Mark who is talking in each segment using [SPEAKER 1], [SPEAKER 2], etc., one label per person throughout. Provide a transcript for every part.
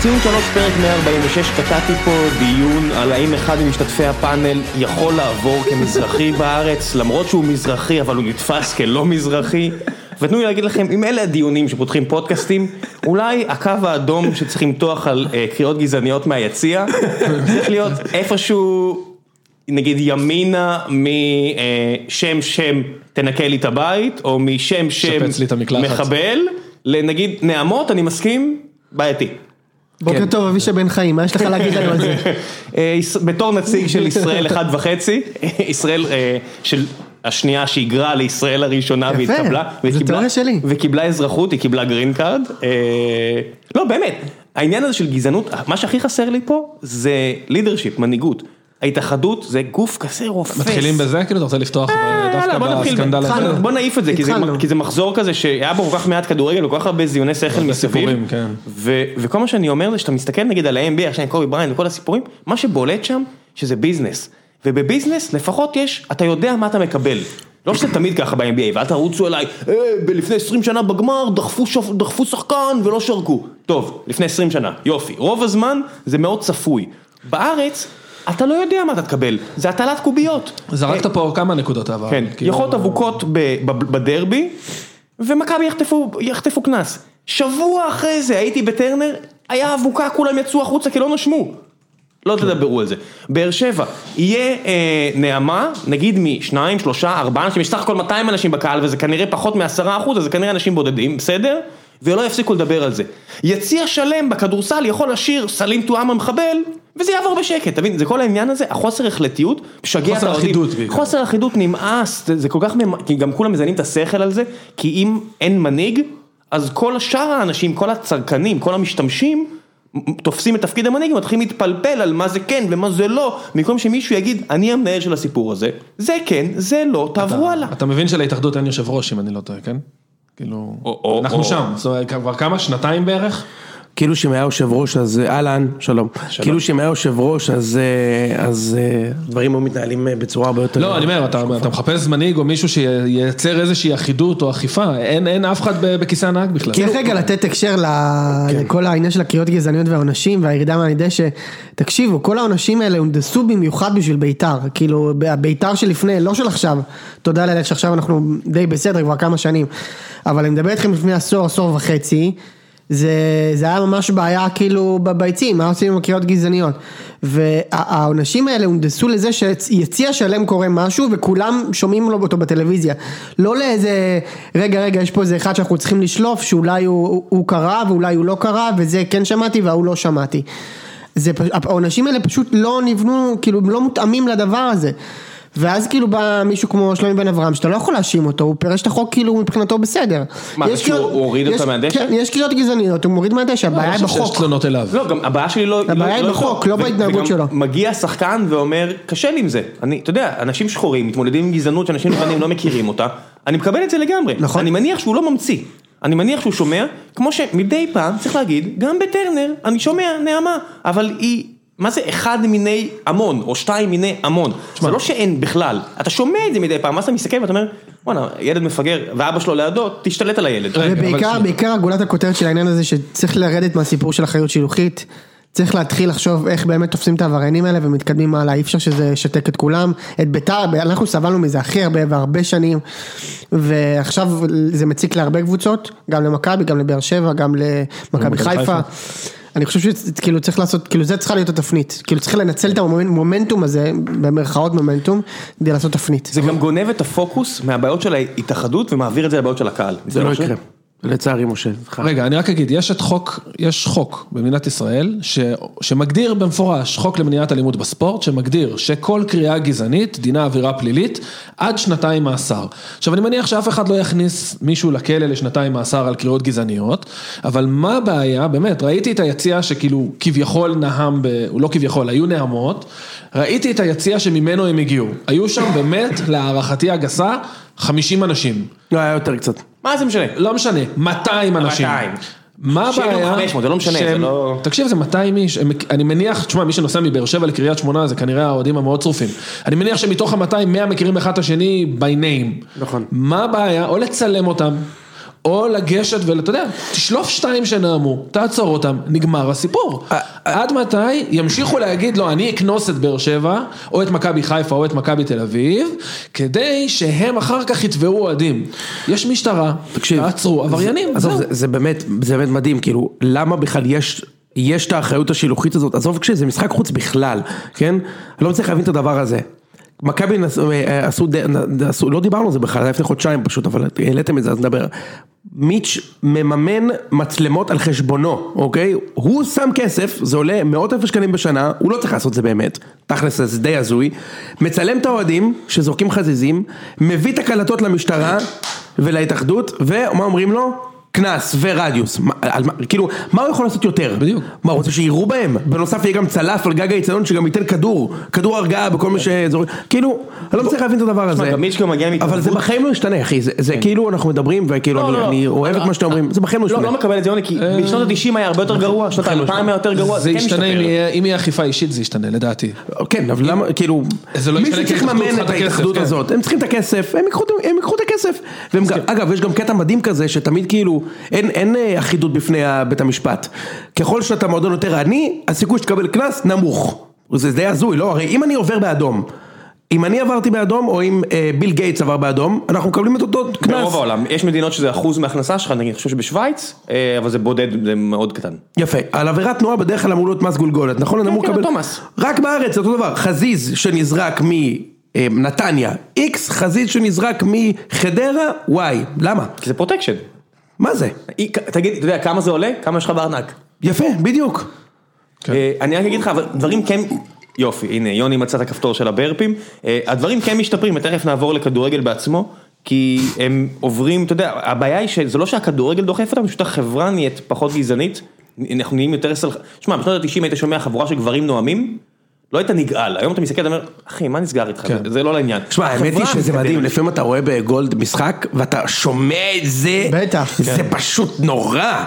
[SPEAKER 1] ציון שלוש פרק 146, קטעתי פה דיון על האם אחד ממשתתפי הפאנל יכול לעבור כמזרחי בארץ, למרות שהוא מזרחי אבל הוא נתפס כלא מזרחי. ותנו לי להגיד לכם, אם אלה הדיונים שפותחים פודקאסטים, אולי הקו האדום שצריך למתוח על אה, קריאות גזעניות מהיציע, צריך להיות איפשהו, נגיד ימינה משם שם תנקה לי את הבית, או משם שם
[SPEAKER 2] שפץ לי את המקלחת.
[SPEAKER 1] מחבל, לנגיד נעמות, אני מסכים, בעייתי.
[SPEAKER 3] בוקר טוב, אבישי בן חיים, מה יש לך להגיד לנו על זה?
[SPEAKER 1] אה, יש- בתור נציג של ישראל אחד וחצי, ישראל אה, של השנייה שהיגרה לישראל הראשונה
[SPEAKER 3] יפה,
[SPEAKER 1] והתקבלה,
[SPEAKER 3] זו
[SPEAKER 1] והתקבלה-
[SPEAKER 3] תיאוריה שלי.
[SPEAKER 1] וקיבלה אזרחות, היא קיבלה גרין קארד. אה, לא, באמת, העניין הזה של גזענות, מה שהכי חסר לי פה זה לידרשיפ, מנהיגות. ההתאחדות זה גוף כזה רופס.
[SPEAKER 2] מתחילים בזה? כאילו אתה רוצה לפתוח
[SPEAKER 1] אה, יאללה, בוא
[SPEAKER 2] דווקא
[SPEAKER 1] נתחיל,
[SPEAKER 2] בסקנדל
[SPEAKER 1] התחלנו,
[SPEAKER 2] הזה?
[SPEAKER 1] בוא נעיף את זה, כי זה-
[SPEAKER 3] התחלנו.
[SPEAKER 1] כי זה מחזור כזה שהיה בו כל כך מעט כדורגל וכל כך הרבה זיוני שכל מסביב,
[SPEAKER 2] סיפורים, כן.
[SPEAKER 1] ו- וכל מה שאני אומר זה שאתה מסתכל נגיד על ה-NBA, עכשיו עם קובי בריין וכל הסיפורים, מה שבולט שם שזה ביזנס, ובביזנס לפחות יש, אתה יודע מה אתה מקבל. לא שזה תמיד ככה ב-NBA, ואל תרוצו אליי, אה, ב- לפני 20 שנה בגמר דחפו, שפ- דחפו שחקן ולא שרקו. טוב, לפני 20 שנה, יופי. רוב הזמן זה מאוד צפוי. בארץ, אתה לא יודע מה אתה תקבל, זה הטלת קוביות.
[SPEAKER 2] זרקת פה כמה נקודות אבל.
[SPEAKER 1] כן,
[SPEAKER 2] כאילו-
[SPEAKER 1] יכול להיות אבוקות ב- ב- בדרבי, ומכבי יחטפו- יחטפו קנס. שבוע אחרי זה הייתי בטרנר, היה אבוקה, כולם יצאו החוצה כי לא נשמו. לא
[SPEAKER 2] כן.
[SPEAKER 1] תדברו על זה. באר שבע, יהיה אה, נעמה, נגיד משניים, שלושה, ארבעה אנשים, יש סך הכל 200 אנשים בקהל, וזה כנראה פחות מעשרה אחוז, אז זה כנראה אנשים בודדים, בסדר? ולא יפסיקו לדבר על זה. יציע שלם בכדורסל יכול לשיר סלים טועם המחבל, וזה יעבור בשקט, תבין, זה כל העניין הזה, החוסר החלטיות, משגע את
[SPEAKER 2] חוסר
[SPEAKER 1] האוהדים.
[SPEAKER 2] אחידות בעיקר.
[SPEAKER 1] חוסר אחידות נמאס, זה- זה כל כך, ממ- כי גם כולם מזיינים את השכל על זה, כי אם אין מנהיג, אז כל שאר האנשים, כל הצרכנים, כל המשתמשים, מ- תופסים את תפקיד המנהיג ומתחילים להתפלפל על מה זה כן ומה זה לא, במקום שמישהו יגיד, אני המנהל של הסיפור הזה, זה כן, זה לא, תעברו הלאה.
[SPEAKER 2] אתה מבין שלהתאחדות אין יושב ראש אם אני לא טועה, כן? כאילו,
[SPEAKER 1] או- או- או.
[SPEAKER 2] אנחנו שם, זאת אומרת, כבר כמה? שנתיים בערך?
[SPEAKER 4] כאילו שאם היה יושב ראש אז אה, אהלן, שלום. כאילו שאם היה יושב ראש אז אה, אז אה, דברים היו מתנהלים אה, בצורה הרבה יותר...
[SPEAKER 2] לא, אני אומר, אתה אתה מחפש מנהיג או מישהו שייצר איזושהי אחידות או אכיפה, אין אין אף אחד ב- בכיסא הנהג בכלל.
[SPEAKER 1] כאילו,
[SPEAKER 3] צריך רגע לתת הקשר ל- לכל העניין של הקריאות גזעניות והעונשים והירידה מהדשא. תקשיבו, כל העונשים האלה הונדסו במיוחד בשביל בית"ר. כאילו, ב- הבית"ר שלפני, לא של עכשיו. תודה לאל שעכשיו אנחנו די בסדר כבר כמה שנים. אבל אני מדבר איתכם לפני עשור, עשור וחצי. זה, זה היה ממש בעיה כאילו ב- ביציעים, מה עושים עם הקריאות גזעניות. והעונשים האלה הונדסו לזה שיציע שלם קורה משהו וכולם שומעים לו אותו בטלוויזיה. לא לאיזה, רגע רגע יש פה איזה אחד שאנחנו צריכים לשלוף שאולי הוא, הוא, הוא קרא ואולי הוא לא קרא וזה כן שמעתי וההוא לא שמעתי. זה, פש- העונשים האלה פשוט לא נבנו, כאילו הם לא מותאמים לדבר הזה. ואז כאילו בא מישהו כמו שלומי בן אברהם שאתה לא יכול להאשים אותו, הוא פירש את החוק כאילו מבחינתו בסדר.
[SPEAKER 1] מה,
[SPEAKER 3] יש
[SPEAKER 1] זה שהוא-
[SPEAKER 3] קריאות-
[SPEAKER 1] הוא הוריד אותה
[SPEAKER 3] יש-
[SPEAKER 1] מהדשא?
[SPEAKER 3] כן, יש קריאות גזעניות, הוא מוריד מהדשא, הבעיה היא
[SPEAKER 2] אני לא חושב שיש
[SPEAKER 3] בחוק.
[SPEAKER 2] תלונות אליו.
[SPEAKER 1] לא, גם הבעיה שלי לא...
[SPEAKER 3] הבעיה היא
[SPEAKER 1] לא- לא
[SPEAKER 3] בחוק,
[SPEAKER 1] יכול.
[SPEAKER 3] לא
[SPEAKER 1] ו-
[SPEAKER 3] בהתנהגות
[SPEAKER 1] וגם
[SPEAKER 3] שלו.
[SPEAKER 1] מגיע שחקן ואומר, קשה לי עם זה. אני, אתה יודע, אנשים שחורים מתמודדים עם גזענות שאנשים לבנים לא מכירים אותה, אני מקבל את זה לגמרי.
[SPEAKER 3] נכון.
[SPEAKER 1] אני מניח שהוא לא ממציא. אני מניח שהוא שומע, כמו שמדי פעם, צריך להגיד, גם בטרנר, אני שומע נעמה, אבל היא... מה זה אחד מיני המון, או שתיים מיני המון? זה לא שאין בכלל, אתה שומע את זה מדי פעם, אז אתה מסתכל ואתה אומר, וואלה, ילד מפגר, ואבא שלו לידו, תשתלט על הילד.
[SPEAKER 2] רגע, אבל
[SPEAKER 3] ובעיקר,
[SPEAKER 2] שנייה.
[SPEAKER 3] בעיקר הגולת הכותרת של העניין הזה שצריך לרדת מהסיפור של אחריות שילוחית. צריך להתחיל לחשוב איך באמת תופסים את העבריינים האלה ומתקדמים הלאה, אי אפשר שזה ישתק את כולם. את ביתר, אנחנו סבלנו מזה הכי הרבה והרבה שנים, ועכשיו זה מציק להרבה קבוצות, גם למכבי, גם לבאר שבע, גם למכבי חיפה. אני חושב שכאילו צריך לעשות, כאילו זה צריכה להיות התפנית, כאילו צריך לנצל את המומנטום הזה, במרכאות מומנטום, כדי לעשות תפנית.
[SPEAKER 1] זה גם גונב את הפוקוס מהבעיות של ההתאחדות ומעביר את זה לבעיות של הקהל.
[SPEAKER 4] זה לא יקרה. לצערי משה. סליחה.
[SPEAKER 2] רגע, אני רק אגיד, יש את חוק, יש חוק במדינת ישראל, ש, שמגדיר במפורש, חוק למניעת אלימות בספורט, שמגדיר שכל קריאה גזענית, דינה עבירה פלילית, עד שנתיים מאסר. עכשיו, אני מניח שאף אחד לא יכניס מישהו לכלא לשנתיים מאסר על קריאות גזעניות, אבל מה הבעיה, באמת, ראיתי את היציע שכאילו כביכול נהם, ב, או לא כביכול, היו נעמות, ראיתי את היציע שממנו הם הגיעו. היו שם באמת, להערכתי הגסה, 50 אנשים.
[SPEAKER 4] לא, היה יותר קצת.
[SPEAKER 1] מה זה משנה?
[SPEAKER 2] לא משנה, 200 אנשים.
[SPEAKER 1] 200.
[SPEAKER 2] מה
[SPEAKER 1] שיהיה גם
[SPEAKER 2] הבעיה?
[SPEAKER 1] 500, זה לא משנה, זה
[SPEAKER 2] שהם-
[SPEAKER 1] לא-
[SPEAKER 2] תקשיב, זה 200 איש, הם- אני מניח, תשמע, מי שנוסע מבאר שבע לקריית שמונה זה כנראה האוהדים המאוד שרופים. אני מניח שמתוך ה-200, 100 מכירים אחד את השני by name.
[SPEAKER 4] נכון.
[SPEAKER 2] מה הבעיה? או לצלם אותם, או לגשת ואתה יודע, תשלוף שתיים שנאמו, תעצור אותם, נגמר הסיפור.
[SPEAKER 1] אה,
[SPEAKER 2] עד מתי ימשיכו להגיד לו, אני אקנוס את באר שבע, או את מכבי חיפה, או את מכבי תל אביב, כדי שהם אחר כך יתבעו אוהדים. יש משטרה,
[SPEAKER 4] תקשיב.
[SPEAKER 2] תעצרו עבריינים,
[SPEAKER 4] עזוב,
[SPEAKER 2] זהו.
[SPEAKER 4] זה, זה באמת, זה באמת מדהים, כאילו, למה בכלל יש... יש את האחריות השילוחית הזאת, עזוב כשזה משחק חוץ בכלל, כן? אני לא מצליח להבין את הדבר הזה. מכבי נס- אה, אה, עשו, ד- נ- עשו, לא דיברנו על זה בכלל, זה היה לפני חודשיים פשוט, אבל העליתם את זה, אז נדבר. מיץ' מממן מצלמות על חשבונו, אוקיי? הוא שם כסף, זה עולה מאות אלפי שקלים בשנה, הוא לא צריך לעשות זה באמת, תכלס זה די הזוי. מצלם את האוהדים שזורקים חזיזים, מביא את הקלטות למשטרה ולהתאחדות, ומה אומרים לו? קנס ורדיוס, מה- על מה- כאילו, מה הוא יכול לעשות יותר?
[SPEAKER 2] בדיוק.
[SPEAKER 4] מה, הוא רוצה שיירו בהם? בנוסף יהיה גם צלף על גג האיצטדיון שגם ייתן כדור, כדור הרגעה בכל מי שזורק, כאילו, אני לא מצליח להבין את הדבר הזה.
[SPEAKER 1] גם מיץ' גם מגיע
[SPEAKER 4] אבל זה
[SPEAKER 1] מהתנדבות.
[SPEAKER 4] בחיים לא ישתנה, אחי, זה- זה כאילו אנחנו מדברים, וכאילו
[SPEAKER 1] לא,
[SPEAKER 4] אני-
[SPEAKER 1] לא,
[SPEAKER 4] אני
[SPEAKER 1] לא.
[SPEAKER 4] אוהב את מה שאתם אומרים, זה בחיים לא
[SPEAKER 1] לא,
[SPEAKER 4] ישתנה.
[SPEAKER 1] לא מקבל את זה יוני, כי
[SPEAKER 2] אה,
[SPEAKER 1] בשנות ה-90 היה הרבה יותר גרוע, שנות
[SPEAKER 4] בחיים לא
[SPEAKER 1] ה-2000 היה יותר גרוע,
[SPEAKER 2] נכון. זה
[SPEAKER 1] זה כן
[SPEAKER 2] ישתנה, אם
[SPEAKER 1] משתפר.
[SPEAKER 2] יהיה- אם יהיה אכיפה אישית זה ישתנה, לדעתי.
[SPEAKER 4] כן, אבל למה, כאילו,
[SPEAKER 2] זה לא
[SPEAKER 4] מי
[SPEAKER 2] ישתנה, כי
[SPEAKER 4] שצריך
[SPEAKER 2] ההתאחדות
[SPEAKER 4] לממן
[SPEAKER 2] צריכה
[SPEAKER 4] את
[SPEAKER 2] את הכסף,
[SPEAKER 4] ההתאחדות
[SPEAKER 2] כן.
[SPEAKER 4] הזאת, הם צריכים את הכסף, הם ייקחו את- הם ייקחו את הכסף. והם גם- אגב, יש גם קטע מדהים כזה, שתמיד כאילו, אין- אין אה, אחידות בפני ה- בית המשפט. ככל שאתה מועדון יותר עני, הסיכוי שתקבל קנס נמוך. זה די הזוי, לא? הרי אם אני עובר באדום, אם אני עברתי באדום, או אם אה, ביל גייטס עבר באדום, אנחנו מקבלים את אותו קנס.
[SPEAKER 1] ברוב העולם, יש מדינות שזה אחוז מההכנסה שלך, נגיד, אני חושב שבשוויץ, אה, אבל זה בודד, זה מאוד קטן.
[SPEAKER 4] יפה, על עבירת תנועה בדרך כלל אמור להיות מס גולגולת, נכון? אני אמור
[SPEAKER 1] כן,
[SPEAKER 4] לקבל...
[SPEAKER 1] אותו מס.
[SPEAKER 4] רק בארץ, זה אותו דבר. חזיז שנזרק מנתניה, איקס, חזיז שנזרק מחדרה, וואי. למה?
[SPEAKER 1] כי זה פרוטקשן.
[SPEAKER 4] מה זה?
[SPEAKER 1] אי- כ- תגיד, אתה יודע, כמה זה עולה? כמה יש לך בארנק?
[SPEAKER 4] יפה, בדיוק.
[SPEAKER 2] כן.
[SPEAKER 1] אה, אני רק אגיד לך, אבל דברים כן... יופי, הנה, יוני מצא את הכפתור של הברפים. אה, הדברים כן משתפרים, ותכף נעבור לכדורגל בעצמו, כי הם עוברים, אתה יודע, הבעיה היא שזה לא שהכדורגל דוחף אותם, פשוט החברה נהיית פחות גזענית, אנחנו נהיים יותר סל... שמע, בשנות ה-90 היית שומע חבורה של גברים נואמים, לא היית נגעל, היום אתה מסתכל, אתה אומר, אחי, מה נסגר איתך?
[SPEAKER 2] כן.
[SPEAKER 1] זה לא לעניין.
[SPEAKER 4] תשמע, האמת היא
[SPEAKER 1] החברה
[SPEAKER 4] שזה
[SPEAKER 1] מתקדמת.
[SPEAKER 4] מדהים, לפעמים אתה רואה בגולד משחק, ואתה שומע את זה.
[SPEAKER 3] בטח.
[SPEAKER 4] זה
[SPEAKER 1] כן.
[SPEAKER 4] פשוט נורא.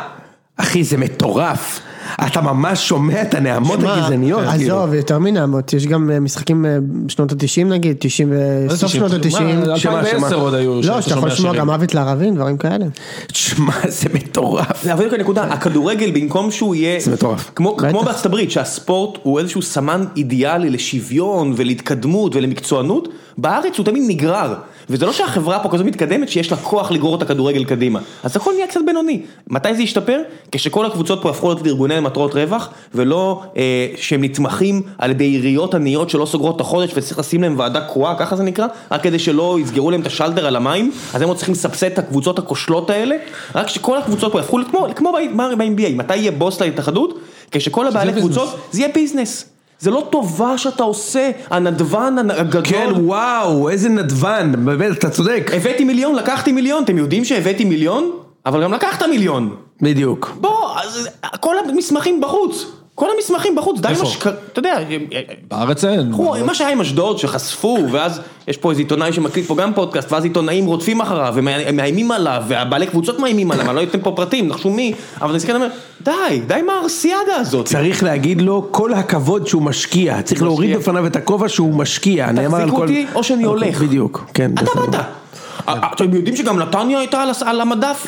[SPEAKER 4] אחי, זה מטורף. אתה ממש שומע את הנעמות הגזעניות. כאילו.
[SPEAKER 3] עזוב, יותר מנעמות, יש גם אה, משחקים אה, בשנות ה-90 נגיד, 90 ו... סוף שנות ה-90.
[SPEAKER 2] מה,
[SPEAKER 4] שמה,
[SPEAKER 2] 2010
[SPEAKER 4] שמה?
[SPEAKER 2] עוד היו.
[SPEAKER 3] לא, שאתה יכול לשמוע
[SPEAKER 2] שירים.
[SPEAKER 3] גם מוות לערבים, דברים כאלה.
[SPEAKER 4] תשמע, זה מטורף.
[SPEAKER 1] זה אבל בדיוק הנקודה, הכדורגל במקום שהוא יהיה,
[SPEAKER 4] זה מטורף.
[SPEAKER 1] כמו,
[SPEAKER 3] בטח.
[SPEAKER 1] כמו בארצות הברית שהספורט הוא איזשהו סמן אידיאלי לשוויון ולהתקדמות ולמקצוענות, בארץ הוא תמיד נגרר, וזה לא שהחברה פה כזו מתקדמת שיש לה כוח לגרור את הכדורגל קדימה, אז הכל נהיה קצת בינוני, מתי זה ישתפר? כשכל הקבוצות פה הפכו להיות ארגוני למטרות רווח, ולא אה, שהם נתמכים על ידי עיריות עניות שלא סוגרות את החודש וצריך לשים להם ועדה קרואה, ככה זה נקרא, רק כדי שלא יסגרו להם את השלטר על המים, אז הם עוד צריכים לסבסד את הקבוצות הכושלות האלה, רק שכל הקבוצות פה יהפכו להיות כמו, כמו ב- מה- ב-NBA, מתי יהיה בוס להתאחדות? כשכל הבעלי
[SPEAKER 2] ביזנס.
[SPEAKER 1] קבוצות, זה יהיה ביזנס. זה לא טובה שאתה עושה, הנדבן הנ- הגדול.
[SPEAKER 4] כן, וואו, איזה נדבן, באמת, אתה צודק.
[SPEAKER 1] הבאתי מיליון, לקחתי מיליון, אתם יודעים שהבאתי מיליון? אבל גם לקחת מיליון.
[SPEAKER 4] בדיוק.
[SPEAKER 1] בוא, אז, כל המסמכים בחוץ. כל המסמכים בחוץ, די עם
[SPEAKER 2] איפה?
[SPEAKER 1] השק... אתה יודע,
[SPEAKER 2] בארץ אין.
[SPEAKER 1] קחו, מה שהיה עם אשדוד שחשפו, ואז יש פה איזה עיתונאי שמקליט פה גם פודקאסט, ואז עיתונאים רודפים אחריו, ומאיימים עליו, והבעלי קבוצות מאיימים עליו, אני לא אתן פה פרטים, נחשו מי, אבל אני מסתכל ואומר, די, די עם הארסיאדה הזאת.
[SPEAKER 4] צריך להגיד לו כל הכבוד שהוא משקיע, צריך להוריד בפניו את הכובע שהוא משקיע, נאמר על
[SPEAKER 1] תחזיקו
[SPEAKER 4] כל...
[SPEAKER 1] אותי או שאני
[SPEAKER 4] על-
[SPEAKER 1] הולך.
[SPEAKER 4] בדיוק, כן.
[SPEAKER 1] אתה
[SPEAKER 4] בסדר.
[SPEAKER 1] באת. אה, אתם יודעים שגם נתניה הייתה על הס- על המדף?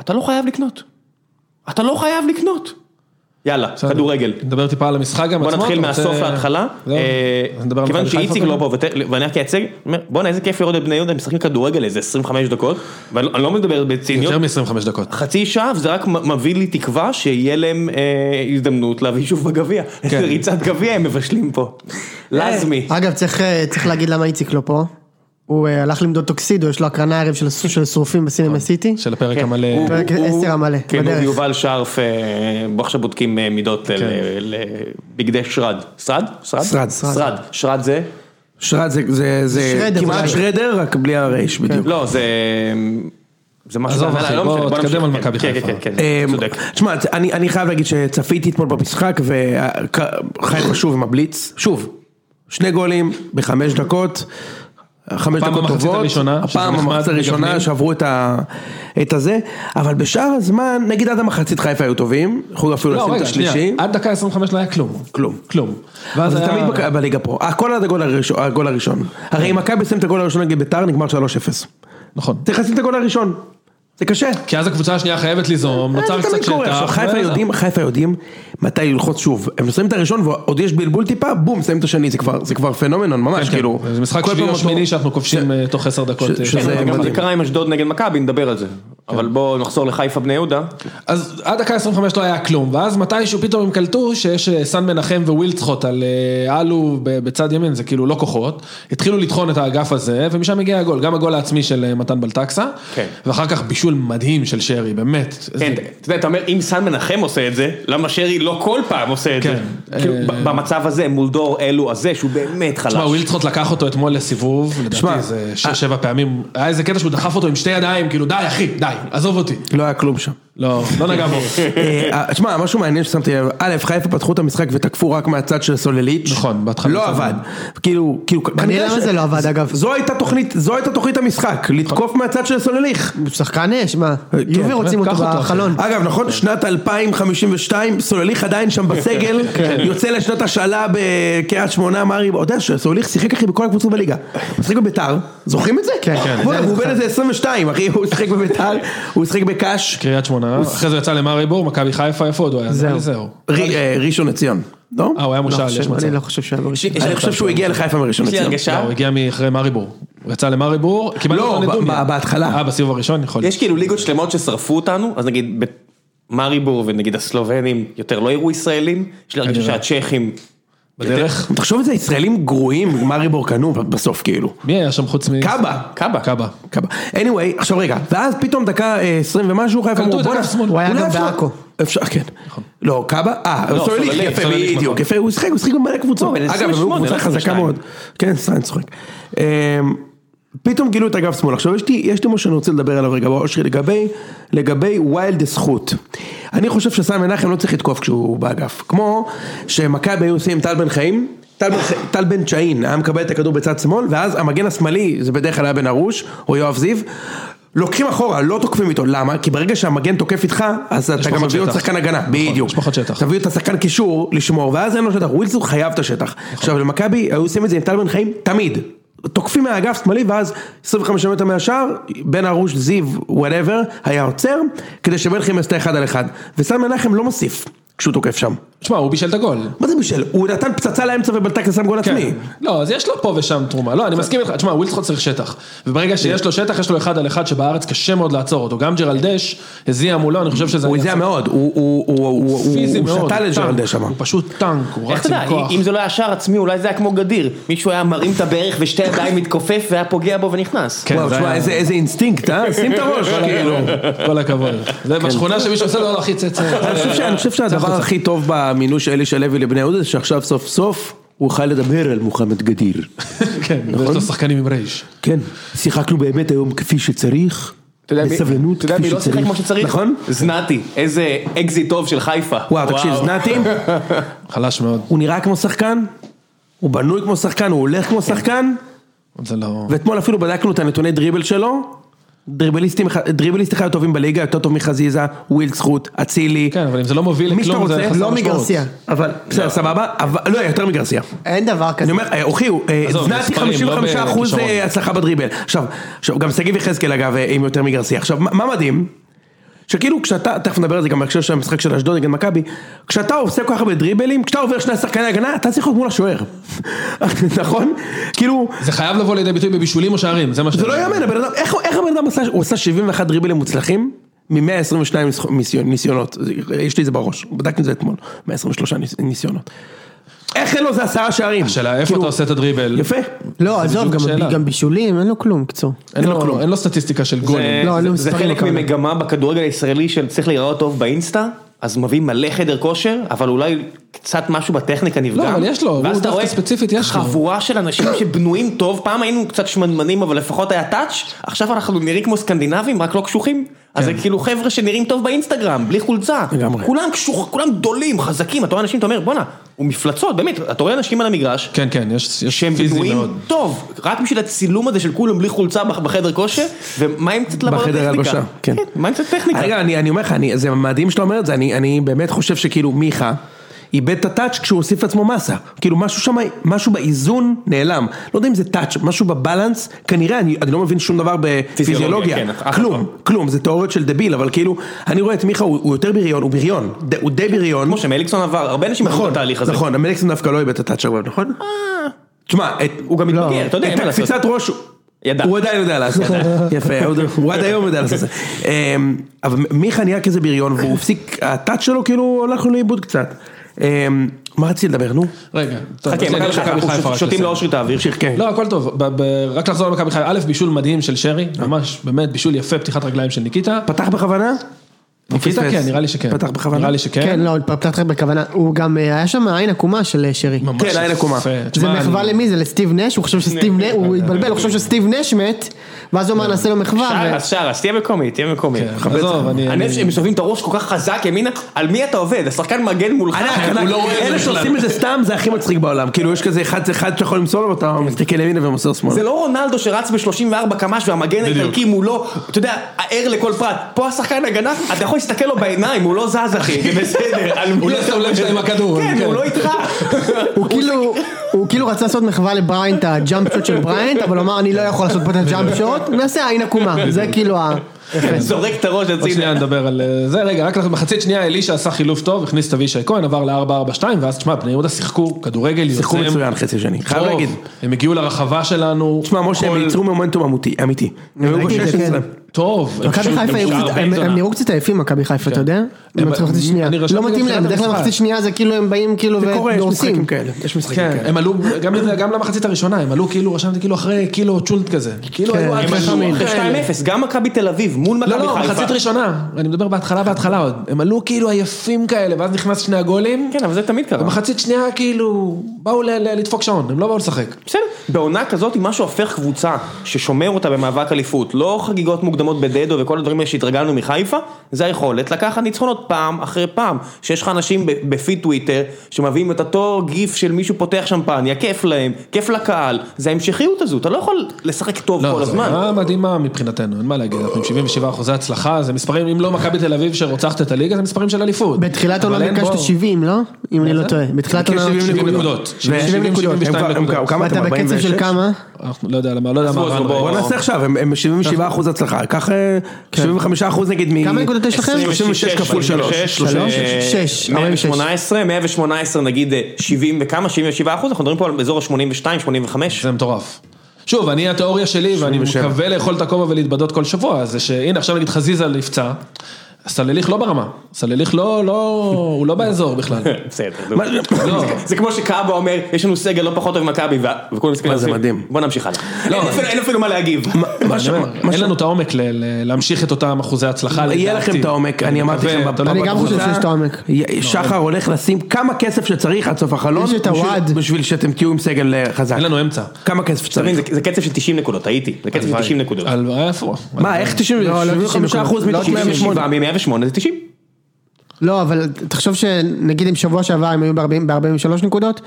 [SPEAKER 1] אתה לא חייב לקנות. אתה לא חייב לקנות. יאללה,
[SPEAKER 2] בסדר.
[SPEAKER 1] כדורגל.
[SPEAKER 2] נדבר טיפה על המשחק גם
[SPEAKER 1] בוא
[SPEAKER 2] עצמו.
[SPEAKER 1] נתחיל
[SPEAKER 2] אתה רוצה-
[SPEAKER 1] מהסוף להתחלה.
[SPEAKER 2] זהו.
[SPEAKER 1] אה,
[SPEAKER 2] אז נדבר על
[SPEAKER 1] כיוון
[SPEAKER 2] מכבי חיפה
[SPEAKER 1] שאיציק
[SPEAKER 2] קודם?
[SPEAKER 1] לא פה ות- ואני רק אייצג, אני אומר, בואנה איזה כיף לראות את בני יהודה משחקים כדורגל איזה 25 דקות, ואני לא- אני לא מדבר בציניות,
[SPEAKER 2] יותר מ-25 דקות.
[SPEAKER 1] חצי שעה וזה רק מ- מביא לי תקווה שיהיה להם אה, הזדמנות להביא שוב בגביע,
[SPEAKER 2] כן.
[SPEAKER 1] איזה ריצת גביע הם מבשלים פה,
[SPEAKER 2] אה,
[SPEAKER 1] לזמי,
[SPEAKER 3] אגב, צריך, אה, צריך להגיד למה איציק לא פה. הוא אה, הלך למדוד טוקסידו, יש לו הקרנה הערב של הס- של שרופים בסינמה סיטי.
[SPEAKER 2] של הפרק
[SPEAKER 1] כן.
[SPEAKER 2] המלא.
[SPEAKER 1] הוא-
[SPEAKER 3] פרק
[SPEAKER 1] הוא-
[SPEAKER 3] עשר המלא,
[SPEAKER 1] כן, הוא
[SPEAKER 3] בדרך.
[SPEAKER 1] יובל שרף, אה, בוא עכשיו בודקים אה, מידות
[SPEAKER 2] כן.
[SPEAKER 1] אה, ל- לבגדי שרד. שרד? שרד?
[SPEAKER 4] שרד.
[SPEAKER 1] שרד. שרד זה?
[SPEAKER 4] שרד זה- זה זה
[SPEAKER 3] שרדר,
[SPEAKER 4] כמעט
[SPEAKER 3] אולי.
[SPEAKER 4] שרדר, רק בלי הרייש, בדיוק.
[SPEAKER 1] לא, זה... זה משהו...
[SPEAKER 2] עזוב,
[SPEAKER 1] לא,
[SPEAKER 2] אחי,
[SPEAKER 1] לא
[SPEAKER 2] בוא
[SPEAKER 1] משנה,
[SPEAKER 2] תתקדם
[SPEAKER 1] נמשיך.
[SPEAKER 2] על מכבי
[SPEAKER 1] כן,
[SPEAKER 2] חיפה.
[SPEAKER 1] כן, כן,
[SPEAKER 4] אה,
[SPEAKER 1] כן, צודק.
[SPEAKER 4] תשמע, אני אני חייב להגיד שצפיתי אתמול במשחק וחיפה שוב עם הבליץ, שוב, שני גולים בחמש דקות. חמש
[SPEAKER 2] הפעם
[SPEAKER 4] דקות
[SPEAKER 2] במחצית
[SPEAKER 4] טובות,
[SPEAKER 2] הראשונה, שזה
[SPEAKER 4] הפעם
[SPEAKER 2] נחמד,
[SPEAKER 4] במחצית
[SPEAKER 2] מגוונים.
[SPEAKER 4] הראשונה שעברו את, ה, את הזה, אבל בשאר הזמן, נגיד עד המחצית חיפה היו טובים, יכולו אפילו
[SPEAKER 2] לא,
[SPEAKER 4] לשים את
[SPEAKER 2] רגע, שנייה.
[SPEAKER 4] השלישי.
[SPEAKER 2] עד דקה 25 לא היה כלום.
[SPEAKER 4] כלום.
[SPEAKER 2] כלום.
[SPEAKER 4] אבל
[SPEAKER 2] ואז
[SPEAKER 4] זה
[SPEAKER 2] היה...
[SPEAKER 4] תמיד בק- בליגה פה, אה, כל עד הגול הראשון, הגול הראשון. הרי אם מכבי שמים את הגול הראשון נגד ביתר נגמר 3-0.
[SPEAKER 2] נכון.
[SPEAKER 4] צריך לשים את הגול הראשון. זה
[SPEAKER 3] אה,
[SPEAKER 4] קשה.
[SPEAKER 2] כי אז הקבוצה השנייה חייבת ליזום, נוצר
[SPEAKER 4] אה, זה
[SPEAKER 2] קצת אה,
[SPEAKER 4] תמיד קורה. עכשיו,
[SPEAKER 2] שטח.
[SPEAKER 4] חיפה
[SPEAKER 2] ו-
[SPEAKER 4] יודעים, חיפה יודעים מתי ללחוץ שוב. הם מסיימים את הראשון ועוד יש בלבול טיפה, בום, מסיימים את השני, זה כבר- זה כבר פנומנון ממש,
[SPEAKER 2] כן, כן.
[SPEAKER 4] כאילו.
[SPEAKER 2] זה משחק
[SPEAKER 4] כל
[SPEAKER 2] שביעי
[SPEAKER 4] פעם
[SPEAKER 2] או
[SPEAKER 4] אותו-
[SPEAKER 2] שמיני שאנחנו כובשים אה, תוך עשר דקות.
[SPEAKER 4] ש-
[SPEAKER 2] אה,
[SPEAKER 4] שזה-
[SPEAKER 2] כן.
[SPEAKER 1] כן, אבל גם
[SPEAKER 4] מדהים.
[SPEAKER 1] זה קרה עם אשדוד נגד מכבי, נדבר על זה. אבל בואו נחזור לחיפה בני יהודה.
[SPEAKER 2] אז עד דקה 25 לא היה כלום, ואז מתישהו פתאום הם קלטו שיש אה, סן מנחם ווילצחוט על אה, אלו ב- בצד ימין, זה כאילו לא כוחות. התחילו לטחון את האגף הזה, ומשם הגיע הגול, גם הגול העצמי של אה, מתן בלטקסה,
[SPEAKER 1] כן.
[SPEAKER 2] ואחר כך בישול מדהים של שרי, באמת.
[SPEAKER 1] כן, אתה יודע, אתה אומר, אם סן מנחם עושה את זה, למה שרי לא כל פעם עושה את זה?
[SPEAKER 2] כן.
[SPEAKER 1] כאילו,
[SPEAKER 2] אה,
[SPEAKER 1] ב- במצב הזה, מול דור אלו הזה, שהוא באמת חלש.
[SPEAKER 2] תשמע, ווילצחוט לקח אותו אתמול לסיבוב,
[SPEAKER 4] שמע,
[SPEAKER 2] לדעתי איזה שש, שבע פעמים, היה איזה קטע שהוא דחף אותו עם שתי ידיים, כאילו די אחי, די, עזוב אותי.
[SPEAKER 4] לא היה כלום שם.
[SPEAKER 2] לא, לא נגע בו.
[SPEAKER 4] אה, תשמע, משהו מעניין ששמתי לב, א', חיפה פתחו את המשחק ותקפו רק מהצד של סולליץ'.
[SPEAKER 2] נכון, בהתחלה
[SPEAKER 4] לא
[SPEAKER 2] זה
[SPEAKER 4] עבד. כאילו, כאילו,
[SPEAKER 3] מעניין למה זה לא עבד, אגב.
[SPEAKER 4] זו הייתה תוכנית, זו הייתה תוכנית המשחק, לתקוף
[SPEAKER 2] נכון.
[SPEAKER 4] מהצד של סולליך.
[SPEAKER 3] הוא שחקן אש, מה? יובי רוצים
[SPEAKER 2] אה, כן, קח
[SPEAKER 3] אותו
[SPEAKER 2] אותו, אחי.
[SPEAKER 3] בחלון.
[SPEAKER 4] אגב, נכון, שנת 2052, סולליך עדיין שם בסגל, יוצא לשנת השאלה בקריית שמונה, מרי, אתה יודע שסולליך שיחק אחי בכל הקבוצות בליגה. הוא שיחק בביתר, זוכרים את זה?
[SPEAKER 3] כן, כן.
[SPEAKER 4] בוא'נה,
[SPEAKER 3] זה אני
[SPEAKER 4] הוא בן
[SPEAKER 3] זוכר.
[SPEAKER 4] איזה 22, אחי, הוא שיחק בביתר, הוא שיחק בקאש,
[SPEAKER 2] קריית שמונה, אחרי זה יצא למארי בור, מכבי חיפה, איפה עוד הוא היה?
[SPEAKER 3] זהו.
[SPEAKER 2] נראה לי זהו.
[SPEAKER 4] ר- אה, ראשון לציון, לא?
[SPEAKER 2] אה, הוא היה מושל, יש
[SPEAKER 3] חושב,
[SPEAKER 2] מצב.
[SPEAKER 3] אני לא חושב שהיה בראשון.
[SPEAKER 4] אני חושב שהוא הגיע לחיפה מראשון
[SPEAKER 1] יש לי
[SPEAKER 4] לציון.
[SPEAKER 2] לא,
[SPEAKER 1] הרגשה,
[SPEAKER 2] הוא הגיע מאחרי מאריבור. הוא יצא למאריבור, קיבלנו
[SPEAKER 4] לא, ב- ב- בהתחלה.
[SPEAKER 2] אה, בסיבוב הראשון יכול להיות.
[SPEAKER 1] יש כאילו ליגות שלמות ששרפו אותנו, אז נגיד ב- מאריבור ונגיד הסלובנים יותר לא יראו ישראלים, יש לי הרגשה
[SPEAKER 2] כנראה.
[SPEAKER 1] שהצ'כים,
[SPEAKER 2] בדרך,
[SPEAKER 4] תחשוב את זה, ישראלים גרועים, מריבור קנו בסוף כאילו.
[SPEAKER 2] מי היה שם חוץ מ...
[SPEAKER 4] קאבה.
[SPEAKER 1] קאבה.
[SPEAKER 2] קאבה.
[SPEAKER 4] קאבה. anyway, עכשיו רגע, ואז פתאום דקה אה, 20 ומשהו, חיפה
[SPEAKER 2] קלטו
[SPEAKER 4] אמרו
[SPEAKER 2] את נכון.
[SPEAKER 4] בואנה,
[SPEAKER 2] הכף שמאל."
[SPEAKER 3] הוא היה
[SPEAKER 4] אולי
[SPEAKER 3] גם
[SPEAKER 4] אפשר-
[SPEAKER 3] בעכו.
[SPEAKER 4] אפשר, כן. לא, קאבה, אה, סולליך,
[SPEAKER 1] סולליך,
[SPEAKER 4] יפה,
[SPEAKER 2] סולליך,
[SPEAKER 4] בדיוק,
[SPEAKER 2] נכון.
[SPEAKER 4] יפה, הוא שיחק, הוא שיחק במלא קבוצות.
[SPEAKER 1] הוא בן
[SPEAKER 4] אגב, הם
[SPEAKER 1] 28,
[SPEAKER 4] היו קבוצה
[SPEAKER 1] לא
[SPEAKER 4] חזקה
[SPEAKER 1] 22.
[SPEAKER 4] מאוד. כן, סתם, אני צוחק. אמ, פתאום גילו את הגב שמאל. עכשיו, יש לי, יש לי משהו שאני רוצה לדבר עליו רגע, אושרי, לגבי, לגבי ויילד זכות. אני חושב שסן מנחם לא צריך לתקוף כשהוא באגף. כמו שמכבי היו עושים עם טל בן חיים, טל בן, ח- טל בן צ'אין היה מקבל את הכדור בצד שמאל, ואז המגן השמאלי, זה בדרך כלל היה בן ארוש, או יואב זיו, לוקחים אחורה, לא תוקפים איתו, למה? כי ברגע שהמגן תוקף איתך, אז אתה גם
[SPEAKER 2] פחות
[SPEAKER 4] מביא עוד
[SPEAKER 2] שטח.
[SPEAKER 4] שחקן הגנה, בדיוק.
[SPEAKER 2] יש פחות שטח.
[SPEAKER 4] תביא את השחקן קישור לשמור, ואז אין לו שטח, ווילסון חייב את השטח. עכשיו למכבי היו עושים את זה עם טל בן חיים תמיד. תוקפים מהאגף שמאלי ואז 25 מטר מהשאר, בן ארוש, זיו, וואטאבר, היה עוצר, כדי שבן חיים יעשה אחד על אחד. וסן מנחם לא מוסיף כשהוא תוקף שם.
[SPEAKER 2] תשמע, הוא בישל את הגול.
[SPEAKER 4] מה זה בשל? הוא נתן פצצה לאמצע ובלטק ושם גול עצמי.
[SPEAKER 2] לא, אז יש לו פה ושם תרומה. לא, אני מסכים איתך. תשמע, ווילסקוט צריך שטח. וברגע שיש לו שטח, יש לו אחד על אחד שבארץ קשה מאוד לעצור אותו. גם ג'רלדש הזיע מולו, אני חושב שזה...
[SPEAKER 4] הוא
[SPEAKER 2] היה
[SPEAKER 4] הזיע
[SPEAKER 2] שחקן
[SPEAKER 4] מאוד, הוא- הוא- הוא- הוא
[SPEAKER 2] פיזי
[SPEAKER 4] הוא-
[SPEAKER 2] מאוד.
[SPEAKER 4] הוא שתל
[SPEAKER 2] הוא
[SPEAKER 4] את
[SPEAKER 2] טנק.
[SPEAKER 4] ג'רלדה שם.
[SPEAKER 2] הוא פשוט טנק, הוא
[SPEAKER 1] איך
[SPEAKER 2] רץ
[SPEAKER 1] אתה יודע,
[SPEAKER 2] עם כוח.
[SPEAKER 1] אם זה לא היה שער עצמי, אולי זה היה כמו גדיר, מישהו היה מרים את הברך ושתי ידיים מתכופף והיה פוגע בו ונכנס.
[SPEAKER 2] כן,
[SPEAKER 4] וואו,
[SPEAKER 2] זה
[SPEAKER 4] תשמע,
[SPEAKER 2] היה-
[SPEAKER 4] איזה- איזה אינסטינקט, אה? שים את הראש,
[SPEAKER 1] לא,
[SPEAKER 4] כאילו. כן.
[SPEAKER 2] כל הכבוד. זה בשכונה שמישהו עושה לו לא להחיץ את זה.
[SPEAKER 4] אני חושב ש- אני חושב שהדבר הכי טוב במינוי של אלישע לוי לבני יהודה זה שעכשיו סוף סוף הוא יוכל לדבר על מוחמד גדיר.
[SPEAKER 2] כן,
[SPEAKER 4] נכון?
[SPEAKER 2] ויש לו שחקנים עם רייש.
[SPEAKER 4] כן, שיחקנו באמת היום כפי שצריך,
[SPEAKER 1] אתה יודע מי-
[SPEAKER 4] בסבלנות
[SPEAKER 1] אתה יודע
[SPEAKER 4] כפי
[SPEAKER 1] מי לא שיחק
[SPEAKER 4] שצריך.
[SPEAKER 1] כמו שצריך?
[SPEAKER 4] נכון?
[SPEAKER 1] זנתי, איזה אקזיט טוב של חיפה.
[SPEAKER 4] וואו, תקשיב, זנתי,
[SPEAKER 2] חלש מאוד.
[SPEAKER 4] הוא נראה כמו שחקן, הוא בנוי כמו שחקן, הוא הולך כמו שחקן,
[SPEAKER 2] זה לא...
[SPEAKER 4] ואתמול אפילו בדקנו את הנתוני דריבל שלו. דריבליסטים, אחד- דריבליסט אחד הטובים בליגה, יותר טוב מחזיזה, ווילד זכות, אצילי,
[SPEAKER 2] כן, אבל אם זה לא מוביל
[SPEAKER 4] מי שאתה
[SPEAKER 2] לכלום, זה
[SPEAKER 4] רוצה,
[SPEAKER 2] חסר
[SPEAKER 3] לא
[SPEAKER 2] משמעות.
[SPEAKER 3] מגרסיה.
[SPEAKER 4] אבל בסדר, סבבה, אבל לא, יותר מגרסיה.
[SPEAKER 3] אין דבר
[SPEAKER 4] אני
[SPEAKER 3] כזה.
[SPEAKER 4] אומר, אה, אוחי, הוא, אה,
[SPEAKER 2] עזוב,
[SPEAKER 4] זנתי
[SPEAKER 2] מספרים, לא
[SPEAKER 4] 55 אחוז אה,
[SPEAKER 2] בכישרון.
[SPEAKER 4] הצלחה בדריבל. עכשיו, עכשיו, גם שגיב יחזקאל אגב, אה, עם יותר מגרסיה. עכשיו, מה- מה מדהים? שכאילו כשאתה, תכף נדבר על זה גם בהקשר של המשחק של אשדוד נגד מכבי, כשאתה עושה כל כך הרבה דריבלים, כשאתה עובר שני שחקני הגנה, אתה צריך להיות מול השוער. נכון? כאילו,
[SPEAKER 2] זה חייב לבוא לידי ביטוי בבישולים או שערים, זה מה ש...
[SPEAKER 4] זה לא יאמן, הבן אדם, איך איך הבן אדם עשה, הוא עשה 71 דריבלים מוצלחים? מ-122 ניסיונות, זה- יש לי את זה בראש, בדקנו את זה אתמול, 123 ניס- ניסיונות. איך אין לו זה עשרה שערים?
[SPEAKER 2] השאלה, איפה
[SPEAKER 4] כאילו,
[SPEAKER 2] אתה עושה את הדריבל?
[SPEAKER 4] יפה.
[SPEAKER 3] לא, עזוב,
[SPEAKER 2] בדיוק
[SPEAKER 3] גם-
[SPEAKER 2] השאלה.
[SPEAKER 3] גם בישולים, אין לו כלום, קיצור.
[SPEAKER 2] אין לו כלום. אין לו סטטיסטיקה של גולים.
[SPEAKER 1] זה-
[SPEAKER 3] לא, אין לו
[SPEAKER 1] זה- זה
[SPEAKER 3] מספרים
[SPEAKER 1] חלק
[SPEAKER 3] בכלל.
[SPEAKER 1] ממגמה בכדורגל הישראלי של צריך להיראות טוב באינסטה, אז מביאים מלא חדר כושר, אבל אולי קצת משהו בטכניקה נפגע.
[SPEAKER 2] לא, אבל יש לו,
[SPEAKER 1] ואז
[SPEAKER 2] הוא
[SPEAKER 1] אתה
[SPEAKER 2] דווקא
[SPEAKER 1] רואה
[SPEAKER 2] ספציפית יש לו.
[SPEAKER 1] חבורה של אנשים שבנויים טוב, פעם היינו קצת שמנמנים, אבל לפחות היה טאץ', עכשיו אנחנו נראים כמו סקנדינבים, רק לא קשוחים. אז
[SPEAKER 2] כן.
[SPEAKER 1] זה כאילו חבר'ה שנראים טוב באינסטגרם, בלי חולצה.
[SPEAKER 4] לגמרי.
[SPEAKER 1] כולם קשוח, כולם גדולים, חזקים, אתה רואה אנשים, אתה אומר, בואנה, הוא מפלצות, באמת, אתה רואה אנשים על המגרש,
[SPEAKER 2] כן, כן, יש יש
[SPEAKER 1] שהם
[SPEAKER 2] פיזי
[SPEAKER 1] בנויים
[SPEAKER 2] מאוד.
[SPEAKER 1] טוב, רק בשביל הצילום הזה של כולם בלי חולצה בח- בחדר כושר, ומה עם קצת לעבוד על
[SPEAKER 4] בחדר
[SPEAKER 1] טכניקה?
[SPEAKER 4] הלבשה, כן.
[SPEAKER 1] מה עם קצת טכניקה?
[SPEAKER 4] רגע, אני אני אומר לך, אני- זה מדהים שאתה אומר את זה, אני אני באמת חושב שכאילו מיכה, איבד את הטאץ' כשהוא הוסיף לעצמו מסה. כאילו משהו שם, משהו באיזון נעלם. לא יודע אם זה טאץ', משהו בבלנס, כנראה, אני, אני לא מבין שום דבר בפיזיולוגיה.
[SPEAKER 1] כן, אף
[SPEAKER 4] כלום, כלום, זה תיאוריות של דביל, אבל כאילו, אני רואה את מיכה, הוא, הוא יותר בריון, הוא בריון, ד, הוא די בריון.
[SPEAKER 1] כמו שמליקסון עבר, הרבה אנשים עברו את
[SPEAKER 4] נכון,
[SPEAKER 1] התהליך הזה.
[SPEAKER 4] נכון, המליקסון דווקא לא איבד את הטאץ' הרבה, נכון? תשמע, את-
[SPEAKER 1] הוא גם מתבגר, אתה יודע, אין
[SPEAKER 4] לא. את
[SPEAKER 1] מה לעשות.
[SPEAKER 4] הקפיצת ראש,
[SPEAKER 1] ידע.
[SPEAKER 4] הוא עדיין יודע לעשות, יפה, הוא- הוא עד היום יודע לעשות את זה. אמ, אבל מיכה נהיה כזה בריון, והוא הפסיק, הטאץ' שלו כאילו הלך לו לאיבוד קצת. אמ, מה רציתי לדבר, נו?
[SPEAKER 2] רגע, טוב,
[SPEAKER 1] חכה,
[SPEAKER 2] תן לי
[SPEAKER 1] מכבי חיפה,
[SPEAKER 2] מכבי חיפה
[SPEAKER 1] אנחנו
[SPEAKER 2] רק
[SPEAKER 1] שותים
[SPEAKER 2] לסיים.
[SPEAKER 1] לאושרי את האוויר.
[SPEAKER 4] שירקה.
[SPEAKER 2] לא, הכל טוב, ב- ב- רק לחזור למכבי חיפה, א', בישול מדהים של שרי, ממש, באמת, בישול יפה, פתיחת רגליים של ניקיטה.
[SPEAKER 4] פתח בכוונה?
[SPEAKER 2] ניקיטה,
[SPEAKER 4] פספס.
[SPEAKER 2] כן, נראה לי שכן.
[SPEAKER 4] פתח בכוונה?
[SPEAKER 2] נראה לי שכן.
[SPEAKER 3] כן, לא, פתחת בכוונה, הוא גם אה, היה שם עין עקומה של אה, שרי.
[SPEAKER 2] ממש
[SPEAKER 4] כן, עין עקומה.
[SPEAKER 2] יפה.
[SPEAKER 3] זה
[SPEAKER 2] תשמע,
[SPEAKER 3] מחווה
[SPEAKER 2] אני-
[SPEAKER 3] למי? זה לסטיב נש? הוא חושב שסטיב נש, הוא התבלבל, הוא חושב שסטיב נש מת, ואז הוא אמר נעשה לו
[SPEAKER 4] כן,
[SPEAKER 3] מחווה. ו-
[SPEAKER 1] שרס, שרס, תהיה מקומי, תהיה מקומי.
[SPEAKER 2] כן, עזוב, אני...
[SPEAKER 1] אני
[SPEAKER 2] אני-
[SPEAKER 1] אוהב שהם מסובבים את הראש כל כך חזק ימינה, על מי אתה עובד? השחקן מגן מולך,
[SPEAKER 4] ענק, ענק, אלה שעושים לא את זה סתם זה הכי מצחיק בעולם, כאילו יש כזה אחד אחד שיכול למסור לו ואתה מסתכל ימינה ומוסר שמאלה.
[SPEAKER 1] זה לא רונלדו שרץ ב-34 קמ"ש והמגן האיטלקי מולו, אתה יודע, ער לכל פרט. פה השחקן הגנה, אתה יכול להסתכל לו בעיניים, הוא לא זז אחי, זה בסדר. על מי
[SPEAKER 2] הוא לא
[SPEAKER 1] אתה
[SPEAKER 2] שם לב
[SPEAKER 1] עובד?
[SPEAKER 2] שאתה עם הכדור,
[SPEAKER 1] כן,
[SPEAKER 2] כן.
[SPEAKER 1] הוא לא איתך.
[SPEAKER 3] הוא כאילו, הוא כאילו רצה לעשות מחווה לבריינט, הג'אמפ שוט של בריינט, אבל הוא אמר אני לא יכול לעשות פה את הג'אמפ שוט, נעשה עין עקומה, זה כאילו ה...
[SPEAKER 1] זורק את הראש
[SPEAKER 2] עוד
[SPEAKER 1] הצידה.
[SPEAKER 2] שנייה נדבר על אה, זה, רגע, רק במחצית שנייה אלישע עשה חילוף טוב, הכניס את אבישי כהן, עבר ל-4-4-2, ואז תשמע, בני יהודה שיחקו, כדורגל,
[SPEAKER 4] שיחקו
[SPEAKER 2] יוזם,
[SPEAKER 4] מצוין חצי שני, חייב
[SPEAKER 2] טוב,
[SPEAKER 4] להגיד.
[SPEAKER 2] הם הגיעו לרחבה שלנו,
[SPEAKER 4] תשמע משה, הם
[SPEAKER 2] כל-
[SPEAKER 4] ייצרו מומנטום אמיתי, אמיתי. הם היו
[SPEAKER 3] ראיתי את זה,
[SPEAKER 4] ב-16.
[SPEAKER 3] כן.
[SPEAKER 2] טוב, הם
[SPEAKER 3] מכבי
[SPEAKER 2] פשוט-
[SPEAKER 3] חיפה, היו
[SPEAKER 2] הם
[SPEAKER 3] קצת-
[SPEAKER 2] שער
[SPEAKER 3] הם-
[SPEAKER 2] בעיתונה.
[SPEAKER 3] הם נראו קצת עייפים מכבי חיפה,
[SPEAKER 4] כן.
[SPEAKER 3] אתה יודע? הם מצחיקים מחצית שנייה.
[SPEAKER 2] אני רשמתי
[SPEAKER 3] לא מתאים
[SPEAKER 2] בתחילת
[SPEAKER 3] להם, בדרך כלל
[SPEAKER 2] המשחק.
[SPEAKER 3] מחצית שנייה זה כאילו הם באים כאילו
[SPEAKER 4] זה קורה, יש
[SPEAKER 3] ודורסים.
[SPEAKER 4] משחקים כאלה, יש משחקים
[SPEAKER 2] כן,
[SPEAKER 4] כאלה.
[SPEAKER 2] הם עלו, גם לזה- גם למחצית הראשונה, הם עלו כאילו, רשמתי כאילו אחרי קילו צ'ולט כזה, כאילו
[SPEAKER 3] כן,
[SPEAKER 2] היו עד
[SPEAKER 1] הם
[SPEAKER 2] חמש
[SPEAKER 1] עשו אחרי
[SPEAKER 2] כאלה.
[SPEAKER 1] 2-0, גם מכבי תל אביב מול מכבי
[SPEAKER 2] לא, לא,
[SPEAKER 1] חיפה.
[SPEAKER 2] מחצית ראשונה, אני מדבר בהתחלה בהתחלה עוד, הם עלו כאילו עייפים כאלה, ואז נכנס שני הגולים,
[SPEAKER 1] כן, אבל זה תמיד קרה.
[SPEAKER 2] במחצית שנייה כאילו, באו ל- ל- לדפוק שעון, הם לא באו לשחק.
[SPEAKER 1] בסדר, בעונה כזאת אם משהו הופך קבוצה ששומר אותה במאבק אליפות, לא חגיגות מוקדמות בדדו וכל הדברים האלה שהתרגלנו מחיפה, זה היכולת לקחת ניצחונות פעם אחרי פעם, שיש לך אנשים ב- בפיד טוויטר שמביאים את אותו גיף של מישהו פותח שמפניה, כיף להם, כיף לקהל, זה ההמשכיות הזו, אתה לא יכול לשחק טוב כל
[SPEAKER 2] לא, זו
[SPEAKER 1] הזמן.
[SPEAKER 2] עונה מדהימה מבחינתנו, אין מה להגיד, אנחנו עם 77 אחוזי הצלחה, זה מספרים, אם לא מכבי תל אביב שרוצחת את הליגה, זה מספרים של אליפות.
[SPEAKER 3] בתחילת
[SPEAKER 2] אבל
[SPEAKER 3] העונה
[SPEAKER 2] אין
[SPEAKER 3] ביקשת
[SPEAKER 2] בור.
[SPEAKER 3] 70, לא? אם אני לא
[SPEAKER 2] זה?
[SPEAKER 3] טועה. בתחילת
[SPEAKER 4] ביקש
[SPEAKER 3] העונה
[SPEAKER 2] 70
[SPEAKER 4] 70 נקודות.
[SPEAKER 2] נקודות.
[SPEAKER 4] ו-
[SPEAKER 2] 70 נקודות.
[SPEAKER 4] הם כבר- הם כבר- כמה
[SPEAKER 3] ואתה
[SPEAKER 4] אתם,
[SPEAKER 3] בקצב
[SPEAKER 4] 46?
[SPEAKER 3] של כמה?
[SPEAKER 2] אנחנו לא יודע למה, לא יודע מה
[SPEAKER 1] עזבו,
[SPEAKER 2] רן
[SPEAKER 1] עזבו,
[SPEAKER 2] רואה.
[SPEAKER 4] בוא נעשה עכשיו, הם- הם 77 אחוז הצלחה, קח אה, 75 אחוז נגיד מ...
[SPEAKER 3] כמה נקודות יש לכם?
[SPEAKER 4] 36 כפול 3.
[SPEAKER 3] 3, 6, 46.
[SPEAKER 1] 118, 118 נגיד אה, 70 וכמה, 77 אחוז, אנחנו מדברים פה על אזור ה-82, 85.
[SPEAKER 2] זה מטורף. שוב, אני התיאוריה שלי, ואני
[SPEAKER 4] 87.
[SPEAKER 2] מקווה לאכול את הכובע ולהתבדות כל שבוע, זה שהנה עכשיו נגיד חזיזה נפצע, סלליך לא ברמה, סלליך לא, לא, הוא לא באזור בכלל. לא.
[SPEAKER 1] בסדר, נו. זה- זה כמו שקאבה אומר, יש לנו סגל לא פחות טוב ממכבי, וה- וכולם מסתכלים
[SPEAKER 4] מה, זה
[SPEAKER 1] עליו,
[SPEAKER 4] מדהים. לא,
[SPEAKER 1] בוא נמשיך הלאה. אין אפילו- אין אפילו מה להגיב.
[SPEAKER 4] מה
[SPEAKER 2] אני
[SPEAKER 4] ש-
[SPEAKER 2] אומר,
[SPEAKER 4] מה ש-
[SPEAKER 2] אין לנו את העומק ל- ל- להמשיך את אותם אחוזי הצלחה.
[SPEAKER 4] יהיה
[SPEAKER 2] לדעתי.
[SPEAKER 4] לכם את העומק, אני אמרתי
[SPEAKER 2] מקווה,
[SPEAKER 4] לכם.
[SPEAKER 2] אתה
[SPEAKER 4] בפ-
[SPEAKER 2] לא
[SPEAKER 3] אני גם
[SPEAKER 2] בטוח.
[SPEAKER 3] חושב שיש את העומק.
[SPEAKER 4] י- שחר הולך לשים כמה כסף שצריך עד סוף החלון,
[SPEAKER 3] יש את
[SPEAKER 4] בשביל-
[SPEAKER 3] הוואד.
[SPEAKER 4] בשביל שאתם תהיו עם סגל אה, חזק.
[SPEAKER 2] אין לנו אמצע.
[SPEAKER 4] כמה כסף
[SPEAKER 1] תבין,
[SPEAKER 4] שצריך.
[SPEAKER 1] זה- זה קצב של 90 נקודות, טעיתי, זה קצב של 90 נקודות.
[SPEAKER 2] על אה, איפה?
[SPEAKER 4] מה, איך 90?
[SPEAKER 3] לא, לא
[SPEAKER 4] 75 אחוז
[SPEAKER 3] לא
[SPEAKER 4] מתוך 108.
[SPEAKER 1] 77 מ-108 זה 90.
[SPEAKER 3] לא, אבל תחשוב שנגיד אם שבוע שעבר הם היו ב-43 נקודות,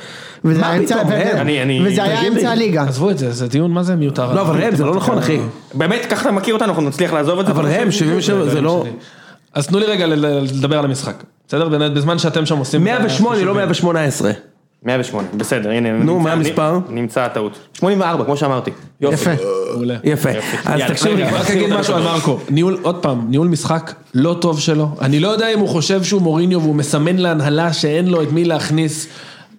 [SPEAKER 3] וזה
[SPEAKER 4] מה
[SPEAKER 3] היה אמצע-
[SPEAKER 4] פתאום,
[SPEAKER 3] וזה-
[SPEAKER 4] אין.
[SPEAKER 1] אני- אני-
[SPEAKER 3] וזה היה
[SPEAKER 4] תגיד לי.
[SPEAKER 3] אמצע הליגה.
[SPEAKER 2] עזבו את זה, זה דיון מה זה מיותר.
[SPEAKER 4] לא, אבל ראם, זה לא נכון, אחי.
[SPEAKER 1] באמת, ככה אתה מכיר אותנו, אנחנו נצליח לעזוב את זה.
[SPEAKER 4] אבל ראם, 77 זה לא...
[SPEAKER 2] אז תנו לי רגע ל- ל- לדבר על המשחק. בסדר? באמת, בזמן שאתם שם עושים...
[SPEAKER 4] 108, לא 118.
[SPEAKER 1] 108, בסדר, הנה. נמצא-
[SPEAKER 4] מה המספר?
[SPEAKER 1] נ- נמצא הטעות. 84, כמו שאמרתי. יופי.
[SPEAKER 3] יפה.
[SPEAKER 2] מעולה.
[SPEAKER 4] יפה. אז
[SPEAKER 1] יאללה,
[SPEAKER 4] תקשיב,
[SPEAKER 1] רגע,
[SPEAKER 4] לי,
[SPEAKER 2] רק אגיד משהו על מרקו, ניהול, עוד פעם, ניהול משחק לא טוב שלו, אני לא יודע אם הוא חושב שהוא מוריניו והוא מסמן להנהלה שאין לו את מי להכניס.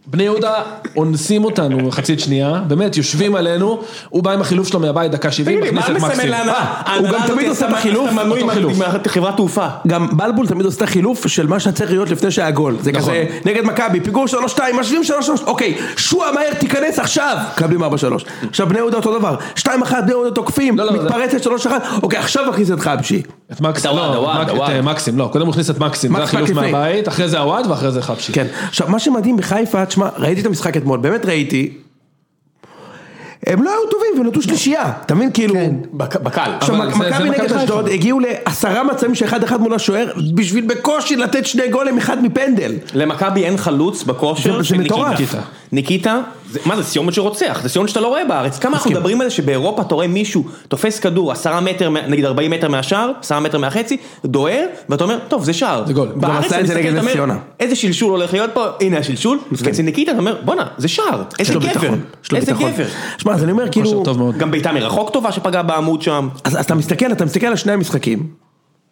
[SPEAKER 2] בני יהודה אונסים אותנו במחצית שנייה, באמת, יושבים עלינו, הוא בא עם החילוף שלו מהבית, דקה 70,
[SPEAKER 1] תגיד לי, מה
[SPEAKER 2] מכניס את
[SPEAKER 1] מסמן
[SPEAKER 2] מקסים.
[SPEAKER 1] לנו?
[SPEAKER 4] אה, הוא גם תמיד עושה בחילוף,
[SPEAKER 1] אתה מנוי
[SPEAKER 2] אותו חילוף.
[SPEAKER 1] מחברת תעופה.
[SPEAKER 4] גם בלבול תמיד עושה את החילוף של מה שהיה צריך להיות לפני שהיה גול. זה
[SPEAKER 2] נכון.
[SPEAKER 4] כזה, נגד מכבי, פיגור 3-2, משווים 3-3, אוקיי, שועה מהר תיכנס עכשיו, מקבלים 4-3. עכשיו בני יהודה אותו דבר, 2-1 בני יהודה תוקפים,
[SPEAKER 2] לא, לא, זה-
[SPEAKER 4] מתפרצת 3-1, אוקיי, עכשיו נכניס את חבשי.
[SPEAKER 2] את מקסים,
[SPEAKER 1] דוואד,
[SPEAKER 2] לא,
[SPEAKER 1] דוואד,
[SPEAKER 2] את מק- את
[SPEAKER 1] דוואד.
[SPEAKER 2] אה, מקסים, לא, קודם הוא הכניס את מקסים, זה
[SPEAKER 4] מקס
[SPEAKER 2] החילוף
[SPEAKER 4] רק לפני.
[SPEAKER 2] מהבית, אחרי זה הוואד ואחרי זה חבשי.
[SPEAKER 4] כן, עכשיו מה שמדהים בחיפה, תשמע, ראיתי את המשחק אתמול, באמת ראיתי, הם לא היו טובים והם נתנו שלישייה, אתה מבין? כאילו,
[SPEAKER 1] בק- בקל.
[SPEAKER 4] עכשיו,
[SPEAKER 2] אבל זה- זה
[SPEAKER 4] מכבי
[SPEAKER 2] מכבי
[SPEAKER 4] נגד
[SPEAKER 2] חיפה.
[SPEAKER 4] אשדוד הגיעו לעשרה מצבים שאחד אחד מול השוער, בשביל בקושי לתת שני גולים אחד מפנדל.
[SPEAKER 1] למכבי אין חלוץ בכושר
[SPEAKER 4] זה- זה
[SPEAKER 1] של
[SPEAKER 4] מטורף.
[SPEAKER 1] ניקיטה. ניקיטה זה- מה זה סיומת שרוצח? זה סיומת שאתה לא רואה בארץ. כמה אנחנו מדברים על זה שבאירופה אתה רואה מישהו תופס כדור עשרה מטר, מה- נגיד 40 מטר מהשער, עשרה מטר מהחצי, דוהר, ואתה אומר, טוב, זה שער.
[SPEAKER 2] זה גול. הוא גם
[SPEAKER 1] בארץ
[SPEAKER 4] עשה
[SPEAKER 1] אתה
[SPEAKER 4] את זה
[SPEAKER 1] מסתכל,
[SPEAKER 4] נגד
[SPEAKER 1] אתה
[SPEAKER 4] נס
[SPEAKER 1] אומר,
[SPEAKER 4] ציונה.
[SPEAKER 1] איזה שלשול הולך להיות פה, הנה השלשול, ואצל ניקיטה אתה אומר, בואנה, זה שער, איזה
[SPEAKER 4] לו
[SPEAKER 1] גבר,
[SPEAKER 4] ביטחון, יש לו
[SPEAKER 1] איזה
[SPEAKER 4] ביטחון.
[SPEAKER 1] גבר.
[SPEAKER 4] שמע, אז אני אומר כאילו,
[SPEAKER 2] כושר טוב מאוד.
[SPEAKER 1] גם בעיטה מרחוק טובה שפגעה בעמוד שם.
[SPEAKER 4] אז אז אתה מסתכל, אתה מסתכל על שני המשחקים,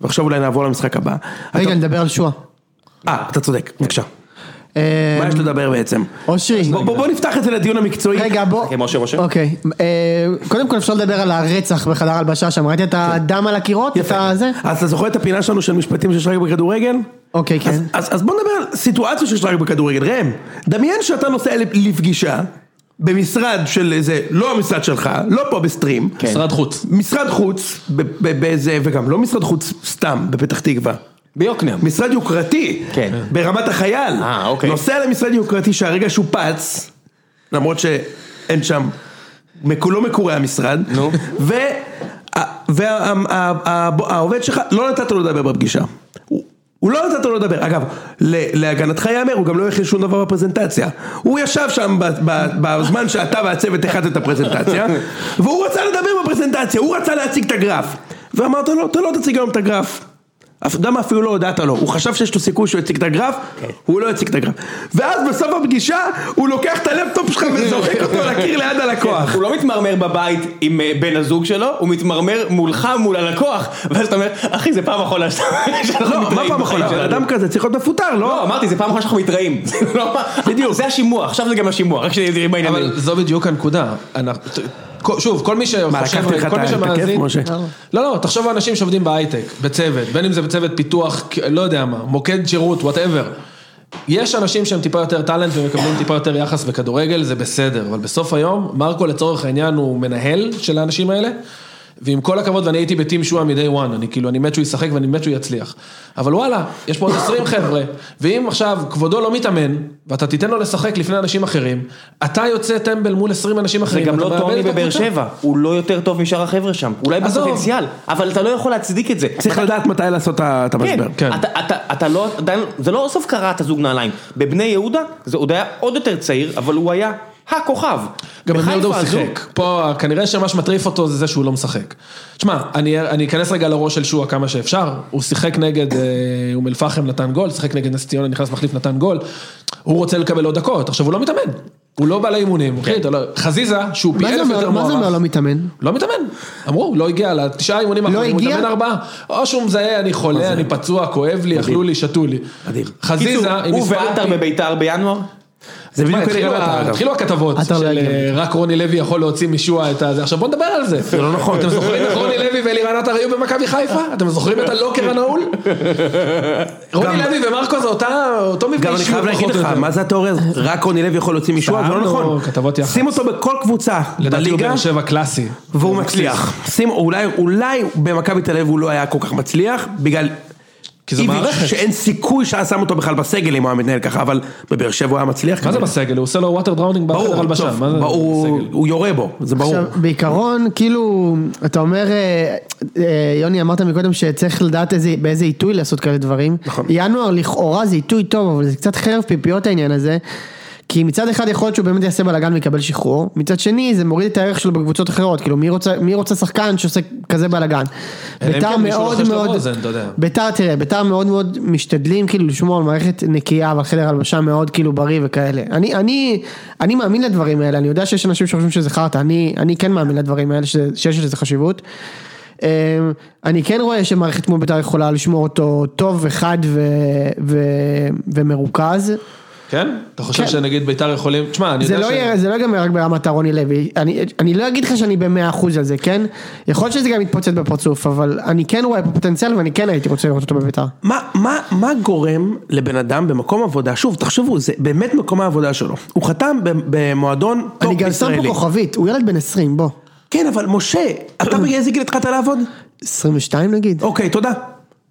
[SPEAKER 4] ועכשיו אולי נעבור למשחק הבא.
[SPEAKER 3] רגע,
[SPEAKER 4] אתה-
[SPEAKER 3] נדבר על שועה.
[SPEAKER 4] אה, אתה צודק, בבקשה.
[SPEAKER 3] אה,
[SPEAKER 4] מה יש לדבר בעצם?
[SPEAKER 3] אושרי,
[SPEAKER 4] בוא- בוא בוא נפתח את זה לדיון המקצועי.
[SPEAKER 3] רגע בוא,
[SPEAKER 1] חכה, משה, משה.
[SPEAKER 3] אוקיי, אה, קודם כל אפשר לדבר על הרצח בחדר הלבשה שם, ראית את הדם על הקירות? את הזה?
[SPEAKER 4] אז אתה זוכר את הפינה שלנו של משפטים שיש רק בכדורגל?
[SPEAKER 3] אוקיי, כן.
[SPEAKER 4] אז, אז, אז בוא נדבר על סיטואציות שיש רק בכדורגל. ראם, דמיין שאתה נוסע לפ- לפגישה במשרד של איזה, לא המשרד שלך, לא פה בסטרים.
[SPEAKER 1] כן.
[SPEAKER 2] משרד חוץ.
[SPEAKER 4] משרד חוץ, ב- ב- באיזה, וגם לא משרד חוץ סתם, בפתח תקווה.
[SPEAKER 1] ביוקנעם.
[SPEAKER 4] משרד יוקרתי,
[SPEAKER 1] כן.
[SPEAKER 4] ברמת החייל.
[SPEAKER 1] אה, אוקיי.
[SPEAKER 4] נוסע למשרד יוקרתי שהרגע שופץ, למרות שאין שם, מק- לא מקורה המשרד.
[SPEAKER 1] נו.
[SPEAKER 4] והעובד שלך, לא נתת לו לדבר בפגישה. הוא- הוא לא נתת לו לדבר, אגב, ל- להגנתך ייאמר, הוא גם לא הכין שום דבר בפרזנטציה. הוא ישב שם ב- ב- בזמן שאתה והצוות הכנת את הפרזנטציה, והוא רצה לדבר בפרזנטציה, הוא רצה להציג את הגרף. ואמרת לו, אתה לא תציג היום את הגרף. אתה יודע מה, אפילו לא הודעת לו, הוא חשב שיש לו סיכוי שהוא יציג את הגרף, הוא לא הציג את הגרף. ואז בסוף הפגישה, הוא לוקח את הלפטופ שלך וזורק אותו לקיר ליד הלקוח.
[SPEAKER 1] הוא לא מתמרמר בבית עם אה, בן הזוג שלו, הוא מתמרמר מולך, מול הלקוח, ואז אתה אומר, אחי, זה פעם אחרונה שאנחנו
[SPEAKER 4] לא, מה פעם
[SPEAKER 1] בחיים
[SPEAKER 4] אחרונה? אבל
[SPEAKER 1] שלנו."
[SPEAKER 4] אדם כזה צריך להיות מפוטר,
[SPEAKER 1] לא,
[SPEAKER 4] לא?
[SPEAKER 1] אמרתי, זה פעם אחרונה שאנחנו מתראים. זה לא מה-
[SPEAKER 4] בדיוק.
[SPEAKER 1] זה השימוע, עכשיו זה גם השימוע, רק שתראי בעניינים.
[SPEAKER 2] אבל זו בדיוק הנקודה. אנחנו- ת- כל- שוב, כל מי שחושב,
[SPEAKER 4] לקחתי לך את
[SPEAKER 2] כל מי
[SPEAKER 4] ה- את הכיף,
[SPEAKER 2] שמאזין,
[SPEAKER 4] משה?
[SPEAKER 2] לא, לא, תחשוב על אנשים שעובדים בהייטק, בצוות, בין אם זה בצוות פיתוח, כ- לא יודע מה, מוקד שירות, וואטאבר. יש אנשים שהם טיפה יותר טאלנט ומקבלים טיפה יותר יחס בכדורגל, זה בסדר, אבל בסוף היום, מרקו לצורך העניין הוא מנהל של האנשים האלה, ועם כל הכבוד, ואני הייתי בטים שואה מ-day one, אני כאילו, אני מת שהוא ישחק ואני מת שהוא יצליח. אבל וואלה, יש פה עוד 20 חבר'ה, ואם עכשיו כבודו לא מתאמן, ואתה תיתן לו לשחק לפני אנשים אחרים, אתה יוצא טמבל מול 20 אנשים
[SPEAKER 1] זה
[SPEAKER 2] אחרים.
[SPEAKER 1] גם
[SPEAKER 2] אתה
[SPEAKER 1] לא
[SPEAKER 2] מאבד
[SPEAKER 1] טוני
[SPEAKER 2] את
[SPEAKER 1] בבאר
[SPEAKER 2] הקבוצה.
[SPEAKER 1] שבע, הוא לא יותר טוב משאר החבר'ה שם, אולי
[SPEAKER 2] עזוב.
[SPEAKER 1] בפוטנציאל, אבל אתה לא יכול להצדיק את זה.
[SPEAKER 4] צריך לדעת מתי לעשות את ה- את
[SPEAKER 1] כן,
[SPEAKER 4] המשבר.
[SPEAKER 2] כן.
[SPEAKER 1] אתה, אתה, אתה לא, עדיין, זה לא סוף קרעת זוג נעליים, בבני יהודה זה עוד היה עוד יותר צעיר, אבל הוא היה הכוכב.
[SPEAKER 2] גם
[SPEAKER 1] בחיפה
[SPEAKER 2] במיודו הוא
[SPEAKER 1] הזוג-
[SPEAKER 2] שיחק. פה כנראה שמה שמטריף אותו זה זה שהוא לא משחק. שמע, אני, אני אכנס רגע לראש של שועה כמה שאפשר, הוא שיחק נגד אה, אום אל פחם נתן גול, שיחק נגד נס ציונה נכנס מחליף נתן גול, הוא רוצה לקבל עוד דקות, עכשיו הוא לא מתאמן, הוא לא בא לאימונים, אחי, אתה לא... חזיזה שהוא פי
[SPEAKER 3] כן. מה זה
[SPEAKER 2] אלף
[SPEAKER 3] אומר-
[SPEAKER 2] יותר
[SPEAKER 3] מה זה אומר
[SPEAKER 2] מוערך.
[SPEAKER 3] לא מתאמן?
[SPEAKER 2] לא מתאמן, אמרו, לא הגיע לתשעה אימונים האחרונים, הוא
[SPEAKER 3] הגיע?
[SPEAKER 2] מתאמן ארבעה, או שהוא מזהה, אני חולה, אני פצוע, כואב לי, אכלו לי, שתו לי.
[SPEAKER 4] מדהים.
[SPEAKER 2] חזיזה, עם
[SPEAKER 1] הוא
[SPEAKER 2] מספר
[SPEAKER 1] ועטר
[SPEAKER 2] פי-
[SPEAKER 1] בביתר בינואר?
[SPEAKER 4] זה
[SPEAKER 2] מה,
[SPEAKER 4] בדיוק
[SPEAKER 2] התחילו
[SPEAKER 4] כנראה
[SPEAKER 2] ה-
[SPEAKER 4] אתה, אגב.
[SPEAKER 2] התחילו הכתבות
[SPEAKER 3] עטר לא
[SPEAKER 2] של
[SPEAKER 3] יגיע.
[SPEAKER 2] אה, רק רוני לוי יכול להוציא משועה את הזה, עכשיו בוא נדבר על זה. זה
[SPEAKER 4] לא נכון.
[SPEAKER 2] אתם זוכרים איך רוני לוי ואלירן עטר היו במכבי חיפה? אתם זוכרים את הלוקר הנעול? רוני
[SPEAKER 4] גם-
[SPEAKER 2] לוי ומרקו זה אותה- אותו מפגש.
[SPEAKER 4] גם אני חייב להגיד לך, מה זה התיאוריה הזאת? רק רוני לוי יכול להוציא מישהו, זה לא
[SPEAKER 2] סתם,
[SPEAKER 4] נכון.
[SPEAKER 2] או כתבות יח"צ.
[SPEAKER 4] שים אותו בכל קבוצה
[SPEAKER 2] לדעתי הוא
[SPEAKER 4] בליגה,
[SPEAKER 2] באר שבע קלאסי.
[SPEAKER 4] והוא מצליח. שים, אולי, אולי במכבי תל אביב הוא לא היה כל כך מצליח, בגלל...
[SPEAKER 2] כי זו
[SPEAKER 4] איביץ',
[SPEAKER 2] מערכת.
[SPEAKER 4] שאין סיכוי שהיה שם אותו בכלל בסגל אם הוא היה מתנהל ככה, אבל בבאר שבע הוא היה מצליח.
[SPEAKER 2] מה זה
[SPEAKER 4] כנראה.
[SPEAKER 2] בסגל? הוא עושה לו וואטר דראונינג בחדר
[SPEAKER 4] כן. ברור,
[SPEAKER 2] הלבשה.
[SPEAKER 4] טוב,
[SPEAKER 2] מה זה
[SPEAKER 4] ברור,
[SPEAKER 2] בסגל?
[SPEAKER 4] הוא יורה בו, זה ברור.
[SPEAKER 3] עכשיו, בעיקרון, כאילו, אתה אומר, אה, אה, יוני, אמרת מקודם שצריך לדעת איזה, באיזה עיתוי לעשות כאלה דברים.
[SPEAKER 4] נכון.
[SPEAKER 3] ינואר לכאורה זה עיתוי טוב, אבל זה קצת חרב פיפיות העניין הזה. כי מצד אחד יכול להיות שהוא באמת יעשה בלאגן ויקבל שחרור, מצד שני זה מוריד את הערך שלו בקבוצות אחרות, כאילו מי רוצה, מי רוצה שחקן שעושה כזה בלאגן?
[SPEAKER 4] אה,
[SPEAKER 2] אלא אם
[SPEAKER 3] ביתר
[SPEAKER 2] כן מישהו
[SPEAKER 3] מאוד
[SPEAKER 2] רוכש לו
[SPEAKER 3] מאוד,
[SPEAKER 2] רוזן, אתה יודע.
[SPEAKER 3] ביתר, תראה, ביתר מאוד מאוד משתדלים כאילו לשמור על מערכת נקייה ועל חדר הלבשה מאוד כאילו בריא וכאלה. אני, אני, אני מאמין לדברים האלה, אני יודע שיש אנשים שחושבים שזה חרטא, אני, אני כן מאמין לדברים האלה, שזה, שיש לזה חשיבות. אמ, אני כן רואה שמערכת כמו ביתר יכולה לשמור אותו טוב וחד ו, ו, ומרוכז.
[SPEAKER 2] כן? אתה חושב
[SPEAKER 3] כן.
[SPEAKER 2] שנגיד ביתר יכולים... תשמע, אני
[SPEAKER 3] זה
[SPEAKER 2] יודע
[SPEAKER 3] לא,
[SPEAKER 2] ש...
[SPEAKER 3] יהיה, זה לא ייגמר רק ברמת הרוני לוי, אני, אני לא אגיד לך שאני במאה אחוז על זה, כן? יכול להיות שזה גם יתפוצץ בפרצוף, אבל אני כן רואה פה פוטנציאל ואני כן הייתי רוצה לראות אותו בביתר.
[SPEAKER 4] מה, מה, מה גורם לבן אדם במקום עבודה, שוב תחשבו, זה באמת מקום העבודה שלו, הוא חתם ב- במועדון טופ
[SPEAKER 3] אני
[SPEAKER 4] ישראלי.
[SPEAKER 3] גם שם פה כוכבית, הוא ילד בן 20, בוא.
[SPEAKER 4] כן, אבל משה, אתה באיזה גיל התחלת לעבוד?
[SPEAKER 3] 22 נגיד?
[SPEAKER 4] אוקיי, תודה.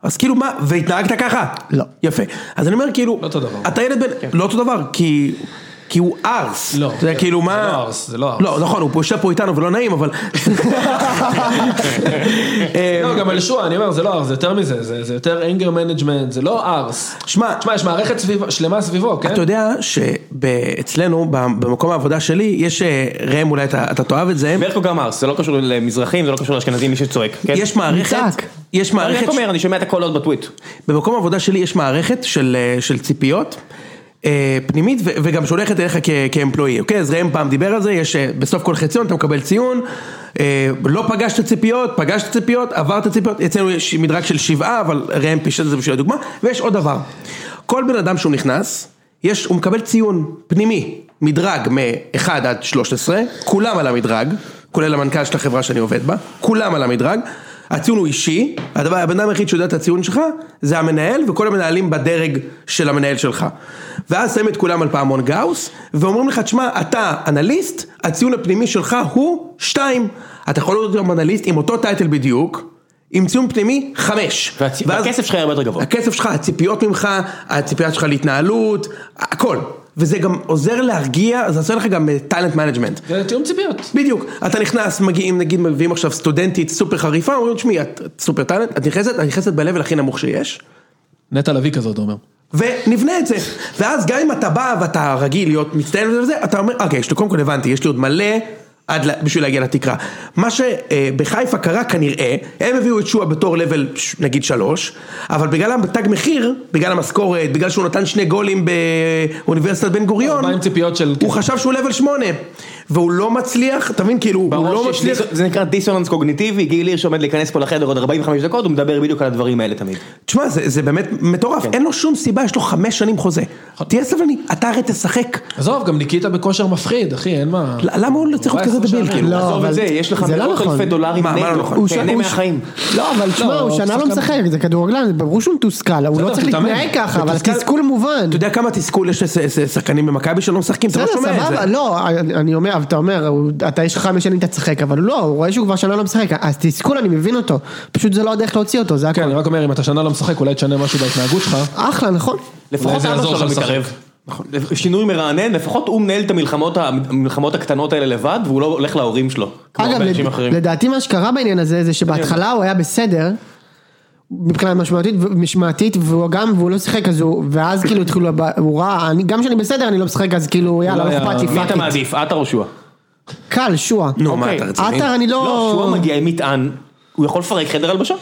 [SPEAKER 4] אז כאילו מה, והתנהגת ככה?
[SPEAKER 3] לא.
[SPEAKER 4] יפה. אז אני אומר כאילו,
[SPEAKER 2] לא אותו דבר.
[SPEAKER 4] אתה ילד בן, לא אותו דבר, כי כי הוא ארס.
[SPEAKER 2] לא,
[SPEAKER 4] זה
[SPEAKER 2] זה-
[SPEAKER 4] כאילו
[SPEAKER 2] זה
[SPEAKER 4] מה...
[SPEAKER 2] לא ארס, זה לא ארס.
[SPEAKER 4] לא, נכון, הוא פה- יושב פה איתנו ולא נעים, אבל... אה,
[SPEAKER 2] לא, גם על שואה, אני אומר, זה לא ארס, זה יותר מזה, זה זה יותר אנגר מנג'מנט, זה לא ארס.
[SPEAKER 4] שמע,
[SPEAKER 2] תשמע, יש מערכת סביב- שלמה סביבו, כן?
[SPEAKER 4] אתה יודע שאצלנו, במקום העבודה שלי, יש, אה, ראם אולי אתה אתה תאהב את זה,
[SPEAKER 1] ברקו גם ארס, זה לא קשור למזרחים, זה לא קשור לאשכנזים, מי שצועק, כן?
[SPEAKER 4] יש מערכת,
[SPEAKER 3] נצעק.
[SPEAKER 4] יש
[SPEAKER 1] אני רק
[SPEAKER 4] מערכת,
[SPEAKER 1] אומר, אני שומע את הקולות בטוויט.
[SPEAKER 4] במקום העבודה שלי יש מערכת של, אה, של ציפיות. אה, פנימית ו- וגם שולחת אליך כ- כאמפלואי, אוקיי? אז ראם פעם דיבר על זה, יש אה, בסוף כל חציון אתה מקבל ציון, אה, לא פגשת ציפיות, פגשת ציפיות, עברת ציפיות, אצלנו יש מדרג של שבעה, אבל ראם פישט את זה בשביל הדוגמה, ויש עוד דבר, כל בן אדם שהוא נכנס, יש, הוא מקבל ציון פנימי, מדרג מ-1 עד 13, כולם על המדרג, כולל המנכ"ל של החברה שאני עובד בה, כולם על המדרג, הציון הוא אישי, הדבר, הבן אדם היחיד שיודע את הציון שלך, זה המנהל וכל המנהלים בדרג של המנהל שלך. ואז שמים את כולם על פעמון גאוס, ואומרים לך, תשמע, אתה אנליסט, הציון הפנימי שלך הוא 2. אתה יכול להיות גם אנליסט עם אותו טייטל בדיוק, עם ציון פנימי 5.
[SPEAKER 1] והצ- והכסף שלך יהיה הרבה יותר גבוה.
[SPEAKER 4] הכסף שלך, הציפיות ממך, הציפיות שלך להתנהלות, הכל. וזה גם עוזר להרגיע, זה עושה לך גם טאלנט מנג'מנט.
[SPEAKER 2] זה תיאום ציפיות.
[SPEAKER 4] בדיוק, אתה נכנס, מגיעים, נגיד מביאים עכשיו סטודנטית סופר חריפה, אומרים, תשמעי, את את סופר טאלנט, את נכנסת, את נכנסת ב-level הכי נמוך שיש,
[SPEAKER 2] נטע לביא כזה, אתה אומר.
[SPEAKER 4] ונבנה את זה. ואז גם אם אתה בא ואתה רגיל להיות מצטיין וזה וזה, אתה אומר, אוקיי, יש לי, קודם כל הבנתי, יש לי עוד מלא עד ל- בשביל להגיע לתקרה. מה שבחיפה קרה כנראה, הם הביאו את שועה בתור לבל ש- נגיד שלוש, אבל בגלל התג מחיר, בגלל המשכורת, בגלל שהוא נתן שני גולים באוניברסיטת בן גוריון,
[SPEAKER 2] מה עם ציפיות של...
[SPEAKER 4] הוא חשב שהוא לבל שמונה, והוא לא מצליח, אתה מבין, כאילו, הוא לא
[SPEAKER 1] בראש יש
[SPEAKER 4] מצליח.
[SPEAKER 1] דיס- זה נקרא דיסוננס קוגניטיבי, גיל הירש עומד להיכנס פה לחדר עוד 45 דקות, הוא מדבר בדיוק על הדברים האלה תמיד.
[SPEAKER 4] תשמע, זה, זה באמת מטורף, כן. אין לו שום סיבה, יש לו חמש שנים חוזה. תהיה סבלני, אתה הרי תשחק.
[SPEAKER 2] עזוב, גם ניקיטה בכושר מפחיד, אחי, אין מה...
[SPEAKER 4] ל- למה הוא צריך להיות כזה
[SPEAKER 2] 14
[SPEAKER 4] דביל,
[SPEAKER 2] שנה.
[SPEAKER 4] כאילו?
[SPEAKER 3] לא,
[SPEAKER 1] עזוב
[SPEAKER 3] אבל
[SPEAKER 1] את זה, יש לך
[SPEAKER 3] זה לא
[SPEAKER 1] מאות
[SPEAKER 3] נכון.
[SPEAKER 1] אלפי דולרים
[SPEAKER 4] מה, מה לא נכון?
[SPEAKER 1] נטו,
[SPEAKER 4] הוא
[SPEAKER 3] ש-
[SPEAKER 1] תהנה
[SPEAKER 3] כן. הוא ש-
[SPEAKER 1] מהחיים.
[SPEAKER 3] לא, אבל תשמע, הוא
[SPEAKER 2] הוא
[SPEAKER 3] שנה לא
[SPEAKER 2] שחקן-
[SPEAKER 3] משחק, זה כדורגלן, ברור שהוא מתוסכל, הוא לא
[SPEAKER 2] בסדר,
[SPEAKER 3] צריך
[SPEAKER 2] תתאמן.
[SPEAKER 3] להתנהג ככה, אבל
[SPEAKER 4] מתוסכל-
[SPEAKER 3] התסכול מובן.
[SPEAKER 4] אתה יודע כמה תסכול יש לשחקנים במכבי שלא משחקים, אתה לא
[SPEAKER 3] בסדר,
[SPEAKER 4] שומע את
[SPEAKER 3] סבבה,
[SPEAKER 4] זה.
[SPEAKER 3] לא, אני אני אומר, אבל אתה אומר, הוא- אתה יש לך חמש שנים, אתה תשחק, אבל לא, הוא רואה שהוא כבר שנה לא משחק, אז תסכול, אני מבין אותו, פשוט זה לא הדרך להוציא אותו, זה
[SPEAKER 2] כן,
[SPEAKER 3] הכל.
[SPEAKER 2] אני רק אומר, אם אתה שנה לא משחק, אולי תשנה משהו בהתנהגות שלך.
[SPEAKER 3] אחלה, נכון?
[SPEAKER 1] לפחות
[SPEAKER 2] זה
[SPEAKER 1] אבא
[SPEAKER 2] יעזור
[SPEAKER 1] שלו לא
[SPEAKER 2] לך לשחק.
[SPEAKER 1] מתערב. נכון. שינוי מרענן, לפחות הוא מנהל את המלחמות, ה- המלחמות הקטנות האלה לבד, והוא לא הולך להורים שלו, כמו
[SPEAKER 3] אגב,
[SPEAKER 1] הרבה
[SPEAKER 3] לד-
[SPEAKER 1] אנשים אחרים.
[SPEAKER 3] לדעתי מה שקרה בעניין הזה, זה שבהתחלה הוא היה בסדר, מבחינה משמעותית, משמעתית, והוא גם, והוא לא שיחק, אז הוא, ואז כאילו התחילו, הב- הוא ראה, אני- גם כשאני בסדר, אני לא משחק, אז כאילו, יאללה,
[SPEAKER 2] לא
[SPEAKER 3] לא
[SPEAKER 2] היה-
[SPEAKER 3] אכפת
[SPEAKER 1] מי
[SPEAKER 3] לי, פאק
[SPEAKER 1] אתה
[SPEAKER 3] איט.
[SPEAKER 1] מעדיף, עטר או שועה?
[SPEAKER 3] קל, שועה.
[SPEAKER 4] נו, מה
[SPEAKER 1] אוקיי.
[SPEAKER 4] אתה רציני?
[SPEAKER 3] עטר, אני
[SPEAKER 1] לא, שועה
[SPEAKER 3] לא...
[SPEAKER 1] מגיע עם מטען, הוא יכול לפרק חדר הלבשה?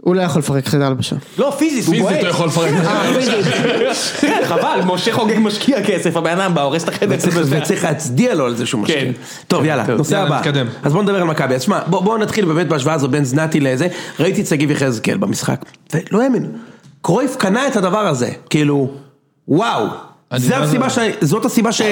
[SPEAKER 3] הוא לא יכול לפרק חדר הלבשה.
[SPEAKER 1] לא, פיזית, הוא בועט.
[SPEAKER 2] פיזית הוא אה, יכול לפרק.
[SPEAKER 1] כן, חבל, משה חוגג משקיע כסף, הבן אדם בא, הורס את החדר.
[SPEAKER 4] וצריך- וצריך להצדיע לו על זה שהוא משקיע.
[SPEAKER 1] כן.
[SPEAKER 4] טוב, יאללה,
[SPEAKER 1] טוב,
[SPEAKER 4] נושא
[SPEAKER 2] יאללה,
[SPEAKER 4] הבא.
[SPEAKER 2] נתקדם.
[SPEAKER 4] אז בואו נדבר על מכבי. אז שמע, בואו נתחיל באמת בהשוואה הזו בין זנתי לזה. ראיתי את שגיב יחזקאל במשחק, ולא האמין. קרויף קנה את הדבר הזה, כאילו, וואו.
[SPEAKER 2] אני לא מה
[SPEAKER 4] זה
[SPEAKER 2] זה-
[SPEAKER 4] הסיבה ש... זאת הסיבה ש...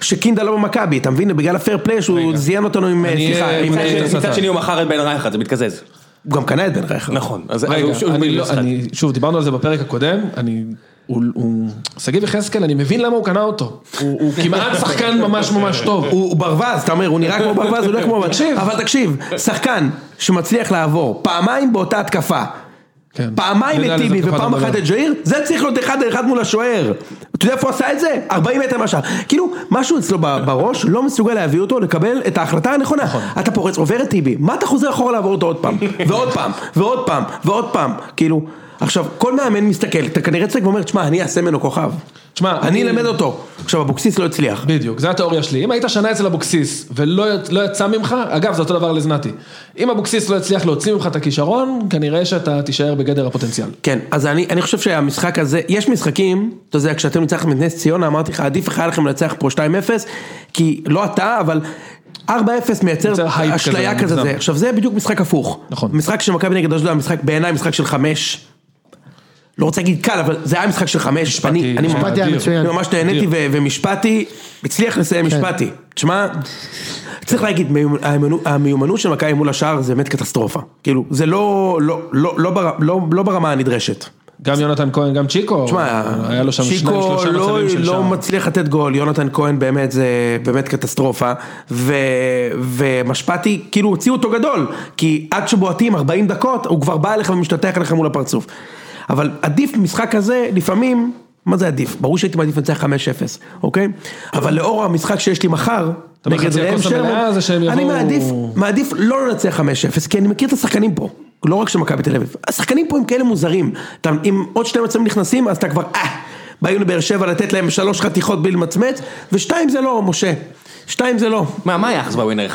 [SPEAKER 4] שקינדה לא במכבי, אתה מבין? בגלל הפייר פליי שהוא
[SPEAKER 2] רגע.
[SPEAKER 4] זיין אותנו עם...
[SPEAKER 2] אני,
[SPEAKER 4] סליחה,
[SPEAKER 2] אה,
[SPEAKER 4] עם-
[SPEAKER 2] מצד שני-
[SPEAKER 1] מצד שני הוא מכר את בן רייכרד, זה מתקזז.
[SPEAKER 4] הוא גם קנה את בן רייכר.
[SPEAKER 1] נכון, אז אז
[SPEAKER 2] רגע,
[SPEAKER 1] הוא שוב
[SPEAKER 2] אני
[SPEAKER 1] מבין
[SPEAKER 2] לא,
[SPEAKER 1] משחק.
[SPEAKER 2] אני, שוב, דיברנו על זה בפרק הקודם, אני, הוא, הוא, שגיב יחזקאל, אני מבין למה הוא קנה אותו. הוא, הוא כמעט שחקן ממש ממש טוב.
[SPEAKER 4] הוא הוא ברווז, אתה אומר, הוא נראה כמו ברווז, הוא לא כמו ברווז.
[SPEAKER 2] תקשיב.
[SPEAKER 4] אבל תקשיב, שחקן שמצליח לעבור פעמיים באותה התקפה,
[SPEAKER 2] כן.
[SPEAKER 4] פעמיים
[SPEAKER 2] יודע
[SPEAKER 4] את
[SPEAKER 2] על
[SPEAKER 4] טיבי
[SPEAKER 2] איזה תקופה
[SPEAKER 4] ופעם
[SPEAKER 2] אתה
[SPEAKER 4] אחת
[SPEAKER 2] מדבר.
[SPEAKER 4] את ג'איר, זה צריך להיות אחד על אחד מול השוער. אתה יודע איפה הוא עשה את זה? 40 מטר מהשאר. כאילו, משהו אצלו ב- בראש לא מסוגל להביא אותו לקבל את ההחלטה הנכונה.
[SPEAKER 2] נכון.
[SPEAKER 4] אתה פורץ, עובר את טיבי, מה אתה חוזר אחורה לעבור אותו עוד פעם? ועוד פעם, ועוד פעם, ועוד פעם. כאילו, עכשיו, כל מאמן מסתכל, אתה כנראה צודק ואומר, תשמע, אני אעשה ממנו כוכב.
[SPEAKER 2] תשמע,
[SPEAKER 4] אני אלמד אותו. עכשיו, אבוקסיס לא הצליח.
[SPEAKER 2] בדיוק, זו התיאוריה שלי. אם היית שנה אצל אבוקסיס ולא י- לא יצא ממך, אגב, זה אותו דבר לזנתי. אם אבוקסיס לא יצליח להוציא ממך את הכישרון, כנראה שאתה תישאר בגדר הפוטנציאל.
[SPEAKER 4] כן, אז אני, אני חושב שהמשחק הזה, יש משחקים, אתה יודע, כשאתם ניצחתם את נס ציונה, אמרתי לך, עדיף לך היה לכם לנצח פה 2-0, כי לא אתה, אבל 4-0 מייצר
[SPEAKER 2] יוצר הייפ כזה,
[SPEAKER 4] אשליה כזה,
[SPEAKER 2] מוגזם.
[SPEAKER 4] זה. עכשיו זה בדיוק משחק הפוך.
[SPEAKER 2] נכון.
[SPEAKER 4] משחק של מכבי נגד אשדוד, היה משחק בעיניי משחק של 5. לא רוצה להגיד קל, אבל זה היה משחק של 5, אני, אני ממש...
[SPEAKER 3] משפטי היה
[SPEAKER 2] אדיר.
[SPEAKER 3] מצוין.
[SPEAKER 4] אני ממש נהניתי ו- ומשפטי, הצליח לסיים משפטי. תשמע, צריך להגיד, מיומ- המיומנו- המיומנות של מכבי מול השער זה באמת קטסטרופה. כאילו, זה לא- לא- לא- לא בר- לא לא ברמה הנדרשת.
[SPEAKER 2] גם יונתן כהן, גם צ'יקו,
[SPEAKER 4] תשמע,
[SPEAKER 2] לא, היה לו שם שניים,
[SPEAKER 4] צ'יקו
[SPEAKER 2] שלושה
[SPEAKER 4] לא,
[SPEAKER 2] מצבים של
[SPEAKER 4] לא
[SPEAKER 2] שער.
[SPEAKER 4] מצליח לתת גול, יונתן כהן באמת זה באמת קטסטרופה, ו, ומשפטי כאילו הוציאו אותו גדול, כי עד שבועטים 40 דקות הוא כבר בא אליך ומשתטח עליך מול הפרצוף. אבל עדיף משחק כזה לפעמים מה זה עדיף? ברור שהייתי מעדיף לנצח 5-0, אוקיי? אבל לאור המשחק שיש לי מחר,
[SPEAKER 2] אתה אומר, חצי הכוס המלאה זה שהם
[SPEAKER 4] אני
[SPEAKER 2] יבואו-
[SPEAKER 4] מעדיף, מעדיף לא לנצח 5-0, כי אני מכיר את השחקנים פה. לא רק של מכבי תל אביב, השחקנים פה הם כאלה מוזרים, אתה, אם עוד שני מצבים נכנסים אז אתה כבר אה, באנו לבאר שבע לתת להם שלוש חתיכות בלי למצמץ, ושתיים זה לא משה, שתיים זה לא,
[SPEAKER 1] מה, מה היחס בווינר?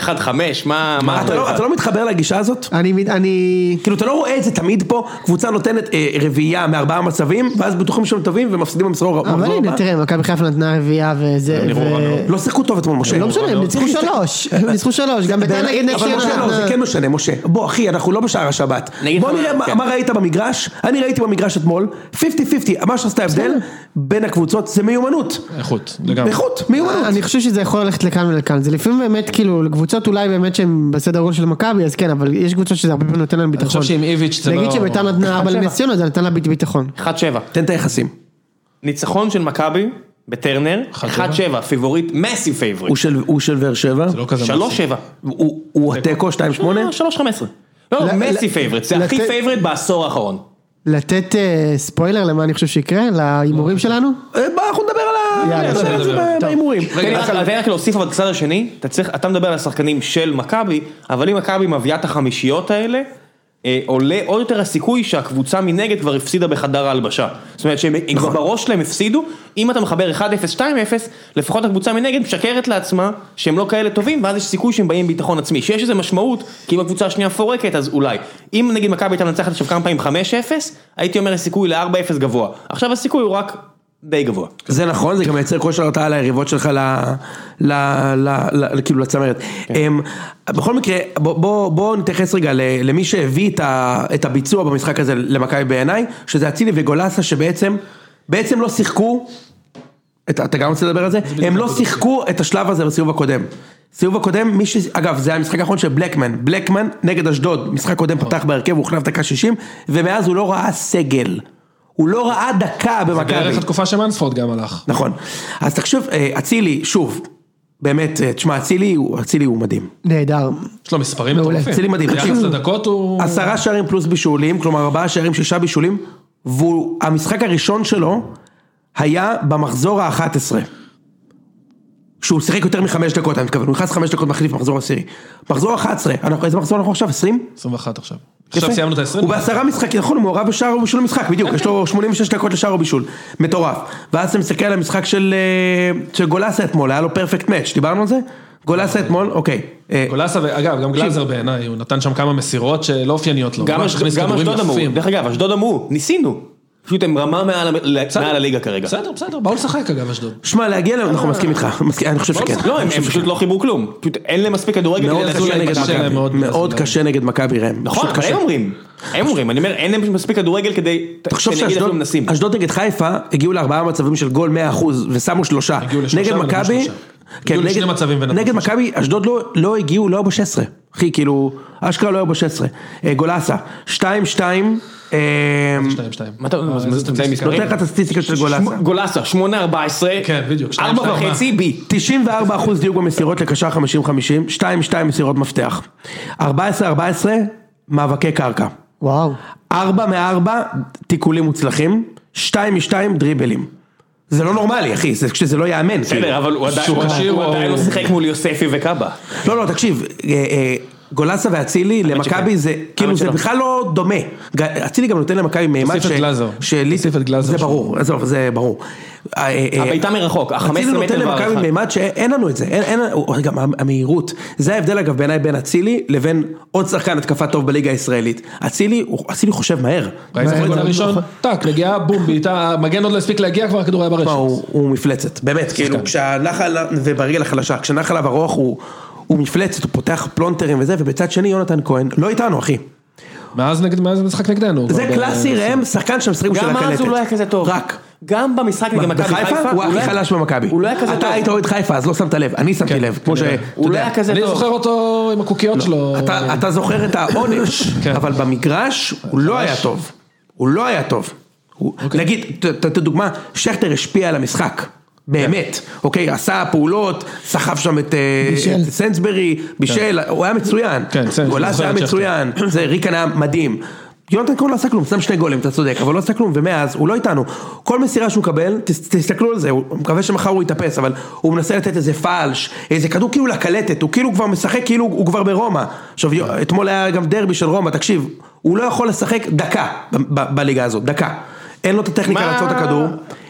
[SPEAKER 1] 1-6, 1-5, מה... מה
[SPEAKER 4] אתה לא, אתה לא מתחבר לגישה הזאת?
[SPEAKER 3] אני, מת- אני,
[SPEAKER 4] כאילו אתה לא רואה את זה תמיד פה, קבוצה נותנת אה, רביעייה מארבעה מצבים, ואז בטוחים שהם טובים ומפסידים במסרור
[SPEAKER 3] אבל
[SPEAKER 1] אה,
[SPEAKER 3] הנה תראה, מכבי חיפה נתנה רביעייה וזה,
[SPEAKER 1] נראו רע מאוד.
[SPEAKER 4] לא שיחקו טוב אתמול משה.
[SPEAKER 3] לא משנה, הם ניצחו שלוש, הם ניצחו שלוש, גם ביתר נגד נס
[SPEAKER 4] אבל משה לא, זה
[SPEAKER 3] ציונה.
[SPEAKER 4] כן משנה, משה. בוא אחי, אנחנו לא בשער השבת.
[SPEAKER 1] נגיד
[SPEAKER 4] בוא
[SPEAKER 1] לך מה-
[SPEAKER 4] נראה מה-
[SPEAKER 1] כן.
[SPEAKER 4] מה ראית במגרש, אני ראיתי במגרש אתמול, 50-50, מה שעשתה ההבדל בין הקבוצות זה מיומנות.
[SPEAKER 2] איכות, לגמרי.
[SPEAKER 4] איכות, מיומנות.
[SPEAKER 3] אני חושב שזה יכול ללכת לכאן ולכאן, זה לפעמים באמת כאילו לקבוצות אולי באמת שהן בסדר גודל של מכבי אז כן אבל יש קבוצות שזה הרבה פעמים נותן להן ביטחון.
[SPEAKER 2] חושב שעם איביץ' זה
[SPEAKER 3] נגיד
[SPEAKER 2] לא-
[SPEAKER 3] שביתר נתנה ארבע לנס ציונה זה נתן לה ביט- ביטחון.
[SPEAKER 1] 1-7.
[SPEAKER 4] תן את היחסים.
[SPEAKER 1] ניצחון של מכבי בטרנר, 1-7, פיבוריט, מסי פייבוריט.
[SPEAKER 4] הוא של- הוא של באר שבע,
[SPEAKER 2] זה לא כזה
[SPEAKER 1] 3-7.
[SPEAKER 2] מעשי.
[SPEAKER 4] הוא- הוא התיקו 2-8.
[SPEAKER 1] 3-15. לא,
[SPEAKER 3] ל-
[SPEAKER 1] מסי
[SPEAKER 3] ל-
[SPEAKER 1] פייבוריט, זה הכי
[SPEAKER 3] לתת-
[SPEAKER 1] פייבוריט בעשור האחרון.
[SPEAKER 3] לתת אה, ספוילר למה אני חושב שיקרה להימורים שלנו?
[SPEAKER 4] אה, בוא, אנחנו נדבר על ה...
[SPEAKER 3] יאללה,
[SPEAKER 4] נדבר על זה
[SPEAKER 2] נדבר.
[SPEAKER 4] ב- בהימורים.
[SPEAKER 1] תן לי רק- תן לי רק להוסיף אבל בצד השני, אתה צריך, אתה מדבר על השחקנים של מכבי, אבל אם מכבי מביאה את החמישיות האלה, אה, עולה עוד יותר הסיכוי שהקבוצה מנגד כבר הפסידה בחדר ההלבשה. זאת אומרת שהם הם כבר בראש שלהם הפסידו, אם אתה מחבר 1-0-2-0, לפחות הקבוצה מנגד משקרת לעצמה שהם לא כאלה טובים, ואז יש סיכוי שהם באים עם ביטחון עצמי, שיש איזה משמעות, כי אם הקבוצה השנייה מפורקת אז אולי. אם נגיד מכבי הייתה מנצחת עכשיו כמה פעמים 5-0, הייתי אומר הסיכוי ל-4-0 גבוה. עכשיו הסיכוי הוא רק די גבוה.
[SPEAKER 4] זה נכון, זה גם מייצר כושר הרתעה ליריבות שלך, ל, ל, ל, ל, כאילו לצמרת.
[SPEAKER 2] כן.
[SPEAKER 4] אמ, בכל מקרה, בוא- בוא בוא נתייחס רגע ל- למי שהביא את, ה, את הביצוע במשחק הזה למכבי בעיניי, שזה אצילי וגולסה שבעצם, בעצם לא שיחקו, אתה, אתה גם רוצה לדבר על זה? הם לא שיחקו את השלב הזה בסיבוב הקודם. סיבוב הקודם, מי ש... אגב, זה המשחק האחרון של בלקמן, בלקמן נגד אשדוד, משחק קודם
[SPEAKER 2] נכון.
[SPEAKER 4] פתח בהרכב, הוא הוחלף דקה 60, ומאז הוא לא ראה סגל. הוא לא ראה דקה במכבי.
[SPEAKER 2] בערך התקופה שמאנספורד גם הלך.
[SPEAKER 4] נכון. אז תחשוב, אה, אצילי, שוב, באמת, אה, תשמע, אצילי הוא, אצילי הוא מדהים.
[SPEAKER 3] נהדר.
[SPEAKER 2] יש לו מספרים
[SPEAKER 3] מעולה,
[SPEAKER 2] מטורפים.
[SPEAKER 4] אצילי מדהים.
[SPEAKER 2] ביחס
[SPEAKER 4] תקשיב.
[SPEAKER 2] לדקות הוא...
[SPEAKER 4] עשרה שערים פלוס בישולים, כלומר ארבעה שערים, שישה בישולים, והמשחק הראשון שלו היה במחזור ה-11. שהוא שיחק יותר מחמש דקות, אני מתכוון, הוא נכנס חמש דקות מחליף מחזור עשירי. מחזור 11, אנחנו, איזה מחזור אנחנו עכשיו? 20?
[SPEAKER 2] 21 עכשיו.
[SPEAKER 4] יפה.
[SPEAKER 2] עכשיו סיימנו את ה-20.
[SPEAKER 4] הוא בעשרה משחקים, נכון, הוא מעורב בשער או בישול במשחק, בדיוק, יש
[SPEAKER 1] כן.
[SPEAKER 4] לו 86 דקות לשער או בישול, מטורף. ואז אתה מסתכל על המשחק של אה, של גולסה אתמול, היה לו פרפקט מאץ', דיברנו על זה? גולסה אתמול, אוקיי. אה,
[SPEAKER 2] גולסה, ואגב, גם גלאזר בעיניי, הוא נתן שם כמה מסירות שלא אופייניות לו.
[SPEAKER 1] גם
[SPEAKER 2] ממש הכניס
[SPEAKER 1] אשדוד גם
[SPEAKER 2] כדורים
[SPEAKER 1] אשדוד אמרו,
[SPEAKER 2] יפים.
[SPEAKER 1] דרך אגב, אשדוד אמרו, ניסינו. פשוט הם רמה מעל המ-
[SPEAKER 2] בסדר.
[SPEAKER 1] מעל הליגה כרגע.
[SPEAKER 2] בסדר, בסדר, באו לשחק אגב אשדוד.
[SPEAKER 4] שמע, להגיע אליו, אנחנו מסכים איתך, מסכים, אני חושב שכן.
[SPEAKER 1] לא, הם הם פשוט לא חיברו כלום. פשוט אין להם מספיק כדורגל
[SPEAKER 4] מאוד
[SPEAKER 1] כדי
[SPEAKER 4] קשה
[SPEAKER 1] להגיע
[SPEAKER 4] נגד
[SPEAKER 1] למכבי.
[SPEAKER 2] קשה להם
[SPEAKER 4] מכבי,
[SPEAKER 2] מאוד
[SPEAKER 4] מאוד
[SPEAKER 2] להסביר.
[SPEAKER 4] קשה נגד מכבי ראם.
[SPEAKER 1] נכון,
[SPEAKER 4] פשוט
[SPEAKER 1] אבל
[SPEAKER 4] קשה.
[SPEAKER 1] הם אומרים. הם אומרים, אני אומר, אין להם מספיק כדורגל כדי...
[SPEAKER 4] תחשוב
[SPEAKER 1] שנגיד אנחנו כן, מנסים.
[SPEAKER 4] שאשדוד אשדוד נגד חיפה הגיעו לארבעה מצבים של גול 100% ושמו שלושה.
[SPEAKER 2] הגיעו לשלושה
[SPEAKER 4] נגד
[SPEAKER 2] ונתנו
[SPEAKER 4] מכבי,
[SPEAKER 2] שלושה.
[SPEAKER 4] כן,
[SPEAKER 2] הגיעו לשני
[SPEAKER 4] נגד-
[SPEAKER 2] מצבים ונתנו
[SPEAKER 4] נגד
[SPEAKER 2] שלושה.
[SPEAKER 4] מכבי אשדוד לא- לא הגיעו, לא היו ב-16. אחי, כאילו, אשכרה לא היו ב-16. אה, גולסה, 2-2. אה,
[SPEAKER 2] 2-2.
[SPEAKER 1] מה אתה
[SPEAKER 2] אה,
[SPEAKER 1] מה,
[SPEAKER 2] איזה
[SPEAKER 1] אתה מצטיין
[SPEAKER 4] נותן
[SPEAKER 1] מספרים?
[SPEAKER 4] לך את הסטטיסטיקה של גולסה.
[SPEAKER 1] שמ- גולסה, 8-14.
[SPEAKER 2] כן, בדיוק, שתיים,
[SPEAKER 1] 4
[SPEAKER 2] שתיים,
[SPEAKER 1] וחצי
[SPEAKER 4] כן.
[SPEAKER 1] בי.
[SPEAKER 4] 94% דיוק במסירות לקשר 50-50, 2-2 מסירות מפתח. 14-14 מאבקי קרקע.
[SPEAKER 3] וואו.
[SPEAKER 4] ארבע מארבע תיקולים מוצלחים, שתיים משתיים דריבלים. זה לא נורמלי אחי, זה, זה לא ייאמן.
[SPEAKER 1] בסדר, אבל הוא עדיין-
[SPEAKER 2] שהוא עשיר,
[SPEAKER 1] הוא עדיין
[SPEAKER 2] הוא-
[SPEAKER 1] לא שיחק מול יוספי וקאבה.
[SPEAKER 4] לא, לא, תקשיב, אה, אה, גולסה ואצילי למכבי
[SPEAKER 1] שכן.
[SPEAKER 4] זה, כאילו
[SPEAKER 1] האמת
[SPEAKER 4] זה
[SPEAKER 1] שלא.
[SPEAKER 4] בכלל לא דומה. ג- אצילי גם נותן למכבי מימד
[SPEAKER 2] תוסיף את גלאזר.
[SPEAKER 4] שלי,
[SPEAKER 2] תוסיף את גלאזר
[SPEAKER 4] זה
[SPEAKER 2] שם.
[SPEAKER 4] ברור, עזוב, זה ברור. אה, אה, אה,
[SPEAKER 1] הבעיטה מרחוק, ה-15
[SPEAKER 4] אצילי נותן
[SPEAKER 1] מטר
[SPEAKER 4] למכבי
[SPEAKER 1] והערכה.
[SPEAKER 4] מימד שאין לנו את זה, אין, אין, הוא- גם המהירות, זה ההבדל אגב בעיניי בין אצילי לבין עוד שחקן התקפה טוב בליגה הישראלית. אצילי, הוא- אצילי חושב מהר.
[SPEAKER 2] ראית את
[SPEAKER 4] זוכר
[SPEAKER 2] הגול
[SPEAKER 4] זה?
[SPEAKER 2] הראשון? טאק, נגיעה, בום, בעיטה, המגן עוד לא הספיק להגיע, כבר הכדור היה
[SPEAKER 4] מה,
[SPEAKER 2] ברשת.
[SPEAKER 4] הוא, הוא מפלצת, באמת, כאילו כשהלך עליו, וברגל החלשה, כשנח עליו הרוח הוא, הוא מפלצת, הוא פותח פלונטרים וזה, ובצד שני יונתן כהן, לא איתנו אחי.
[SPEAKER 2] מאז נגד- מאז המשחק נגדנו. הוא
[SPEAKER 4] זה
[SPEAKER 2] כבר ב-
[SPEAKER 4] קלאסי ראם, שחקן שמשחק בשביל
[SPEAKER 1] גם
[SPEAKER 4] הקלטת.
[SPEAKER 1] אז הוא לא היה כזה טוב.
[SPEAKER 4] רק.
[SPEAKER 1] גם במשחק נגד מכבי
[SPEAKER 4] בחיפה
[SPEAKER 1] חיפה.
[SPEAKER 4] הוא הכי
[SPEAKER 1] לא היה-
[SPEAKER 4] חלש במכבי.
[SPEAKER 1] הוא לא היה כזה טוב.
[SPEAKER 4] אתה היית אוהד חיפה, אז לא שמת לב, אני שמתי לב, כמו ש...
[SPEAKER 2] כנראה.
[SPEAKER 4] אתה
[SPEAKER 1] הוא לא
[SPEAKER 4] יודע,
[SPEAKER 1] היה כזה
[SPEAKER 2] אני
[SPEAKER 1] טוב.
[SPEAKER 2] זוכר אותו עם הקוקיות שלו.
[SPEAKER 4] אתה- אתה זוכר את העונש,
[SPEAKER 2] אה, כן.
[SPEAKER 4] אבל במגרש הוא לא היה טוב. הוא לא היה טוב. הוא-
[SPEAKER 2] אוקיי.
[SPEAKER 4] נגיד, ת- ת- ת- דוגמה, שכטר השפיע על המשחק.
[SPEAKER 2] כן.
[SPEAKER 4] באמת, אוקיי, עשה פעולות, סחב שם את, אה,
[SPEAKER 3] בישל.
[SPEAKER 4] את סנסברי, בישל, הוא היה מצוין,
[SPEAKER 2] כן, סנסברי,
[SPEAKER 4] גולס
[SPEAKER 2] זוכר
[SPEAKER 4] היה
[SPEAKER 2] את שכטר.
[SPEAKER 4] מצוין, זה ריקן היה מדהים, יונתן כהן לא עשה כלום, שם שני גולים, אתה צודק, אבל לא עשה כלום, ומאז הוא לא איתנו. כל מסירה שהוא מקבל, תס- תסתכלו על זה, הוא הוא מקווה שמחר הוא יתאפס, אבל הוא מנסה לתת איזה פלש, איזה כדור כאילו לקלטת, הוא כאילו כבר משחק כאילו הוא כבר ברומא. עכשיו, יו- אתמול היה גם דרבי של רומא, תקשיב, הוא לא יכול לשחק דקה ב- ב- בליגה הזאת, דקה. אין לו את הטכניקה
[SPEAKER 1] מה?
[SPEAKER 4] לעצור את הכדור,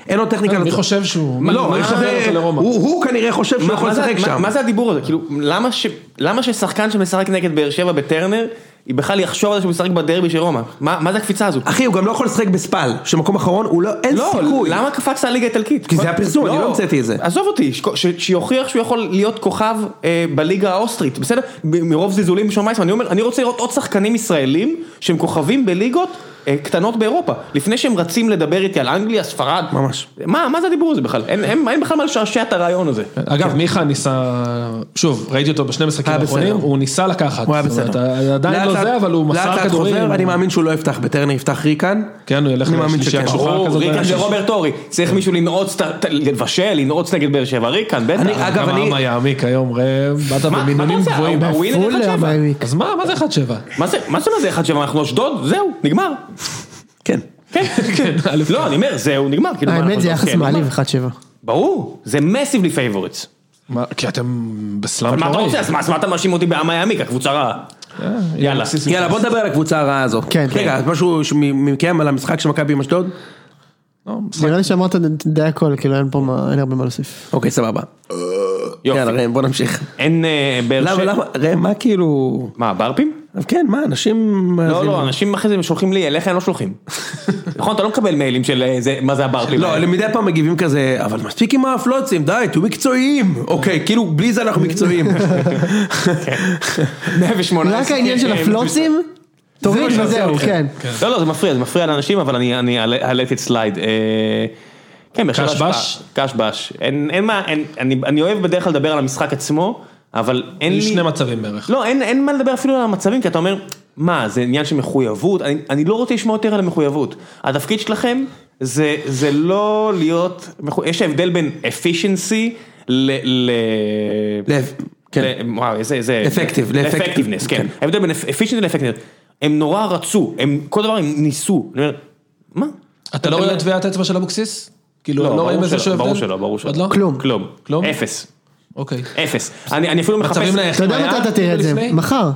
[SPEAKER 4] אין לו טכניקה
[SPEAKER 2] כן, מי חושב שהוא...
[SPEAKER 1] מה-
[SPEAKER 2] לא,
[SPEAKER 4] לא,
[SPEAKER 1] מה-
[SPEAKER 2] מי
[SPEAKER 4] יש
[SPEAKER 2] מחבר
[SPEAKER 4] לזה-
[SPEAKER 2] אותו לרומא?
[SPEAKER 4] הוא הוא כנראה חושב שהוא
[SPEAKER 1] מה-
[SPEAKER 4] יכול
[SPEAKER 1] מה זה-
[SPEAKER 4] לשחק
[SPEAKER 1] מה-
[SPEAKER 4] שם.
[SPEAKER 1] מה זה הדיבור הזה? כאילו, למה ש- למה ששחקן שמשחק נגד באר שבע בטרנר, היא בכלל יחשוב על זה שהוא משחק בדרבי של רומא? מה מה זה הקפיצה הזו?
[SPEAKER 4] אחי, הוא גם לא יכול לשחק בספל, שמקום אחרון, הוא לא, אין
[SPEAKER 1] לא,
[SPEAKER 4] סיכוי.
[SPEAKER 1] למה קפצת לליגה האיטלקית?
[SPEAKER 4] כי זה הפרסום, אני לא המצאתי את זה.
[SPEAKER 1] עזוב אותי, שכו- ש- שיוכיח שהוא יכול להיות כוכב אה, בליגה האוסטרית, בסדר? מ- מרוב זלזולים של מייסמן, אני אומר, אני רוצה לראות עוד שחקנים ישראלים שהם כוכבים בליגות אה, קטנות באירופה, לפני שהם רצים לדבר איתי על אנגליה, ספרד.
[SPEAKER 4] ממש.
[SPEAKER 1] מה, מה זה הדיבור הזה בכלל? אין, אין, אין בכלל מה לשעשע את הרעיון הזה.
[SPEAKER 2] אגב, מיכה ניסה, שוב, ראיתי אותו בשני משחקים
[SPEAKER 4] היה
[SPEAKER 2] האחרונים,
[SPEAKER 4] בסדר.
[SPEAKER 2] הוא ניסה לקחת.
[SPEAKER 4] הוא היה
[SPEAKER 2] זאת אומרת,
[SPEAKER 4] בסדר.
[SPEAKER 2] עדיין לא
[SPEAKER 4] לאט-לאט-
[SPEAKER 2] זה, אבל הוא מסר
[SPEAKER 4] לאט-לאט
[SPEAKER 2] כדורים.
[SPEAKER 4] חוזר, אני מאמין שהוא לא יפתח בטרנר, יפתח ריקן.
[SPEAKER 2] כן, הוא ילך
[SPEAKER 4] אני מאמין
[SPEAKER 2] לשלישייה
[SPEAKER 4] שכן.
[SPEAKER 2] קשוחה.
[SPEAKER 1] ברור,
[SPEAKER 2] כזאת
[SPEAKER 1] ריקן
[SPEAKER 2] בעיה.
[SPEAKER 1] זה רוברט אורי, צריך מישהו לנעוץ, ת- ת- לבשל, לנעוץ נגד באר שבע, ריקן, בטח. אה,
[SPEAKER 4] אני- אגב,
[SPEAKER 2] גם העם יעמיק היום, ראם, באת
[SPEAKER 1] מה- מה אתה
[SPEAKER 2] במינונים
[SPEAKER 1] רוצה?
[SPEAKER 2] גבוהים.
[SPEAKER 1] הוא ווינר
[SPEAKER 3] פול
[SPEAKER 1] 1-7.
[SPEAKER 3] המעמיק.
[SPEAKER 2] אז מה, מה זה 1-7?
[SPEAKER 1] מה זה, מה זה מה זה 1-7, אנחנו אשדוד, זהו, נגמר.
[SPEAKER 4] כן.
[SPEAKER 1] כן,
[SPEAKER 2] כן, א',
[SPEAKER 1] לא, אני אומר, זהו, נגמר. כאילו, מה,
[SPEAKER 3] האמת
[SPEAKER 1] אנחנו
[SPEAKER 3] זה
[SPEAKER 1] לא-
[SPEAKER 3] יחס
[SPEAKER 1] כן,
[SPEAKER 3] מעליב
[SPEAKER 1] נגמר.
[SPEAKER 3] 1-7.
[SPEAKER 1] ברור, זה מסיבלי פייבוריטס.
[SPEAKER 2] מה, כי אתם בסלאם אה,
[SPEAKER 1] מה אתה רוצה? אז מה אז מה אתה מאשים אותי בעם היעמיק, הקבוצה רעה? יאללה.
[SPEAKER 4] יאללה, בוא נדבר על הקבוצה הרעה הזאת.
[SPEAKER 3] כן.
[SPEAKER 4] רגע, אז משהו ש- מ- מכם על המשחק של מכבי עם אשדוד?
[SPEAKER 2] לא,
[SPEAKER 3] נראה לי שאמרת די הכל, כאילו אין פה מה- אין הרבה מה להוסיף.
[SPEAKER 4] אוקיי, סבבה.
[SPEAKER 1] יופי.
[SPEAKER 4] יאללה, ראם, בוא נמשיך.
[SPEAKER 1] אין אה, באר
[SPEAKER 4] למה,
[SPEAKER 1] שבע.
[SPEAKER 4] למה, ראם, מה כאילו...
[SPEAKER 1] מה, ברפים?
[SPEAKER 4] כן, מה, אנשים...
[SPEAKER 1] לא, לא, אנשים אחרי זה שולחים לי, אליך הם לא שולחים. נכון, אתה לא מקבל מיילים של אה, זה- מה זה הברפים.
[SPEAKER 4] לא,
[SPEAKER 1] האלה.
[SPEAKER 4] אלה מדי פעם מגיבים כזה, אבל מספיק עם הפלוצים, די, תהיו מקצועיים. אוקיי, כאילו, בלי זה אנחנו מקצועיים.
[SPEAKER 1] לא. 118.
[SPEAKER 3] רק העניין של
[SPEAKER 1] אה,
[SPEAKER 3] הפלוצים, תוריד
[SPEAKER 1] שעושה
[SPEAKER 3] וזהו,
[SPEAKER 1] אותי.
[SPEAKER 3] כן.
[SPEAKER 1] לא, לא, זה מפריע, זה מפריע לאנשים, אבל אני- אני אעלה- העליתי את סלייד. אה, כן, בהקשר
[SPEAKER 2] קש
[SPEAKER 1] להשפעה.
[SPEAKER 2] בש?
[SPEAKER 1] קש בש. אין אין מה, אין- אני אני אוהב בדרך כלל לדבר על המשחק עצמו, אבל אין לי...
[SPEAKER 2] יש שני מצבים בערך.
[SPEAKER 1] לא, אין, אין מה לדבר אפילו על המצבים, כי אתה אומר, מה, זה עניין של מחויבות? אני, אני לא רוצה לשמוע יותר על המחויבות. התפקיד שלכם זה, זה לא להיות, מחו... יש הבדל בין efficiency ל... ל...
[SPEAKER 4] לב, כן.
[SPEAKER 1] ל... וואו, איזה... איזה...
[SPEAKER 4] Effective, לאפקט-
[SPEAKER 1] לאפקטיבנס, כן.
[SPEAKER 4] כן.
[SPEAKER 1] ההבדל בין efficiency לאפקטיבנס. הם נורא רצו, הם כל דבר הם ניסו. אני אומר, מה?
[SPEAKER 2] אתה לא רואה את טביעת האצבע של אבוקסיס? כאילו, לא
[SPEAKER 1] ברור
[SPEAKER 2] רואים איזשהו
[SPEAKER 1] שלא,
[SPEAKER 2] הבדל?
[SPEAKER 1] ברור שלא, ברור שלא.
[SPEAKER 2] עוד לא?
[SPEAKER 3] כלום.
[SPEAKER 1] כלום.
[SPEAKER 2] כלום?
[SPEAKER 1] אפס.
[SPEAKER 2] אוקיי.
[SPEAKER 1] אפס. אני, אני אפילו מחפש...
[SPEAKER 2] מצבים נייחים.
[SPEAKER 3] אתה יודע
[SPEAKER 2] היה?
[SPEAKER 3] מתי אתה תראה את זה?
[SPEAKER 2] לפני?
[SPEAKER 3] מחר.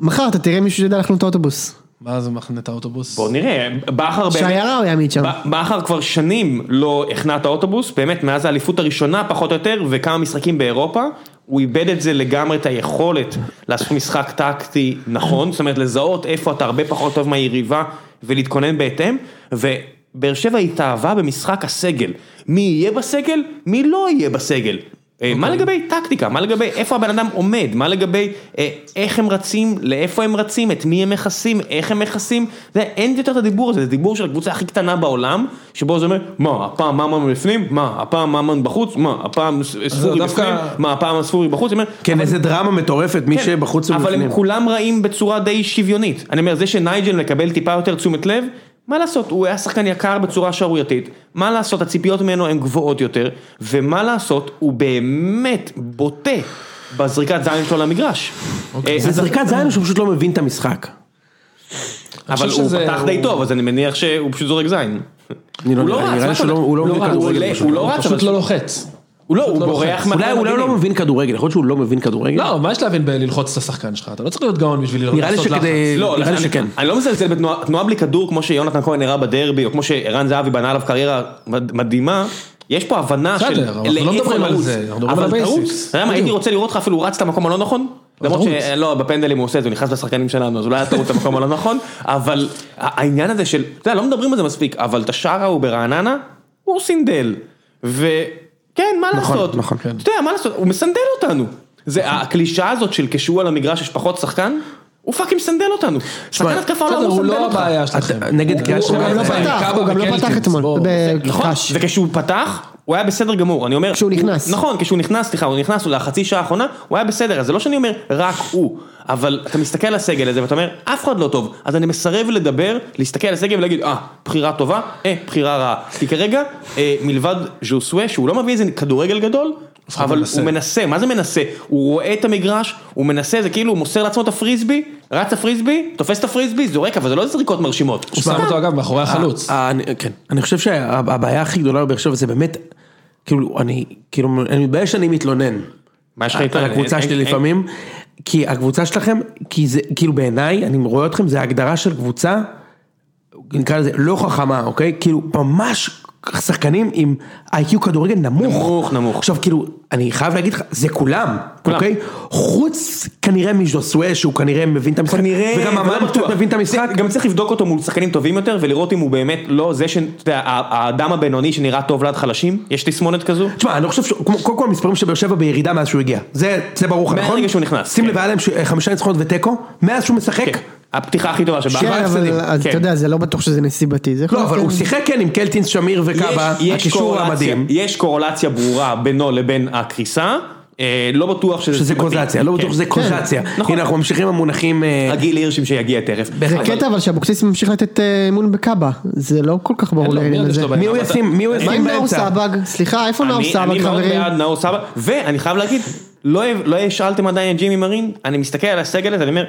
[SPEAKER 3] מחר אתה תראה מישהו שיודע לחנות את האוטובוס.
[SPEAKER 2] מה זה מחנה את האוטובוס?
[SPEAKER 1] בוא נראה, בכר באמת...
[SPEAKER 3] שיירה הוא יעמיד שם.
[SPEAKER 1] ב- בכר כבר שנים לא הכנע את האוטובוס, באמת מאז האליפות הראשונה פחות או יותר, וכמה משחקים באירופה, הוא איבד את זה לגמרי, את היכולת לעשות משחק טקטי נכון, זאת אומרת לזהות איפה אתה הרבה פחות טוב מהיריבה ולהתכונן בהתאם, ובאר שבע התאהבה במשחק הסגל, מי יהיה בסגל, מי לא יהיה בסגל. אה, מה לגבי טקטיקה, מה לגבי איפה הבן אדם עומד, מה לגבי אה, איך הם רצים, לאיפה הם רצים, את מי הם מכסים, איך הם מכסים, זה, אין יותר את הדיבור הזה, זה דיבור של הקבוצה הכי קטנה בעולם, שבו זה אומר, מה, הפעם ממן בפנים, מה, הפעם ממן בחוץ, מה, הפעם ס- ספורי
[SPEAKER 2] דווקא-
[SPEAKER 1] בפנים, מה, הפעם ספורי בחוץ, אני אומר,
[SPEAKER 4] כן, איזה דרמה מטורפת, מי
[SPEAKER 1] כן,
[SPEAKER 4] שבחוץ
[SPEAKER 1] אבל
[SPEAKER 4] ובפנים.
[SPEAKER 1] הם כולם רעים בצורה די שוויונית. אני אומר, זה שנייג'ל מקבל טיפה יותר תשומת לב, מה לעשות, הוא היה שחקן יקר בצורה שערורייתית, מה לעשות, הציפיות ממנו הן גבוהות יותר, ומה לעשות, הוא באמת בוטה בזריקת זין שלו למגרש. אה,
[SPEAKER 4] אוקיי, זה
[SPEAKER 1] אז-
[SPEAKER 4] זריקת זין שהוא פשוט לא מבין את המשחק.
[SPEAKER 1] אבל
[SPEAKER 2] חושב
[SPEAKER 1] הוא
[SPEAKER 2] שזה-
[SPEAKER 1] פתח די טוב, אז אני מניח שהוא פשוט זורק זין.
[SPEAKER 4] אני לא
[SPEAKER 1] הוא לא רץ,
[SPEAKER 4] יודע, נראה
[SPEAKER 1] מה
[SPEAKER 4] לי
[SPEAKER 1] אתה
[SPEAKER 4] שהוא לא-
[SPEAKER 1] אומר?
[SPEAKER 4] הוא לא
[SPEAKER 1] הוא
[SPEAKER 4] מבין
[SPEAKER 1] רץ, הוא
[SPEAKER 4] כדורגל.
[SPEAKER 1] עולה,
[SPEAKER 4] פשוט.
[SPEAKER 1] הוא לא רץ, אבל-
[SPEAKER 2] פשוט לא לוחץ.
[SPEAKER 1] הוא לא, הוא
[SPEAKER 2] לא
[SPEAKER 1] בורח
[SPEAKER 2] לוחץ.
[SPEAKER 4] אולי
[SPEAKER 1] מהקרב
[SPEAKER 4] אולי הוא לא
[SPEAKER 1] המגנים.
[SPEAKER 4] מבין כדורגל, יכול להיות שהוא לא מבין כדורגל.
[SPEAKER 2] לא, מה יש להבין בללחוץ את השחקן שלך? אתה לא צריך להיות גאון בשביל לעשות לחץ.
[SPEAKER 4] נראה לי שכדי...
[SPEAKER 1] לא,
[SPEAKER 4] נראה לי
[SPEAKER 1] אני-
[SPEAKER 4] שכן.
[SPEAKER 1] אני לא מזלזל בתנועה תנועה בלי כדור כמו שיונתן כהן הראה בדרבי, או כמו שערן זהבי בנה עליו קריירה מד- מדהימה. יש פה הבנה של...
[SPEAKER 2] בסדר, אבל אנחנו לא
[SPEAKER 1] לאיפה
[SPEAKER 2] מדברים על
[SPEAKER 1] לרוץ.
[SPEAKER 2] זה, אנחנו מדברים על
[SPEAKER 1] אבל
[SPEAKER 2] הבייסיק.
[SPEAKER 1] תרוץ. אתה יודע מה, הייתי
[SPEAKER 2] בדיוק.
[SPEAKER 1] רוצה לראות אותך אפילו רץ למקום הלא נכון.
[SPEAKER 2] אבל
[SPEAKER 1] למרות
[SPEAKER 2] תרוץ.
[SPEAKER 1] שלא, לא, בפנדלים הוא עושה את זה, הוא נכנס לשחקנים שלנו, אז אולי אתה רוץ למקום הלא נכון, אבל ה- העניין הזה של, אתה יודע, לא מדברים על זה מספיק, אבל את השער ההוא ברעננה, הוא סינדל. וכן, מה
[SPEAKER 4] נכון,
[SPEAKER 1] לעשות?
[SPEAKER 4] נכון, כן.
[SPEAKER 1] אתה יודע, מה לעשות, הוא מסנדל אותנו. זה הקלישאה הזאת של כשהוא על המגרש יש פחות שחקן, הוא פאקינג מסנדל אותנו. שחקן התקפה
[SPEAKER 2] בסדר,
[SPEAKER 1] לא אה, אמור
[SPEAKER 2] הוא
[SPEAKER 1] לסנדל
[SPEAKER 2] לא
[SPEAKER 1] אותך.
[SPEAKER 2] הבעיה שלכם.
[SPEAKER 4] אתה- נגד קריית
[SPEAKER 2] הוא
[SPEAKER 4] שמונה
[SPEAKER 2] גם לא
[SPEAKER 4] זה-
[SPEAKER 2] פתח,
[SPEAKER 3] הוא גם לא פתח אתמול.
[SPEAKER 2] בואו.
[SPEAKER 1] נכון,
[SPEAKER 3] בקש.
[SPEAKER 1] וכשהוא פתח, הוא היה בסדר גמור, אני אומר...
[SPEAKER 3] כשהוא נכנס.
[SPEAKER 1] הוא- נכון, כשהוא נכנס, סליחה, הוא נכנס לחצי שעה האחרונה, הוא היה בסדר, אז זה לא שאני אומר רק הוא, אבל אתה מסתכל על הסגל הזה ואתה אומר, אף אחד לא טוב, אז אני מסרב לדבר, להסתכל על הסגל ולהגיד, אה, בחירה טובה, אה, בחירה רעה. כי כרגע, אה, מלבד ז'וסווה, שהוא לא מביא איזה כדורגל גדול,
[SPEAKER 2] לא
[SPEAKER 1] אבל
[SPEAKER 2] מנסה.
[SPEAKER 1] הוא מנסה, מה זה מנסה? הוא רואה את המגרש, הוא מנסה, זה כאילו הוא מוסר לעצמו את הפריסבי, רץ הפריסבי, תופס את הפריסבי, זורק, אבל זה לא זריקות מרשימות.
[SPEAKER 2] הוא שם אותו אגב מאחורי החלוץ.
[SPEAKER 4] אה, אני- כן, אני חושב שהבעיה הכי גדולה בבאר שבע זה באמת, כאילו, אני, כאילו, אני מתבייש שאני מתלונן.
[SPEAKER 1] מה יש לך איתו?
[SPEAKER 4] על הקבוצה
[SPEAKER 1] אין-
[SPEAKER 4] שלי
[SPEAKER 1] אין-
[SPEAKER 4] לפעמים, כי הקבוצה שלכם, כי זה, כאילו בעיניי, אני רואה אתכם, זה הגדרה של קבוצה, נקרא לזה לא חכמה, אוקיי? כאילו, ממש שחקנים עם IQ כדורגל נמוך.
[SPEAKER 1] נמוך, נמוך.
[SPEAKER 4] עכשיו, כאילו, אני חייב להגיד לך, זה כולם,
[SPEAKER 1] כולם.
[SPEAKER 4] אוקיי? חוץ כנראה מז'וסווה, שהוא כנראה מבין את המשחק,
[SPEAKER 1] כנראה,
[SPEAKER 4] וגם
[SPEAKER 1] ולא
[SPEAKER 4] אמן
[SPEAKER 1] בטוח.
[SPEAKER 4] קצת מבין את המשחק.
[SPEAKER 1] גם צריך לבדוק אותו מול שחקנים טובים יותר ולראות אם הוא באמת לא זה שאתה יודע, ה- האדם הבינוני שנראה טוב ליד חלשים, יש תסמונת כזו?
[SPEAKER 4] תשמע, אני לא חושב ש... כמו- קודם כל המספרים של באר שבע בירידה מאז שהוא הגיע. זה, זה ברור, לך,
[SPEAKER 1] מהרגע
[SPEAKER 4] נכון?
[SPEAKER 1] שהוא נכנס,
[SPEAKER 4] שים
[SPEAKER 1] כן.
[SPEAKER 4] לב, היה להם ש- חמישה ניצחונות ותיקו, מאז שהוא משחק.
[SPEAKER 1] כן. הפתיחה הכי טובה שבאה.
[SPEAKER 3] כן, אבל אז
[SPEAKER 1] כן.
[SPEAKER 3] אתה יודע, זה לא בטוח שזה נסיבתי. זה יכול
[SPEAKER 4] לא,
[SPEAKER 3] להיות
[SPEAKER 4] אבל
[SPEAKER 3] כן.
[SPEAKER 4] הוא שיחק כן עם קלטינס, שמיר וקאבה,
[SPEAKER 1] יש- יש
[SPEAKER 4] הקישור
[SPEAKER 1] קורלציה-
[SPEAKER 4] המדהים.
[SPEAKER 1] יש קורלציה ברורה בינו לבין הקריסה, אה, לא בטוח שזה...
[SPEAKER 4] שזה
[SPEAKER 1] סיבתי.
[SPEAKER 4] קוזציה, לא בטוח
[SPEAKER 1] כן.
[SPEAKER 4] שזה קוזציה.
[SPEAKER 1] נכון.
[SPEAKER 4] הנה אנחנו ממשיכים במונחים... אה,
[SPEAKER 1] הגיל הירשים שיגיע תכף.
[SPEAKER 3] זה
[SPEAKER 1] אבל-
[SPEAKER 3] קטע אבל שאבוקסיס ממשיך לתת אה, אמון בקאבה. זה לא כל כך ברור
[SPEAKER 2] אין לו, מי
[SPEAKER 3] לעניין
[SPEAKER 2] עוד יש
[SPEAKER 3] הזה.
[SPEAKER 2] לו בעיה?
[SPEAKER 4] מי הוא ישים? מי הוא
[SPEAKER 3] מה
[SPEAKER 4] ישים
[SPEAKER 3] עם נאור
[SPEAKER 4] באמצע?
[SPEAKER 3] סבג? סליחה, איפה נאור
[SPEAKER 1] אני- אני
[SPEAKER 3] סבג,
[SPEAKER 1] מאוד
[SPEAKER 3] חברים?
[SPEAKER 1] בעד נאור סבא, ואני חייב להגיד, לא לא שאלתם עדיין את ג'ימי מרין, אני מסתכל על הסגל הזה, אני אומר,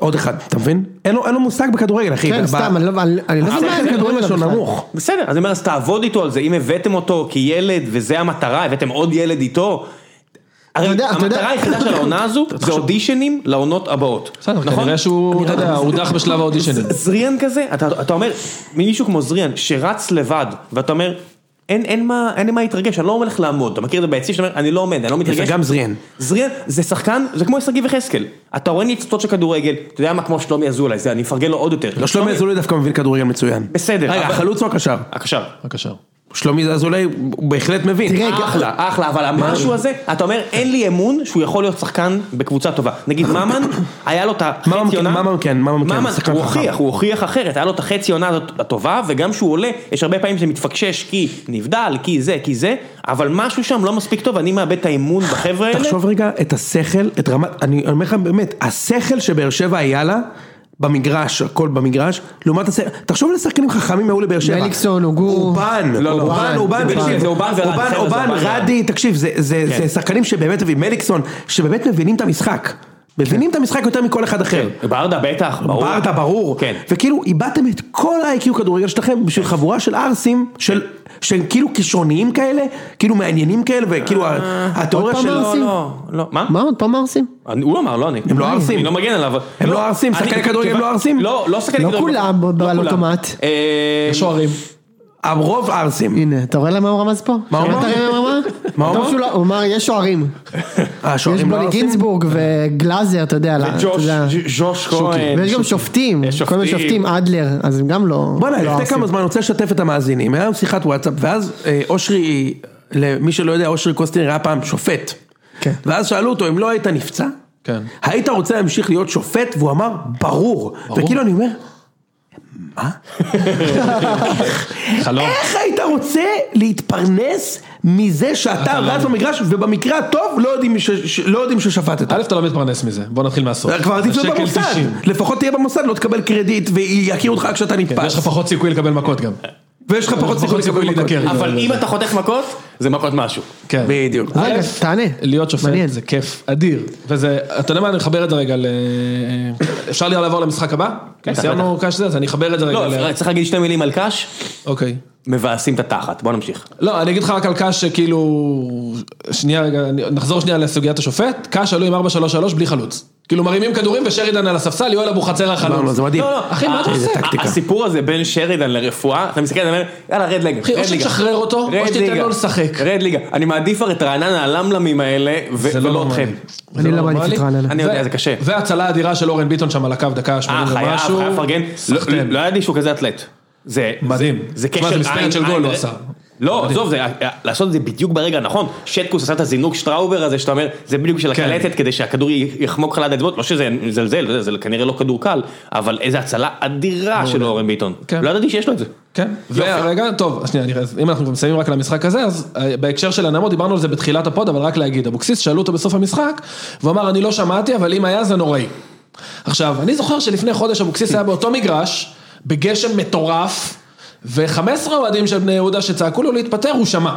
[SPEAKER 4] עוד אחד, אתה מבין? אין לו אין לו מושג בכדורגל, אחי.
[SPEAKER 3] כן,
[SPEAKER 4] ב-
[SPEAKER 3] סתם, אני לא- אני- אני לא
[SPEAKER 4] השכל
[SPEAKER 3] מבין מה הם
[SPEAKER 4] אה, הכדורגל שלו
[SPEAKER 3] בכלל.
[SPEAKER 4] נמוך.
[SPEAKER 1] בסדר, אז אני אומר, אז תעבוד איתו על זה, אם הבאתם אותו כילד וזה המטרה, הבאתם עוד ילד איתו. הרי
[SPEAKER 3] יודע, אתה יודע-
[SPEAKER 1] המטרה היחידה של העונה הזו, זה אודישנים לעונות הבאות.
[SPEAKER 2] בסדר,
[SPEAKER 1] נכון?
[SPEAKER 2] כנראה שהוא, אתה יודע, הוא דח בשלב האודישנים.
[SPEAKER 1] זריאן כזה, אתה, אתה אומר, מישהו כמו זריאן שרץ לבד, ואתה אומר, אין, אין, מה, אין מה להתרגש, אני לא הולך לעמוד, אתה מכיר את זה ביציע שאתה אומר, אני לא עומד, אני לא מתרגש.
[SPEAKER 4] וגם זריאן.
[SPEAKER 1] זריאן זה שחקן, זה כמו שגיב יחזקאל, אתה רואה ניצוצות של כדורגל, אתה יודע מה כמו שלומי אזולאי, זה אני מפרגן לו עוד יותר.
[SPEAKER 4] לא, שלומי אזולאי דווקא מבין כדורגל מצוין.
[SPEAKER 1] בסדר,
[SPEAKER 4] רגע,
[SPEAKER 1] אבל-
[SPEAKER 4] החלוץ או הקשר?
[SPEAKER 1] הקשר.
[SPEAKER 2] בבקשה.
[SPEAKER 4] שלומי אזולאי הוא בהחלט מבין.
[SPEAKER 3] תראה,
[SPEAKER 4] אה,
[SPEAKER 1] אחלה, אחלה, אבל המשהו הזה, אתה אומר, אין לי אמון שהוא יכול להיות שחקן בקבוצה טובה. נגיד ממן, היה לו את
[SPEAKER 4] ממן
[SPEAKER 1] החצי
[SPEAKER 4] כן,
[SPEAKER 1] עונה,
[SPEAKER 4] ממן כן, ממן כן, שחקן
[SPEAKER 1] הוא
[SPEAKER 4] חכם.
[SPEAKER 1] הוכיח, הוא הוכיח אחרת, היה לו את החצי עונה הזאת הטובה, וגם שהוא עולה, יש הרבה פעמים שזה מתפקשש כי נבדל, כי זה, כי זה, אבל משהו שם לא מספיק טוב, אני מאבד את האמון בחבר'ה האלה.
[SPEAKER 4] תחשוב רגע את השכל, את רמת, אני אומר לך באמת, השכל שבאר שבע היה לה, במגרש, הכל במגרש, לעומת השכל, תחשוב על השחקנים חכמים היו לבאר שבע.
[SPEAKER 3] מליקסון, הוגו.
[SPEAKER 4] אובן,
[SPEAKER 1] לא, לא,
[SPEAKER 4] אובן,
[SPEAKER 1] אובן,
[SPEAKER 4] אובן,
[SPEAKER 1] זה
[SPEAKER 4] תקשיב,
[SPEAKER 1] זה אובן ורדי,
[SPEAKER 4] אובן,
[SPEAKER 1] חבר'ה, זה
[SPEAKER 4] אובן,
[SPEAKER 1] אובן ורדי.
[SPEAKER 4] רדי, תקשיב, זה- זה
[SPEAKER 1] כן.
[SPEAKER 4] זה שחקנים שבאמת, ומליקסון, שבאמת מבינים את המשחק. מבינים את המשחק יותר מכל אחד אחר.
[SPEAKER 1] ברדה בטח, כן. ברור.
[SPEAKER 4] ברדה ברור,
[SPEAKER 1] כן.
[SPEAKER 4] וכאילו איבדתם את כל ה-IQ כדורגל שלכם בשביל חבורה של ערסים, של, שהם כאילו כישרוניים כאלה, כאילו מעניינים כאלה, וכאילו ה- התיאוריה
[SPEAKER 3] פעם
[SPEAKER 4] של...
[SPEAKER 1] לא,
[SPEAKER 3] ערסים?
[SPEAKER 1] לא, לא, מה?
[SPEAKER 3] מה עוד פעם ארסים?
[SPEAKER 1] אני- הוא אמר, לא אני.
[SPEAKER 4] הם לא ערסים.
[SPEAKER 1] אני לא מגן עליו.
[SPEAKER 4] הם לא ערסים,
[SPEAKER 1] אני-
[SPEAKER 4] שחקני כדורגל
[SPEAKER 1] כיוון-
[SPEAKER 4] לא ערסים?
[SPEAKER 1] לא, לא שחקני
[SPEAKER 3] לא
[SPEAKER 1] כדורגל.
[SPEAKER 3] כולם
[SPEAKER 1] לא
[SPEAKER 3] בעל
[SPEAKER 1] כולם.
[SPEAKER 3] אוטומט.
[SPEAKER 1] אה,
[SPEAKER 2] שוערים.
[SPEAKER 4] הרוב ערסים.
[SPEAKER 3] הנה, אתה רואה למה הוא רמז פה?
[SPEAKER 4] מה הוא
[SPEAKER 3] שמעת
[SPEAKER 4] אמר?
[SPEAKER 3] מה הוא אמר?
[SPEAKER 4] מה הוא
[SPEAKER 3] טוב
[SPEAKER 4] אמר?
[SPEAKER 3] שהוא לא- הוא אמר, יש שוערים. יש
[SPEAKER 4] השוערים לא
[SPEAKER 3] בוני
[SPEAKER 4] ערסים?
[SPEAKER 3] גינזבורג וגלאזר, אתה יודע.
[SPEAKER 2] אה,
[SPEAKER 3] אתה
[SPEAKER 1] ג'וש,
[SPEAKER 3] יודע.
[SPEAKER 1] ג'וש כהן.
[SPEAKER 3] ויש גם שופטים,
[SPEAKER 1] יש
[SPEAKER 3] כל מיני
[SPEAKER 1] שופטים.
[SPEAKER 3] שופטים, אדלר, אז הם גם לא...
[SPEAKER 4] בואנה,
[SPEAKER 3] לא
[SPEAKER 4] לפני
[SPEAKER 3] ערסים.
[SPEAKER 4] כמה זמן אני רוצה לשתף את המאזינים, היה לנו שיחת וואטסאפ, ואז אה, אושרי, למי שלא יודע, אושרי קוסטינר היה פעם שופט.
[SPEAKER 3] כן.
[SPEAKER 4] ואז שאלו אותו, אם לא היית נפצע,
[SPEAKER 2] כן.
[SPEAKER 4] היית רוצה להמשיך להיות שופט? והוא אמר, ברור. וכאילו אני אומר,
[SPEAKER 2] חלום.
[SPEAKER 4] איך היית רוצה להתפרנס מזה שאתה רץ במגרש, ובמקרה הטוב לא יודעים ש- ש- לא יודעים ששפטת.
[SPEAKER 2] א', אתה לא מתפרנס מזה, בוא נתחיל מהסוף.
[SPEAKER 1] אה,
[SPEAKER 4] כבר עדיף
[SPEAKER 1] לא
[SPEAKER 4] להיות
[SPEAKER 2] השקל
[SPEAKER 4] במוסד,
[SPEAKER 2] 90.
[SPEAKER 4] לפחות תהיה במוסד, לא תקבל קרדיט ויכירו אותך כשאתה
[SPEAKER 2] ויש לך
[SPEAKER 4] נתפס,
[SPEAKER 2] פחות סיכוי לקבל מכות גם.
[SPEAKER 4] ויש לך פחות
[SPEAKER 2] פחות
[SPEAKER 4] סיכוי
[SPEAKER 2] סיכוי
[SPEAKER 4] לקבל מכות.
[SPEAKER 2] להידקר.
[SPEAKER 1] אבל אם אתה חותך מכות, זה מכות משהו.
[SPEAKER 2] כן.
[SPEAKER 4] בדיוק.
[SPEAKER 3] רגע,
[SPEAKER 2] א',
[SPEAKER 3] תענה.
[SPEAKER 2] להיות שופט
[SPEAKER 3] מעניין.
[SPEAKER 2] זה כיף אדיר. וזה, אתה יודע מה, אני אחבר את זה רגע ל... אה, אפשר לי לעבור למשחק הבא? כן, סיימנו קש זה, אז אני אחבר את זה רגע
[SPEAKER 1] לא,
[SPEAKER 2] ל...
[SPEAKER 1] צריך להגיד שתי מילים על קאש,
[SPEAKER 2] אוקיי.
[SPEAKER 1] מבאסים את התחת, בוא נמשיך.
[SPEAKER 2] לא, אני אגיד לך רק על קאש שכאילו... שנייה רגע, אני- נחזור שנייה לסוגיית השופט. קאש עלו עם 4-3-3 בלי חלוץ. כאילו מרימים כדורים ושרידן על הספסל, יואל אבוחצירא
[SPEAKER 4] לא, לא,
[SPEAKER 2] חלוץ.
[SPEAKER 4] זה מדהים.
[SPEAKER 1] לא, לא,
[SPEAKER 2] אחי, מה אתה
[SPEAKER 1] ה-
[SPEAKER 2] עושה?
[SPEAKER 1] ה- הסיפור הזה בין שרידן לרפואה, אתה מסתכל, אתה אומר, יאללה, רד ליגה.
[SPEAKER 2] אחי, או
[SPEAKER 1] רד ליגה.
[SPEAKER 2] שתשחרר אותו, או
[SPEAKER 1] רד
[SPEAKER 2] שתיתן
[SPEAKER 1] ליגה.
[SPEAKER 2] לו לשחק.
[SPEAKER 1] רד ליגה. אני מעדיף כבר את רעננה הלמלמים האלה, ו-
[SPEAKER 2] זה לא
[SPEAKER 1] ולא
[SPEAKER 2] נורמלי.
[SPEAKER 1] אתכם.
[SPEAKER 2] זה
[SPEAKER 3] אני לא מעדיף
[SPEAKER 2] נורמלי.
[SPEAKER 3] את רעננה.
[SPEAKER 1] אני יודע, זה קשה.
[SPEAKER 2] והצלה אדירה של אורן ביטון שם על הקו דקה
[SPEAKER 1] אה,
[SPEAKER 2] 80
[SPEAKER 1] חייב,
[SPEAKER 2] ומשהו.
[SPEAKER 1] חייב לפרגן. לא-
[SPEAKER 2] סחטיין.
[SPEAKER 1] לא ידעתי שהוא כזה אתלט. זה
[SPEAKER 2] מדהים.
[SPEAKER 1] זה
[SPEAKER 2] תשמע,
[SPEAKER 1] קשר
[SPEAKER 2] זה מספרת
[SPEAKER 1] עין-
[SPEAKER 2] של גול
[SPEAKER 1] עין-
[SPEAKER 2] הוא עשה.
[SPEAKER 1] לא, עזוב, זה- לעשות את זה בדיוק ברגע הנכון. שטקוס עשה את הזינוק שטראובר הזה, שאתה אומר, זה בדיוק של
[SPEAKER 2] כן.
[SPEAKER 1] הקלטת, כדי שהכדור י- יחמוק לך ליד האצבעות, לא שזה מזלזל, אתה יודע, זה כנראה לא כדור קל, אבל איזה הצלה אדירה של אורן ביטון.
[SPEAKER 2] כן.
[SPEAKER 1] לא ידעתי שיש לו את זה.
[SPEAKER 2] כן, ורגע, טוב, שנייה, אני- אז אם אנחנו כבר מסיימים רק על המשחק הזה, אז אה, בהקשר של הנמות, דיברנו על זה בתחילת הפוד, אבל רק להגיד, אבוקסיס, שאלו אותו בסוף המשחק, והוא אמר, אני לא שמעתי, אבל אם היה זה נוראי. עכשיו, אני זוכר שלפני חודש אבוקסיס היה באותו מגרש, בגשם מטורף, ו-15 אוהדים של בני יהודה שצעקו לו להתפטר, הוא שמע.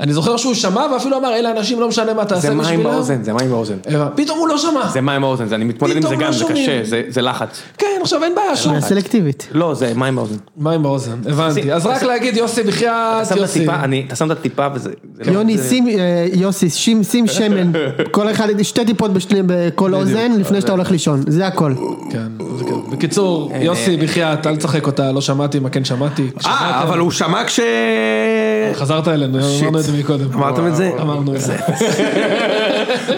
[SPEAKER 2] אני זוכר שהוא שמע ואפילו אמר, אלה אנשים לא משנה מה תעשה
[SPEAKER 1] זה
[SPEAKER 2] בשבילם.
[SPEAKER 1] מים באוזן, זה מים באוזן.
[SPEAKER 2] הבנ- פתאום הוא לא שמע.
[SPEAKER 1] זה מים באוזן, זה- אני מתמודד עם זה
[SPEAKER 2] פתאום
[SPEAKER 1] גם,
[SPEAKER 2] לא
[SPEAKER 1] זה
[SPEAKER 2] שומעים.
[SPEAKER 1] קשה, זה- זה לחץ.
[SPEAKER 2] כן, עכשיו אין בעיה, שוב.
[SPEAKER 3] סלקטיבית.
[SPEAKER 1] לא, זה מים באוזן.
[SPEAKER 2] מים באוזן, הבנתי.
[SPEAKER 1] זה-
[SPEAKER 2] אז רק
[SPEAKER 1] זה-
[SPEAKER 2] להגיד יוסי בחייאת,
[SPEAKER 1] אתה שם את
[SPEAKER 2] יוסי.
[SPEAKER 1] הטיפה, אני- אתה שם את הטיפה וזה... זה לא-
[SPEAKER 3] יוני,
[SPEAKER 1] זה-
[SPEAKER 3] שים, אה, יוסי, שים, שים שמן, כל אחד, שתי טיפות בשני, בכל אוזן, לפני שאתה הולך לישון, זה הכל.
[SPEAKER 2] כן, זה כן. בקיצור, יוסי בחייאת, אל תשחק אותה, לא שמעתי מה כן שמעתי.
[SPEAKER 4] אה,
[SPEAKER 2] שמעתם.
[SPEAKER 4] אבל הוא שמע כש... אה,
[SPEAKER 2] חזרת אלינו,
[SPEAKER 4] שיט.
[SPEAKER 2] אמרנו את זה מקודם.
[SPEAKER 4] אמרתם את זה?
[SPEAKER 2] אמרנו את זה.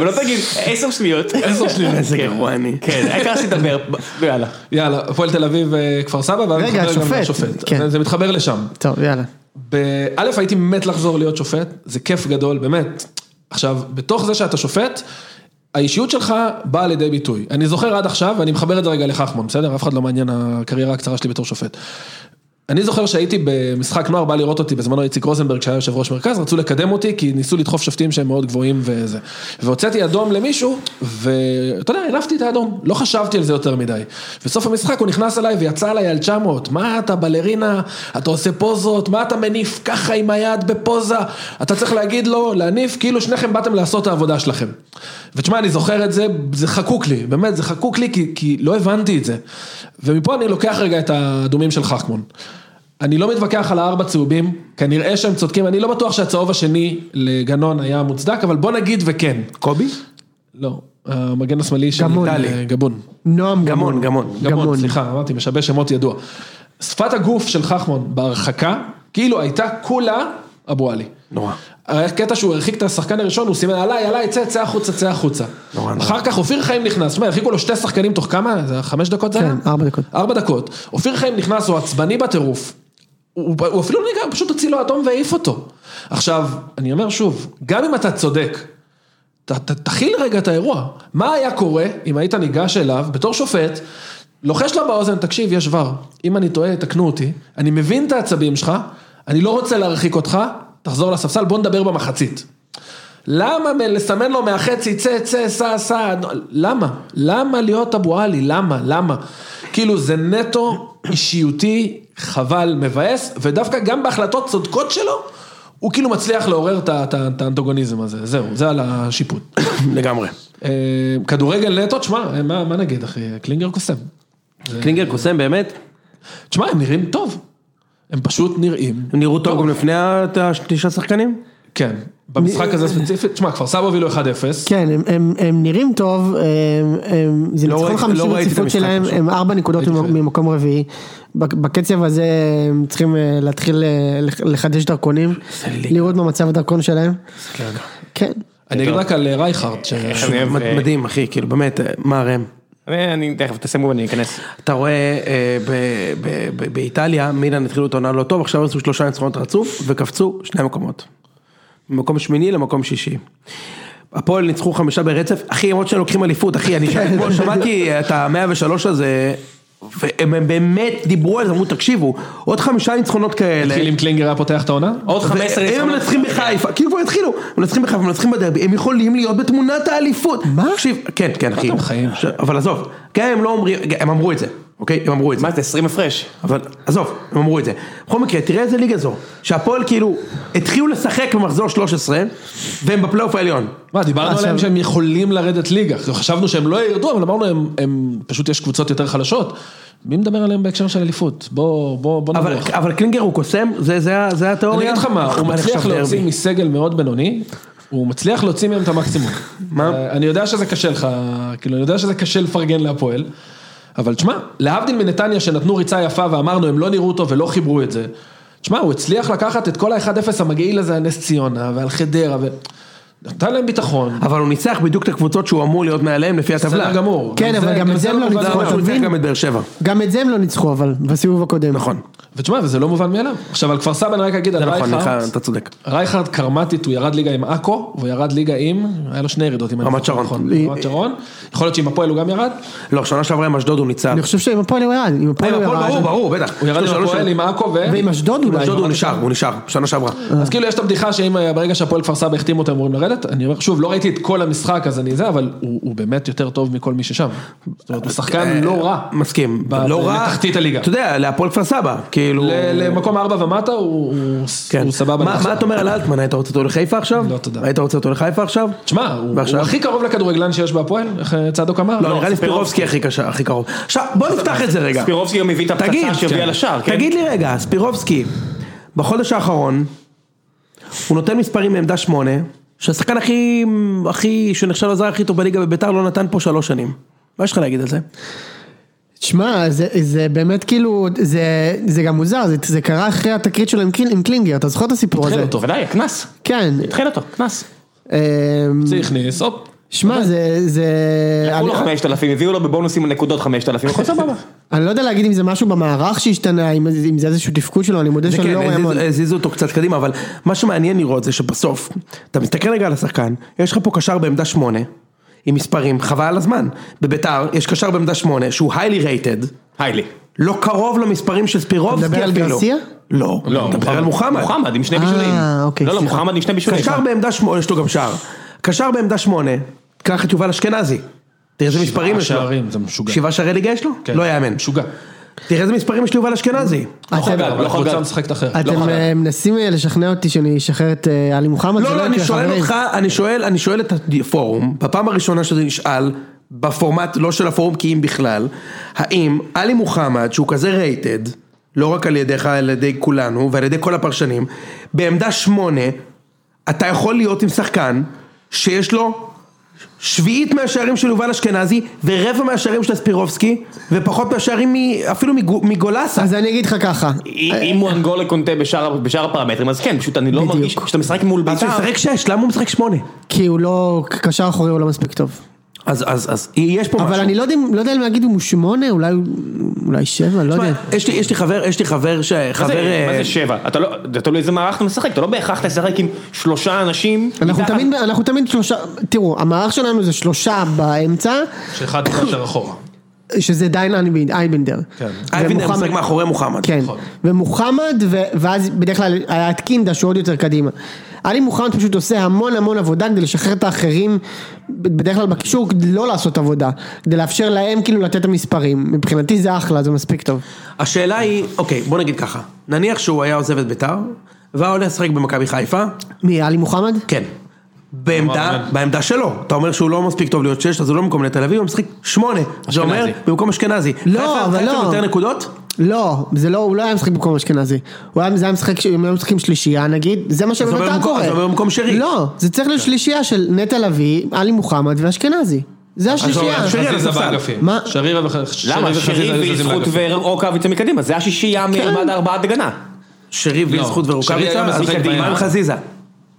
[SPEAKER 1] ולא תגיד, עשר שניות.
[SPEAKER 2] עשר שניות.
[SPEAKER 4] איזה גרוע אני.
[SPEAKER 1] כן, העיקר שתדבר, ויאללה.
[SPEAKER 2] יאללה, הפועל תל אביב אה, כפר סבא, ואז
[SPEAKER 3] רגע,
[SPEAKER 2] מתחבר גם
[SPEAKER 3] השופט,
[SPEAKER 2] לשופט.
[SPEAKER 3] כן.
[SPEAKER 2] אז זה מתחבר לשם.
[SPEAKER 3] טוב, יאללה.
[SPEAKER 2] באלף הייתי מת לחזור להיות שופט, זה כיף גדול, באמת. עכשיו, בתוך זה שאתה שופט, האישיות שלך באה לידי ביטוי. אני זוכר עד עכשיו, ואני מחבר את זה רגע לחכמון, בסדר? אף אחד לא מעניין הקריירה הקצרה שלי בתור שופט. אני זוכר שהייתי במשחק נוער, בא לראות אותי בזמנו איציק רוזנברג שהיה יושב ראש מרכז, רצו לקדם אותי כי ניסו לדחוף שופטים שהם מאוד גבוהים וזה. והוצאתי אדום למישהו, ואתה יודע, הנפתי את האדום, לא חשבתי על זה יותר מדי. בסוף המשחק הוא נכנס אליי ויצא עליי על 900, מה אתה בלרינה, אתה עושה פוזות, מה אתה מניף ככה עם היד בפוזה, אתה צריך להגיד לו, להניף, כאילו שניכם באתם לעשות את העבודה שלכם. ותשמע, אני זוכר את זה, זה חקוק לי, באמת, זה חקוק לי כי, כי לא הבנתי את זה. ומפה אני לוקח רגע את האדומים של חכמון. אני לא מתווכח על הארבע צהובים, כנראה שהם צודקים, אני לא בטוח שהצהוב השני לגנון היה מוצדק, אבל בוא נגיד וכן.
[SPEAKER 4] קובי?
[SPEAKER 2] לא, המגן השמאלי של
[SPEAKER 3] גמון.
[SPEAKER 2] איטלי, גבון.
[SPEAKER 3] נועם
[SPEAKER 4] גמון,
[SPEAKER 3] גמון.
[SPEAKER 4] גמון.
[SPEAKER 2] גמון, סליחה, אמרתי, משבש שמות ידוע. שפת הגוף של חכמון בהרחקה, כאילו הייתה כולה אבו עלי.
[SPEAKER 4] נורא.
[SPEAKER 2] הקטע שהוא הרחיק את השחקן הראשון, הוא סימן עליי, עליי, צא, צא החוצה, צא החוצה.
[SPEAKER 4] נורא, נורא.
[SPEAKER 2] אחר כך אופיר חיים נכנס, תשמע, הרחיקו לו שתי שחקנים תוך כמה? זה היה חמש דקות זה היה?
[SPEAKER 3] כן, ארבע דקות.
[SPEAKER 2] ארבע דקות. אופיר חיים נכנס, הוא עצבני בטירוף. הוא, הוא אפילו לא ניגע, הוא פשוט הוציא לו אדום והעיף אותו. עכשיו, אני אומר שוב, גם אם אתה צודק, ת- ת- תכיל רגע את האירוע. מה היה קורה אם היית ניגש אליו בתור שופט, לוחש לו באוזן, תקשיב, יש ור, אם אני טועה, תקנו אותי, אני מבין את העצבים שלך, אני לא רוצה להרחיק אותך, תחזור לספסל, בוא נדבר במחצית. למה מ- לסמן לו מהחצי, צא, צא, סע, סע, למה? למה להיות אבו עלי? למה? למה? כאילו זה נטו אישיותי, חבל, מבאס, ודווקא גם בהחלטות צודקות שלו, הוא כאילו מצליח לעורר את ה- את ה- את האנטוגוניזם הזה, זהו, זה על השיפוט.
[SPEAKER 4] לגמרי.
[SPEAKER 2] אה, כדורגל נטו, תשמע, אה, מה מה נגיד אחי, קלינגר קוסם.
[SPEAKER 4] קלינגר קוסם באמת?
[SPEAKER 2] תשמע, הם נראים טוב. הם פשוט נראים,
[SPEAKER 4] הם נראו טוב גם לפני התשעה שחקנים?
[SPEAKER 2] כן. במשחק הזה ספציפית, תשמע, כפר סבא הובילו 1-0.
[SPEAKER 3] כן, הם- הם- הם נראים טוב, הם- הם- זה
[SPEAKER 4] לא
[SPEAKER 3] ניצחון
[SPEAKER 4] ראיתי-
[SPEAKER 3] חמישים
[SPEAKER 4] לא ראיתי את
[SPEAKER 3] רציפות
[SPEAKER 4] המשחק
[SPEAKER 3] שלהם,
[SPEAKER 4] פשוט.
[SPEAKER 3] הם ארבע נקודות ממ- ממקום רביעי. בק- בקצב הזה הם צריכים אה, להתחיל אה, לח- לחדש דרכונים, לראות מה מצב הדרכון שלהם. כן.
[SPEAKER 2] אני אגיד רק על אה, רייכרד, ש-
[SPEAKER 1] אני אוהב, אה,
[SPEAKER 4] מדהים אחי, כאילו באמת, אה, מה ראם?
[SPEAKER 1] אני תכף תסיימו ואני אכנס.
[SPEAKER 4] אתה רואה אה, ב- ב- ב- באיטליה, מילאן התחילו את העונה לא טוב, עכשיו עשו שלושה ניצחונות רצוף וקפצו שני מקומות. ממקום שמיני למקום שישי. הפועל ניצחו חמישה ברצף, אחי למרות שהם לוקחים אליפות, אחי, אני שם- אתמול שמעתי את המאה ושלוש הזה, והם הם באמת דיברו על זה, אמרו תקשיבו, עוד חמישה ניצחונות כאלה.
[SPEAKER 2] כאילו אם קלינגר היה פותח את העונה?
[SPEAKER 1] עוד 15
[SPEAKER 4] הם
[SPEAKER 1] ניצחונות.
[SPEAKER 4] מנצחים בחיפה, כאילו כבר התחילו, מנצחים בחיפה, מנצחים בדרבי, הם יכולים להיות בתמונת האליפות. מה? תקשיב, כן, כן, אחי.
[SPEAKER 2] אתם חיים?
[SPEAKER 4] ש- אבל עזוב, גם אם הם לא אומרים, הם אמרו את זה, אוקיי? הם אמרו את זה.
[SPEAKER 1] מה זה 20 הפרש?
[SPEAKER 4] אבל עזוב, הם אמרו את זה. בכל מקרה, תראה איזה ליגה זו, שהפועל כאילו התחילו לשחק במחזור 13, והם בפלייאוף העליון.
[SPEAKER 2] מה,
[SPEAKER 4] אה,
[SPEAKER 2] דיברנו
[SPEAKER 3] עכשיו-
[SPEAKER 2] עליהם שהם יכולים לרדת ליגה. חשבנו שהם לא ירדו, אבל אמרנו, הם, הם פשוט יש קבוצות יותר חלשות. מי מדבר עליהם בהקשר של אליפות? בוא, בוא, בוא
[SPEAKER 4] אבל,
[SPEAKER 2] נברח.
[SPEAKER 4] אבל קלינגר הוא קוסם, זה, זה, ה- זה התיאוריה.
[SPEAKER 2] אני אגיד לך מה, הוא
[SPEAKER 4] אני
[SPEAKER 2] מצליח
[SPEAKER 4] עכשיו
[SPEAKER 2] להוציא
[SPEAKER 4] דרבי.
[SPEAKER 2] מסגל מאוד בינוני, הוא מצליח להוציא מהם את המקסימום.
[SPEAKER 4] מה?
[SPEAKER 2] אה, אני יודע שזה קשה לך, כאילו, אני יודע שזה קשה לפרגן להפועל, אבל תשמע, להבדיל מנתניה שנתנו ריצה יפה ואמרנו, הם לא נראו טוב ולא חיברו את זה, תשמע, הוא הצליח לקחת את כל ה-1-0 המגעיל הזה על נס ציונה ועל חדרה, ונתן להם ביטחון.
[SPEAKER 4] אבל הוא ניצח בדיוק את הקבוצות שהוא אמור להיות מעליהם לפי הטבלה.
[SPEAKER 2] בסדר גמור.
[SPEAKER 3] כן, אבל גם את זה הם לא
[SPEAKER 2] מובן מאליו.
[SPEAKER 3] ניצחו.
[SPEAKER 4] זה למה שהוא
[SPEAKER 3] אתה
[SPEAKER 4] ניצח
[SPEAKER 3] מבין?
[SPEAKER 4] גם את באר שבע.
[SPEAKER 3] גם את זה הם לא ניצחו אבל, בסיבוב הקודם.
[SPEAKER 4] נכון.
[SPEAKER 2] ותשמע, וזה לא מובן מאליו. עכשיו, על כפר סבא אני רק אגיד על
[SPEAKER 4] זה נכון,
[SPEAKER 2] רייכרד.
[SPEAKER 4] נכון, אתה צודק.
[SPEAKER 2] רייכרד קרמטית, הוא ירד ליגה עם עכו, והוא ירד ליגה עם, היה לו שני ירידות. אם אני
[SPEAKER 4] רמת
[SPEAKER 2] זוכר
[SPEAKER 4] שרון.
[SPEAKER 2] נכון.
[SPEAKER 4] לי-
[SPEAKER 2] רמת שרון. יכול להיות שעם הפועל הוא גם ירד.
[SPEAKER 4] לא, שנה שעברה עם אשדוד הוא ניצח.
[SPEAKER 3] אני חושב שעם הפועל הוא ירד, עם הפועל
[SPEAKER 4] אה,
[SPEAKER 3] הוא
[SPEAKER 4] עם
[SPEAKER 3] ירד.
[SPEAKER 4] הפועל, ברור, ברור, בטח.
[SPEAKER 2] הוא ירד עם
[SPEAKER 4] שלוש-
[SPEAKER 2] הפועל, עם עכו ו...
[SPEAKER 3] ועם אשדוד
[SPEAKER 4] עם
[SPEAKER 3] אולי.
[SPEAKER 4] אשדוד הוא נשאר, הוא נשאר, שנה שעברה.
[SPEAKER 2] אז כאילו יש את הבדיחה שאם אה, ברגע שהפועל כפר סבא החתימו אותם אמורים לרדת, יכולת, אני אומר, שוב, לא ראיתי את כל המשחק אז אני זה, אבל הוא הוא באמת יותר טוב מכל מי ששם. זאת אומרת, הוא שחקן לא רע.
[SPEAKER 4] אה, מסכים,
[SPEAKER 2] ב-
[SPEAKER 4] לא רע,
[SPEAKER 2] בתחתית הליגה.
[SPEAKER 4] אתה יודע, להפועל כפר סבא, כאילו,
[SPEAKER 2] ל- למקום ארבע ומטה הוא הוא-
[SPEAKER 4] כן.
[SPEAKER 2] הוא סבבה.
[SPEAKER 4] מה
[SPEAKER 2] נחשב.
[SPEAKER 4] מה אתה אומר על אלטמן, היית רוצה אותו לחיפה עכשיו?
[SPEAKER 2] לא, תודה.
[SPEAKER 4] היית רוצה אותו לחיפה עכשיו?
[SPEAKER 2] תשמע, הוא- הוא
[SPEAKER 4] ועכשיו?
[SPEAKER 2] הכי קרוב לכדורגלן שיש בהפועל, איך אה, צדוק אמר?
[SPEAKER 4] לא, נראה לי ספירובסקי הכי קשה- הכי קרוב. עכשיו, בוא
[SPEAKER 2] לא,
[SPEAKER 4] נפתח את זה רגע.
[SPEAKER 1] ספירובסקי גם הביא את
[SPEAKER 4] תגיד,
[SPEAKER 1] הפצצה שהביאה
[SPEAKER 4] כן.
[SPEAKER 1] לשער, כן?
[SPEAKER 4] תגיד לי רגע, ספירובסקי, בחודש האחרון, הוא נותן מספרים מעמדה שמונה, שהשחקן הכי, הכי, שנחשב לזר הכי טוב בליגה בביתר לא נתן פה שלוש שנים. מה יש לך להגיד על זה?
[SPEAKER 3] תשמע, זה, זה באמת כאילו, זה, זה גם מוזר, זה, זה קרה אחרי התקרית שלו עם, קלינ- עם קלינגר, אתה זוכר את הסיפור הזה?
[SPEAKER 2] התחיל אותו.
[SPEAKER 1] בוודאי, קנס.
[SPEAKER 3] כן.
[SPEAKER 1] התחיל אותו, קנס.
[SPEAKER 3] אמ,
[SPEAKER 2] זה הכניס, הופ.
[SPEAKER 3] שמע, זה... זה
[SPEAKER 1] לקחו
[SPEAKER 3] אני-
[SPEAKER 1] לו 5,000, לא הביאו לו בבונוסים נקודות 5,000, הכל סבבה.
[SPEAKER 3] אני לא יודע להגיד אם זה משהו במערך שהשתנה, אם, אם זה איזשהו תפקוד שלו, אני מודה
[SPEAKER 4] זה
[SPEAKER 3] שאני
[SPEAKER 4] כן,
[SPEAKER 3] לא רואה
[SPEAKER 4] הזיזו-
[SPEAKER 3] המון.
[SPEAKER 4] הזיזו אותו קצת קדימה, אבל מה שמעניין לראות זה שבסוף, אתה מסתכל רגע על השחקן, יש לך פה קשר בעמדה שמונה, עם מספרים, חבל על הזמן. בביתר יש קשר בעמדה שמונה, שהוא היילי רייטד,
[SPEAKER 1] היילי.
[SPEAKER 4] לא קרוב למספרים של ספירובסקי אפילו.
[SPEAKER 3] מדבר על גרסיה?
[SPEAKER 4] לא,
[SPEAKER 1] לא,
[SPEAKER 4] אתה מדבר על מוחמד.
[SPEAKER 1] מוחמד עם שני
[SPEAKER 3] אה,
[SPEAKER 1] בישולים.
[SPEAKER 3] אוקיי,
[SPEAKER 1] לא, לא,
[SPEAKER 3] סליחה.
[SPEAKER 1] מוחמד עם שני בישולים.
[SPEAKER 4] קשר בעמדה שמונה, יש לו גם שער. קשר בעמדה שמונה, קח את יובל אשכנזי. תראה איזה מספרים יש לו.
[SPEAKER 2] שערים, זה משוגע.
[SPEAKER 4] שבעה שערי ליגה יש לו?
[SPEAKER 2] כן.
[SPEAKER 4] לא יאמן.
[SPEAKER 2] משוגע.
[SPEAKER 4] תראה איזה מספרים יש ליובל אשכנזי.
[SPEAKER 2] לא
[SPEAKER 3] אתם-
[SPEAKER 2] חגג,
[SPEAKER 1] לא
[SPEAKER 2] אבל
[SPEAKER 1] חגג.
[SPEAKER 2] קבוצה משחקת אחרת. לא
[SPEAKER 3] אתם
[SPEAKER 2] חגג.
[SPEAKER 3] אה, מנסים אה, לשכנע אותי שאני אשחרר את אה, עלי מוחמד? זה
[SPEAKER 4] לא, לא, אני
[SPEAKER 3] יקרה,
[SPEAKER 4] שואל
[SPEAKER 3] חברים.
[SPEAKER 4] אותך, אני שואל, אני שואל את הפורום, בפעם הראשונה שזה נשאל, בפורמט לא של הפורום כי אם בכלל, האם עלי מוחמד, שהוא כזה רייטד, לא רק על ידיך, על ידי כולנו, ועל ידי כל הפרשנים, בעמדה שמונה, אתה יכול להיות עם שחקן שיש לו שביעית מהשערים של יובל אשכנזי, ורבע מהשערים של ספירובסקי, ופחות מהשערים מ- אפילו מגו- מגולסה.
[SPEAKER 3] אז אני אגיד לך ככה.
[SPEAKER 1] אם אם הוא אנגולה קונטה בשאר בשאר הפרמטרים, אז כן, פשוט אני לא
[SPEAKER 3] בדיוק.
[SPEAKER 1] מרגיש, כשאתה משחק מול
[SPEAKER 4] אז
[SPEAKER 1] בית"ר,
[SPEAKER 4] הוא משחק שש, למה הוא משחק שמונה?
[SPEAKER 3] כי הוא לא, קשר אחורי הוא לא מספיק טוב.
[SPEAKER 4] אז, אז, אז, יש פה משהו.
[SPEAKER 3] אבל אני לא יודע אם- לא יודע אם להגיד אם הוא שמונה, אולי הוא- אולי שבע, לא
[SPEAKER 4] תשמע,
[SPEAKER 3] יודע.
[SPEAKER 4] אוקיי, יש לי, יש לי חבר, יש לי חבר ש...
[SPEAKER 1] מה
[SPEAKER 4] חבר...
[SPEAKER 1] זה- מה
[SPEAKER 4] אה,
[SPEAKER 1] זה שבע? אתה לא, זה תלוי איזה מערך אתה משחק, אתה לא בהכרח תשחק עם שלושה אנשים.
[SPEAKER 3] אנחנו
[SPEAKER 1] מתחת-
[SPEAKER 3] תמיד, אנחנו תמיד שלושה, תראו, המערך שלנו זה שלושה באמצע,
[SPEAKER 2] שאחד יותר אחורה. שזה
[SPEAKER 3] שזה דיין אייבנד- אייבנדר.
[SPEAKER 2] כן.
[SPEAKER 4] אייבינדר
[SPEAKER 3] ומוחמד-
[SPEAKER 4] משחק מאחורי מוחמד.
[SPEAKER 3] כן,
[SPEAKER 2] נכון.
[SPEAKER 3] ומוחמד, ו- ואז בדרך כלל היה את קינדה שהוא עוד יותר קדימה. עלי מוחמד פשוט עושה המון המון עבודה כדי לשחרר את האחרים, ב- בדרך כלל בקישור, כדי לא לעשות עבודה, כדי לאפשר להם כאילו לתת את המספרים. מבחינתי זה אחלה, זה מספיק טוב.
[SPEAKER 4] השאלה היא, אוקיי, בוא נגיד ככה. נניח שהוא היה עוזב את ביתר, והיה הולך לשחק במכבי חיפה,
[SPEAKER 3] מי, עלי מוחמד?
[SPEAKER 4] כן. בעמדה, בעמדה שלו. אתה אומר שהוא לא מספיק טוב להיות שש, אז הוא לא במקום לתל אביב, הוא משחק שמונה. זה אומר, במקום אשכנזי.
[SPEAKER 3] לא,
[SPEAKER 4] חיפה-
[SPEAKER 3] אבל
[SPEAKER 4] חיפה
[SPEAKER 3] לא.
[SPEAKER 4] יותר נקודות?
[SPEAKER 3] לא, זה לא, הוא לא היה משחק במקום אשכנזי. הוא היה, זה היה משחק, ש- הם היו משחקים שלישייה נגיד, זה מה שבאמת
[SPEAKER 4] אומר
[SPEAKER 3] היה
[SPEAKER 4] במקום-
[SPEAKER 3] קורה.
[SPEAKER 4] זה אומר במקום שרי. כן.
[SPEAKER 3] לא, זה צריך להיות שלישייה של נטע לביא, עלי מוחמד ואשכנזי. זה השלישייה.
[SPEAKER 4] שרי על
[SPEAKER 2] חזיזה
[SPEAKER 4] הספסל.
[SPEAKER 2] באגפים.
[SPEAKER 3] מה?
[SPEAKER 2] לא, שרירה וחזיזה.
[SPEAKER 1] למה? שרי ויזכות ורוקאביצה מקדימה, זה השישייה
[SPEAKER 4] כן.
[SPEAKER 1] מעמד ארבעת הגנה.
[SPEAKER 4] שרי
[SPEAKER 2] שרי
[SPEAKER 4] ויזכות
[SPEAKER 2] לא. היה
[SPEAKER 4] ורוקאביצה, אז
[SPEAKER 2] משחק
[SPEAKER 4] קדימה
[SPEAKER 2] בים.
[SPEAKER 4] עם חזיזה.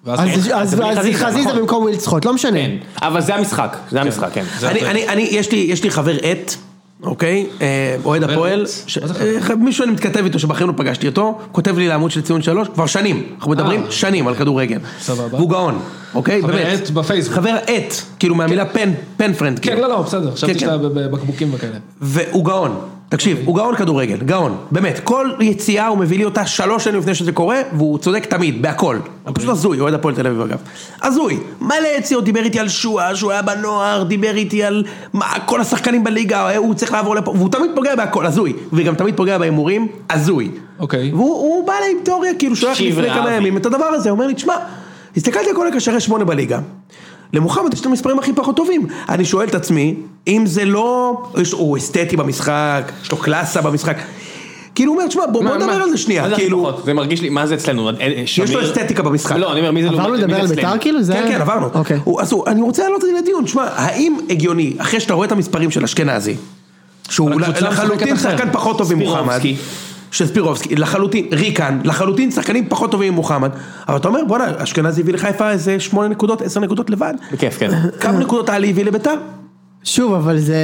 [SPEAKER 3] אז- אז
[SPEAKER 1] זה בלי
[SPEAKER 3] אז
[SPEAKER 1] חזיזה,
[SPEAKER 3] חזיזה
[SPEAKER 1] נכון.
[SPEAKER 3] במקום ווילדסחוט, לא משנה.
[SPEAKER 1] כן, אבל זה המשחק, זה המשחק, כן.
[SPEAKER 2] זה
[SPEAKER 4] אני,
[SPEAKER 2] אחרת.
[SPEAKER 4] אני, אני, יש לי, יש לי חבר עט, אוקיי, אה, אוהד
[SPEAKER 2] חבר
[SPEAKER 4] הפועל,
[SPEAKER 2] עט?
[SPEAKER 4] ש...
[SPEAKER 2] מה זה חבר?
[SPEAKER 4] אה, מישהו אני מתכתב איתו שבחיים לא פגשתי אותו, כותב לי לעמוד של ציון שלוש, כבר שנים, אנחנו מדברים שנים על כדורגל.
[SPEAKER 2] אה. סבבה.
[SPEAKER 4] והוא גאון, אוקיי,
[SPEAKER 2] חבר
[SPEAKER 4] באמת.
[SPEAKER 2] עט בפייסבוק.
[SPEAKER 4] חבר עט, כאילו מהמילה פן, פן פרנד.
[SPEAKER 2] כן, לא, לא, בסדר, חשבתי
[SPEAKER 4] כן.
[SPEAKER 2] שאתה בבקבוקים וכאלה.
[SPEAKER 4] והוא גאון. תקשיב, הוא גאון כדורגל, גאון, באמת, כל יציאה הוא מביא לי אותה שלוש שנים לפני שזה קורה, והוא צודק תמיד, בהכל. הוא פשוט הזוי, אוהד הפועל תל אביב אגב. הזוי, מלא יציאות, דיבר איתי על שואה, שהוא היה בנוער, דיבר איתי על מה, כל השחקנים בליגה, הוא צריך לעבור לפה, והוא תמיד פוגע בהכל, הזוי, וגם תמיד פוגע בהימורים, הזוי.
[SPEAKER 2] אוקיי.
[SPEAKER 4] והוא הוא בא אליי עם תיאוריה, כאילו, שולח לי
[SPEAKER 1] תקשיב,
[SPEAKER 4] לפני כמה
[SPEAKER 1] רעבי.
[SPEAKER 4] ימים את הדבר הזה, הוא אומר לי, תשמע, הסתכלתי על כל הקשרי שמונה בליגה. למוחמד יש את המספרים הכי פחות טובים. אני שואל את עצמי, אם זה לא... יש, הוא אסתטי במשחק, יש לו קלאסה במשחק. כאילו הוא אומר, תשמע, בוא, בוא
[SPEAKER 1] מה-
[SPEAKER 4] נדבר
[SPEAKER 1] מה-
[SPEAKER 4] על זה
[SPEAKER 1] מה
[SPEAKER 4] שנייה,
[SPEAKER 1] הכי
[SPEAKER 4] כאילו...
[SPEAKER 1] פחות? זה מרגיש לי, מה זה אצלנו? אה,
[SPEAKER 4] יש לו אסתטיקה במשחק.
[SPEAKER 1] לא, אני אומר, מי זה
[SPEAKER 3] עברנו
[SPEAKER 1] לעומת- מי
[SPEAKER 3] לדבר
[SPEAKER 1] זה
[SPEAKER 3] על
[SPEAKER 1] אצלנו?
[SPEAKER 3] בית"ר כאילו? זה
[SPEAKER 4] כן,
[SPEAKER 3] היה-
[SPEAKER 4] כן, עברנו.
[SPEAKER 3] אוקיי.
[SPEAKER 4] הוא, אז הוא, אני רוצה להעלות את זה לדיון, תשמע, האם הגיוני, אחרי שאתה רואה את המספרים של אשכנזי, שהוא
[SPEAKER 2] אבל הקבוצה
[SPEAKER 4] לחלוטין
[SPEAKER 2] משחקת אחרת.
[SPEAKER 4] שחקן פחות טוב ממוחמד,
[SPEAKER 1] ספירובסקי.
[SPEAKER 4] של ספירובסקי, לחלוטין, ריקן, לחלוטין שחקנים פחות טובים ממוחמד, אבל אתה אומר, בואנה, אשכנזי הביא לחיפה איזה שמונה נקודות, עשר נקודות לבד,
[SPEAKER 1] בכיף, כן.
[SPEAKER 4] כמה נקודות עלי הביא לביתר?
[SPEAKER 3] שוב, אבל זה,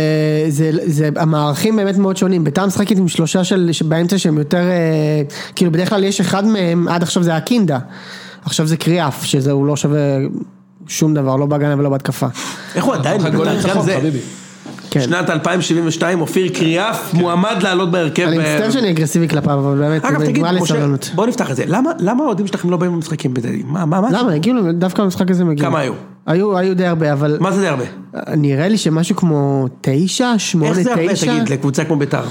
[SPEAKER 3] זה, זה, המערכים באמת מאוד שונים. ביתר משחקת עם שלושה של, שבאמצע שהם יותר, אה, כאילו בדרך כלל יש אחד מהם, עד עכשיו זה היה קינדה. עכשיו זה קריאף, שזה הוא לא שווה שום דבר, לא בהגנה ולא בהתקפה.
[SPEAKER 4] איך הוא עדיין
[SPEAKER 2] חגגו
[SPEAKER 4] בביתר? גם
[SPEAKER 2] לניצחון,
[SPEAKER 4] זה-
[SPEAKER 2] חביבי.
[SPEAKER 3] כן.
[SPEAKER 4] שנת 2072, אופיר קריאף, מועמד לעלות בהרכב.
[SPEAKER 3] אני
[SPEAKER 4] ב-
[SPEAKER 3] מצטער שאני אגרסיבי כלפיו, אבל באמת,
[SPEAKER 4] אגב, תגיד,
[SPEAKER 3] נגמר לי
[SPEAKER 4] משה,
[SPEAKER 3] סבלנות.
[SPEAKER 4] בוא נפתח את זה. למה- למה האוהדים שלכם לא באים למשחקים בזה? מה, מה, מה?
[SPEAKER 3] למה, הגיעו, דווקא במשחק הזה מגיעים.
[SPEAKER 4] כמה היו?
[SPEAKER 3] היו, היו די הרבה, אבל
[SPEAKER 4] מה זה די הרבה?
[SPEAKER 3] נראה לי שמשהו כמו תשע, שמונה,
[SPEAKER 4] איך זה הרבה,
[SPEAKER 3] תשע.
[SPEAKER 4] תגיד, לקבוצה כמו ביתר?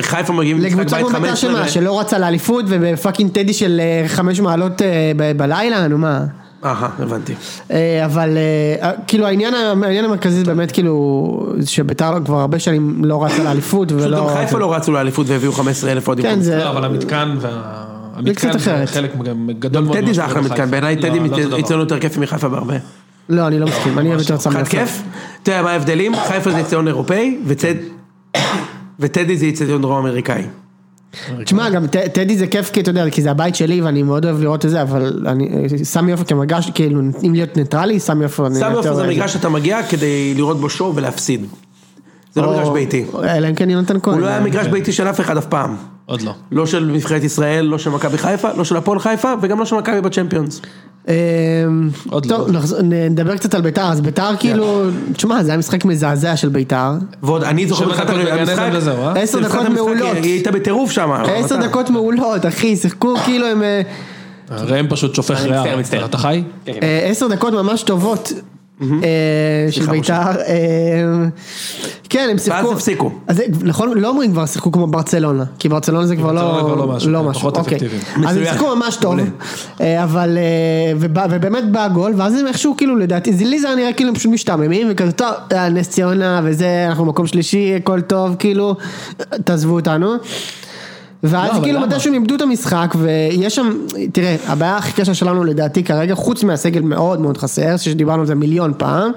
[SPEAKER 4] שחיפה מגיעים למשחק
[SPEAKER 3] לקבוצה
[SPEAKER 4] בית
[SPEAKER 3] כמו בית"ר
[SPEAKER 4] 15
[SPEAKER 3] שמה,
[SPEAKER 4] ו-
[SPEAKER 3] שלא רצה לאליפות ובפאקינג טדי של אה, חמש מעלות אה, ב- בלילה, נו מה.
[SPEAKER 4] אהה, הבנתי.
[SPEAKER 3] אה, אבל אה, כאילו העניין, ה- העניין המרכזי זה באמת כאילו זה שביתר כבר הרבה שנים לא אוקיי. רצה לאליפות
[SPEAKER 4] פשוט גם
[SPEAKER 3] ולא...
[SPEAKER 4] חיפה לא רצו לאליפות והביאו 15 אלף אוהדים.
[SPEAKER 3] כן זה...
[SPEAKER 2] לא, אבל המתקן וה... המתקן
[SPEAKER 3] אחרת.
[SPEAKER 2] חלק גם גדול מאוד.
[SPEAKER 4] טדי
[SPEAKER 2] ממה
[SPEAKER 4] זה אחלה
[SPEAKER 2] שקורה בחיפה.
[SPEAKER 4] מתקן, בעיניי
[SPEAKER 2] לא,
[SPEAKER 4] טדי
[SPEAKER 2] לא אותו דבר.
[SPEAKER 4] אצלנו יותר כיף מחיפה בהרבה.
[SPEAKER 3] לא, אני לא מסכים, אני אוהב יותר סמי
[SPEAKER 4] חד
[SPEAKER 3] עופר.
[SPEAKER 4] כיף? אתה יודע מה ההבדלים? חיפה זה אצטדיון אירופאי, וטד- וטדי זה אצטדיון דרום אמריקאי.
[SPEAKER 3] תשמע, גם ט- טדי זה כיף כי אתה יודע, כי זה הבית שלי ואני מאוד אוהב לראות את זה, אבל אני, אה, סמי עופר כמגרש, כאילו, אם להיות ניטרלי, סמי עופר... אני
[SPEAKER 4] סמי
[SPEAKER 3] יותר
[SPEAKER 4] עופר זה
[SPEAKER 3] אוהב.
[SPEAKER 4] מגרש שאתה מגיע כדי לראות בו שואו ולהפסיד. זה
[SPEAKER 3] או-
[SPEAKER 4] לא מגרש ביתי.
[SPEAKER 3] אלא אם כן יונתן כהן.
[SPEAKER 4] הוא לא היה מגרש ביתי של אף אחד אף פעם.
[SPEAKER 2] עוד לא.
[SPEAKER 4] לא של נבחרת ישראל, לא של מכבי חיפה, לא של הפועל חיפה, וגם לא של מכבי בצ'מפיונס.
[SPEAKER 3] אמ,
[SPEAKER 2] עוד
[SPEAKER 3] טוב,
[SPEAKER 2] לא.
[SPEAKER 3] נחזור- נ- נדבר קצת על ביתר, אז ביתר כאילו, תשמע, זה היה משחק מזעזע של ביתר.
[SPEAKER 4] ועוד אני זוכר
[SPEAKER 2] שבע
[SPEAKER 4] בתחילת
[SPEAKER 2] דקות בגן עדן וזהו, אה?
[SPEAKER 3] עשר
[SPEAKER 4] בתחילת
[SPEAKER 3] דקות
[SPEAKER 4] המשחק,
[SPEAKER 3] מעולות.
[SPEAKER 4] היא הייתה בטירוף שם. אה,
[SPEAKER 3] עשר דקות מעולות, אחי, שיחקו כאילו הם... אה,
[SPEAKER 2] ראם פשוט שופך
[SPEAKER 1] אני מצטער,
[SPEAKER 2] ריאה.
[SPEAKER 1] מצטער.
[SPEAKER 2] אתה חי? כן.
[SPEAKER 3] אה, עשר דקות ממש טובות. אה, של ביתר, אה, כן הם שיחקו,
[SPEAKER 4] הפסיקו.
[SPEAKER 3] אז זה- נכון לא אומרים כבר שיחקו כמו ברצלונה, כי ברצלונה זה כבר
[SPEAKER 2] ברצלונה כבר
[SPEAKER 3] לא
[SPEAKER 2] לא משהו,
[SPEAKER 3] לא
[SPEAKER 2] כן,
[SPEAKER 3] משהו,
[SPEAKER 2] פחות
[SPEAKER 3] אוקיי.
[SPEAKER 2] אפקטיביים.
[SPEAKER 3] אז הם
[SPEAKER 4] מצוין.
[SPEAKER 3] שיחקו ממש טוב, אה, אבל אה, ובא- ובאמת בא הגול, ואז הם איכשהו כאילו לדעתי, זה לי זה היה נראה כאילו הם פשוט משתעממים וכזה טוב, אה, נס ציונה וזה, אנחנו מקום שלישי, הכל טוב, כאילו, תעזבו אותנו.
[SPEAKER 2] לא,
[SPEAKER 3] ואז
[SPEAKER 2] אבל
[SPEAKER 3] כאילו
[SPEAKER 2] למה?
[SPEAKER 3] מתישהו הם איבדו את המשחק ויש שם, תראה, הבעיה הכי קשה שלנו לדעתי כרגע, חוץ מהסגל מאוד מאוד חסר, שדיברנו על זה מיליון פעם.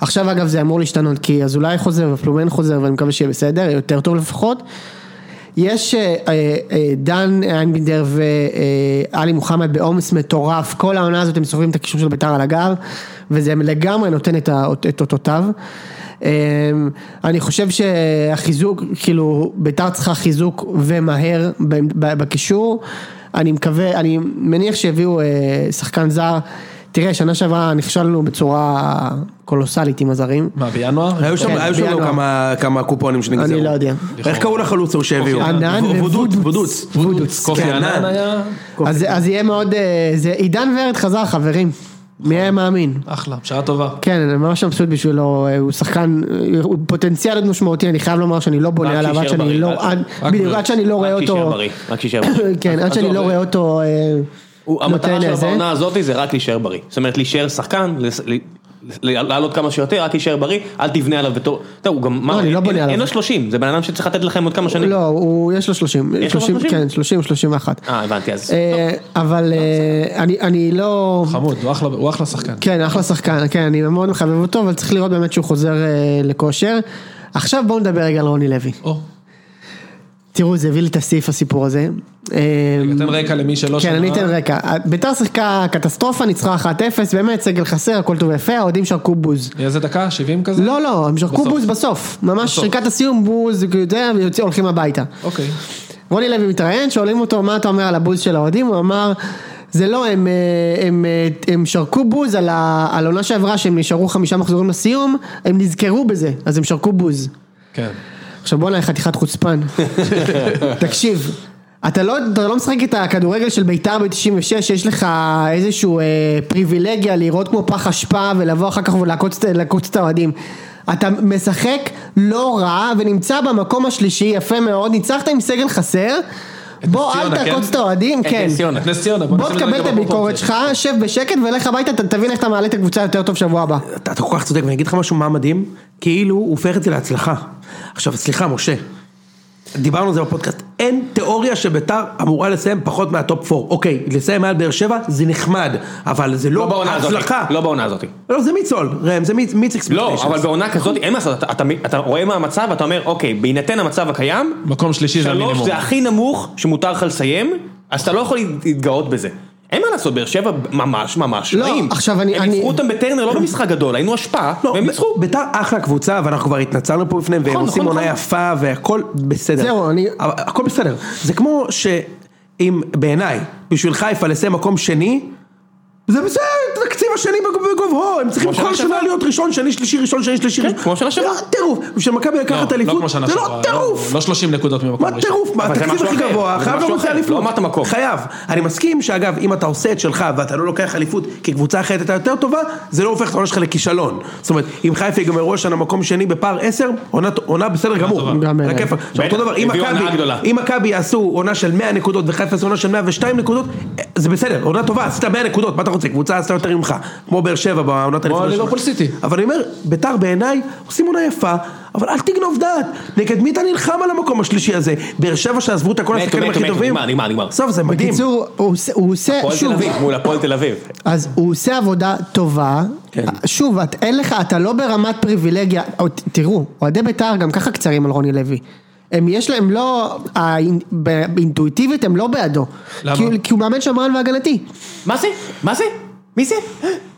[SPEAKER 3] עכשיו אגב זה אמור להשתנות כי אזולאי חוזר ופלומן חוזר ואני מקווה שיהיה בסדר, יהיה יותר טוב לפחות. יש אה, אה, אה, דן איינבינדר ואלי מוחמד בעומס מטורף, כל העונה הזאת הם סוחבים את הקישור של ביתר על הגב, וזה לגמרי נותן את, ה, את אותותיו. אה, אני חושב שהחיזוק, כאילו ביתר צריכה חיזוק ומהר ב- ב- בקישור. אני מקווה, אני מניח שיביאו אה, שחקן זר. תראה, שנה שעברה נכשלנו בצורה קולוסלית עם הזרים.
[SPEAKER 2] מה, בינואר?
[SPEAKER 4] היו שם
[SPEAKER 3] כן,
[SPEAKER 4] היו שם גם
[SPEAKER 3] בינואר.
[SPEAKER 4] כמה- כמה קופונים שנגזרו.
[SPEAKER 3] אני לא יודע.
[SPEAKER 4] איך קראו לחלוץ ההוא שהביאו?
[SPEAKER 3] ענן
[SPEAKER 4] ו- וודוץ,
[SPEAKER 3] ווודוץ.
[SPEAKER 4] וודוץ.
[SPEAKER 2] וודוץ, קופי
[SPEAKER 4] כן,
[SPEAKER 2] ענן
[SPEAKER 4] ענן.
[SPEAKER 2] היה.
[SPEAKER 3] אז, אז יהיה מאוד, אה, זה עידן ורד חזר חברים, מי היה מאמין?
[SPEAKER 2] אחלה, בשעה טובה.
[SPEAKER 3] כן, אני ממש מבסוט בשבילו, אה, הוא שחקן, אה, הוא פוטנציאל עוד משמעותי, אני חייב לומר שאני לא בונה עליו, עד
[SPEAKER 1] שיישאר
[SPEAKER 3] שאני
[SPEAKER 1] בריא,
[SPEAKER 3] לא,
[SPEAKER 1] רק-
[SPEAKER 3] עד-
[SPEAKER 2] רק
[SPEAKER 3] בדיוק,
[SPEAKER 2] בריא.
[SPEAKER 3] עד שאני לא רואה
[SPEAKER 1] רק שיישאר
[SPEAKER 3] אותו,
[SPEAKER 1] בריא, רק שיישאר בריא.
[SPEAKER 3] כן, עד שאני לא רואה אותו, אה,
[SPEAKER 1] הוא- המטרה
[SPEAKER 3] נותן
[SPEAKER 1] שלו
[SPEAKER 3] איזה-
[SPEAKER 1] בעונה הזאת זה רק להישאר בריא. זאת אומרת, להישאר שחקן, לס- ל- ל- לעלות כמה שיותר, רק להישאר בריא, אל תבנה עליו בתור... אתה יודע, הוא גם... מה,
[SPEAKER 3] אני לא
[SPEAKER 1] אין-
[SPEAKER 3] בונה
[SPEAKER 1] אין-
[SPEAKER 3] עליו.
[SPEAKER 1] אין לו 30, זה בן אדם שצריך לתת לכם עוד כמה שנים.
[SPEAKER 3] לא, הוא, יש לו 30,
[SPEAKER 1] יש לו
[SPEAKER 3] 30,
[SPEAKER 1] 30?
[SPEAKER 3] כן, 30, 31,
[SPEAKER 1] אה, הבנתי, אז...
[SPEAKER 3] אה, אבל אה, אני- אני לא,
[SPEAKER 2] חמוד, הוא אחלה- הוא אחלה שחקן.
[SPEAKER 3] כן, אחלה שחקן, כן, אני מאוד מחבב אותו, אבל צריך לראות באמת שהוא חוזר אה, לכושר. עכשיו בואו נדבר רגע על רוני לוי.
[SPEAKER 2] או,
[SPEAKER 3] תראו, זה הביא לי את הסעיף הסיפור הזה. אמ,
[SPEAKER 2] תן רקע למי שלא שמע.
[SPEAKER 3] כן, אני אתן רקע. ביתר שיחקה קטסטרופה, ניצחה 1-0, באמת, סגל חסר, הכל טוב ויפה, האוהדים שרקו בוז.
[SPEAKER 2] איזה דקה? 70 כזה?
[SPEAKER 3] לא, לא, הם שרקו
[SPEAKER 2] בסוף.
[SPEAKER 3] בוז בסוף. ממש
[SPEAKER 2] בסוף.
[SPEAKER 3] שריקת הסיום, בוז, זה, ויוצאים, הולכים הביתה.
[SPEAKER 2] אוקיי.
[SPEAKER 3] רוני לוי מתראיין, שואלים אותו מה אתה אומר על הבוז של האוהדים, הוא אמר, זה לא, הם, אה, הם, אה, הם שרקו בוז על ה- על העונה שעברה שהם נשארו חמישה מחזורים לסיום, הם נזכרו בזה, אז הם שרקו בוז.
[SPEAKER 2] כן.
[SPEAKER 3] עכשיו בואנה חתיכת חוצפן. תקשיב, אתה לא, אתה לא משחק את הכדורגל של ביתר ב-96, יש לך איזשהו אה, פריבילגיה לראות כמו פח אשפה ולבוא אחר כך ולעקוץ את- לעקוץ את האוהדים. אתה משחק לא רע ונמצא במקום השלישי, יפה מאוד, ניצחת עם סגל חסר. בוא
[SPEAKER 2] נס
[SPEAKER 3] אל
[SPEAKER 2] ציונה,
[SPEAKER 3] תעקוץ
[SPEAKER 2] כן?
[SPEAKER 3] את האוהדים,
[SPEAKER 1] את
[SPEAKER 3] כן.
[SPEAKER 1] נס ציונה. לא
[SPEAKER 2] נס ציונה,
[SPEAKER 3] בוא
[SPEAKER 2] נשים את זה
[SPEAKER 3] תקבל
[SPEAKER 2] רגע
[SPEAKER 3] את הביקורת
[SPEAKER 2] בפרופורציות.
[SPEAKER 3] שלך, שב בשקט ולך הביתה, ת- תבין איך אתה מעלה את הקבוצה יותר טוב שבוע הבא.
[SPEAKER 4] אתה אתה כל כך צודק, ואני אגיד לך משהו מה מדהים, כאילו הוא הופך את זה להצלחה. עכשיו, סליחה, משה, דיברנו על זה בפודקאסט, אין תיאוריה שביתר אמורה לסיים פחות מהטופ 4. אוקיי, לסיים מעל באר שבע זה נחמד, אבל זה
[SPEAKER 1] לא
[SPEAKER 4] לא
[SPEAKER 1] בעונה הזאת.
[SPEAKER 4] הצלחה.
[SPEAKER 1] לא בעונה הזאת.
[SPEAKER 4] לא, זה מיצול, ראם, זה מיצ- מיץ
[SPEAKER 1] לא,
[SPEAKER 4] expectations.
[SPEAKER 1] אבל בעונה כזאת, אין מה לעשות, אתה- אתה- אתה רואה מה המצב, ואתה אומר, אוקיי, בהינתן המצב הקיים,
[SPEAKER 2] מקום שלישי זה
[SPEAKER 1] שלוש
[SPEAKER 2] המינימום.
[SPEAKER 1] זה הכי נמוך שמותר לך לסיים, אז אתה לא יכול להתגאות בזה. אין מה לעשות, באר שבע ממש ממש
[SPEAKER 3] לא,
[SPEAKER 1] רעים.
[SPEAKER 3] עכשיו אני-
[SPEAKER 1] הם
[SPEAKER 3] אני-
[SPEAKER 1] ניצחו אותם בטרנר לא במשחק גדול, היינו השפעה,
[SPEAKER 4] לא,
[SPEAKER 1] והם
[SPEAKER 4] ב-
[SPEAKER 1] ניצחו.
[SPEAKER 4] ביתר אחלה קבוצה, ואנחנו כבר התנצלנו פה בפניהם, והם
[SPEAKER 1] נכון,
[SPEAKER 4] עושים
[SPEAKER 1] נכון,
[SPEAKER 4] עונה
[SPEAKER 1] נכון.
[SPEAKER 4] יפה, והכל בסדר.
[SPEAKER 3] זהו, אני-
[SPEAKER 4] אבל הכל בסדר. זה כמו שאם, בעיניי, בשביל חיפה לסיים מקום שני, זה בסדר, תקציב השני בגו- בגובהו, הם צריכים
[SPEAKER 1] כמו
[SPEAKER 4] כל
[SPEAKER 1] שנה
[SPEAKER 4] שנה
[SPEAKER 1] שעברה. כן,
[SPEAKER 4] להיות ראשון, שני, שלישי, ראשון, שני, שלישי, ראשון.
[SPEAKER 1] כמו שנה שעברה.
[SPEAKER 4] זה לא טירוף, בשביל מכבי לקחת
[SPEAKER 2] לא, לא
[SPEAKER 4] אליפות,
[SPEAKER 2] כמו שנה
[SPEAKER 4] זה לא
[SPEAKER 2] שעברה.
[SPEAKER 4] טירוף.
[SPEAKER 2] לא 30 נקודות ממקום
[SPEAKER 4] מה טירוף? מה
[SPEAKER 1] אבל זה
[SPEAKER 4] התקציב
[SPEAKER 1] משהו
[SPEAKER 4] הכי
[SPEAKER 1] אחר,
[SPEAKER 4] גבוה?
[SPEAKER 1] זה
[SPEAKER 4] חייב
[SPEAKER 1] משהו
[SPEAKER 4] לרוץ
[SPEAKER 1] אחר,
[SPEAKER 4] לאליפות.
[SPEAKER 1] לא אמרת מקום.
[SPEAKER 4] חייב. אני מסכים שאגב, אם אתה עושה את שלך ואתה לא לוקח אליפות כי קבוצה אחרת הייתה יותר טובה, זה לא הופך את העונה שלך לכישלון. זאת אומרת, אם חיפה יגמרו השנה מקום שני בפער 10, עונה- עונה בסדר גמור.
[SPEAKER 3] טובה. גם
[SPEAKER 4] על
[SPEAKER 3] בעיניי.
[SPEAKER 4] הכיפאק. עכשיו, אותו דבר, אם
[SPEAKER 1] הביאו
[SPEAKER 4] מכבי-
[SPEAKER 1] עונה גדולה.
[SPEAKER 4] אם מכבי יעשו עונה של 100 נקודות וחיפה יעשו עונה של 102 נקודות, זה בסדר, עונה טובה, עשית 100 נקודות, מה אתה רוצה? קבוצה עשתה יותר ממך, כמו באר שבע בעונת
[SPEAKER 2] כמו
[SPEAKER 4] הראשונה.
[SPEAKER 2] ליברפול סיטי.
[SPEAKER 4] אבל אני אומר, ביתר בעיניי עושים עונה יפה, אבל אל תגנוב דעת. נגד מי אתה נלחם על המקום השלישי הזה? באר שבע שעזבו את הכל
[SPEAKER 1] מת,
[SPEAKER 4] השחקנים
[SPEAKER 1] מת,
[SPEAKER 4] הכי
[SPEAKER 1] מת,
[SPEAKER 4] טובים?
[SPEAKER 1] נגמר, נגמר, נגמר.
[SPEAKER 4] עזוב, זה מדהים.
[SPEAKER 3] בקיצור, הוא עושה- הוא עושה,
[SPEAKER 1] הפועל תל
[SPEAKER 3] שוב,
[SPEAKER 1] אביב, מול הפועל תל אביב.
[SPEAKER 3] אז הוא עושה עבודה טובה, שוב, את- אין לך, אתה לא ברמת פריבילגיה, או, ת- תראו, אוהדי בית"ר גם ככה קצרים על רוני לוי. הם יש להם לא, האינ- ב- אינטואיטיבית הם לא בעדו.
[SPEAKER 2] למה?
[SPEAKER 3] כי הוא- כי הוא מאמן שמרן והגנתי.
[SPEAKER 1] מה זה? מה זה? מי זה?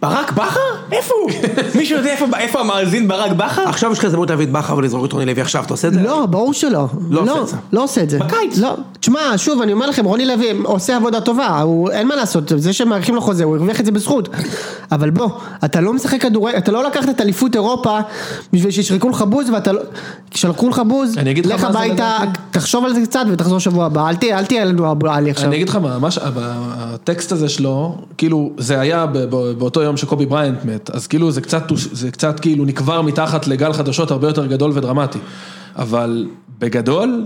[SPEAKER 1] ברק בכר? איפה הוא? מישהו יודע איפה- איפה המאזין ברק בכר?
[SPEAKER 4] עכשיו יש לך הזדמנות להביא את בכר ולזרוק את רוני לוי עכשיו, אתה עושה את זה?
[SPEAKER 3] לא, ברור שלא.
[SPEAKER 4] לא עושה
[SPEAKER 3] לא,
[SPEAKER 4] את זה.
[SPEAKER 3] לא עושה את זה.
[SPEAKER 1] בקיץ.
[SPEAKER 3] לא. תשמע, שוב, אני אומר לכם, רוני לוי עושה עבודה טובה, הוא, אין מה לעשות, זה שמאריכים לו חוזה, הוא הרוויח את זה בזכות. אבל בוא, אתה לא משחק כדורגל, אתה לא לקחת את אליפות אירופה בשביל שישרקו לך בוז, ואתה לא... שלחו לך בוז,
[SPEAKER 2] אני אגיד לך
[SPEAKER 3] לך
[SPEAKER 2] מה זה
[SPEAKER 3] הביתה,
[SPEAKER 2] לדעתי.
[SPEAKER 3] תחשוב על זה קצת ותחזור שבוע הבא, אל תהיה, אל תהיה לנו אבו עלי עכשיו.
[SPEAKER 2] אני אגיד לך מה, מה ש- הטקסט הזה שלו, כאילו, זה היה ב- ב- באותו יום שקובי בריינט מת, אז כאילו זה קצת, טוש- זה קצת כאילו נקבר מתחת לגל חדשות הרבה יותר גדול ודרמטי. אבל בגדול,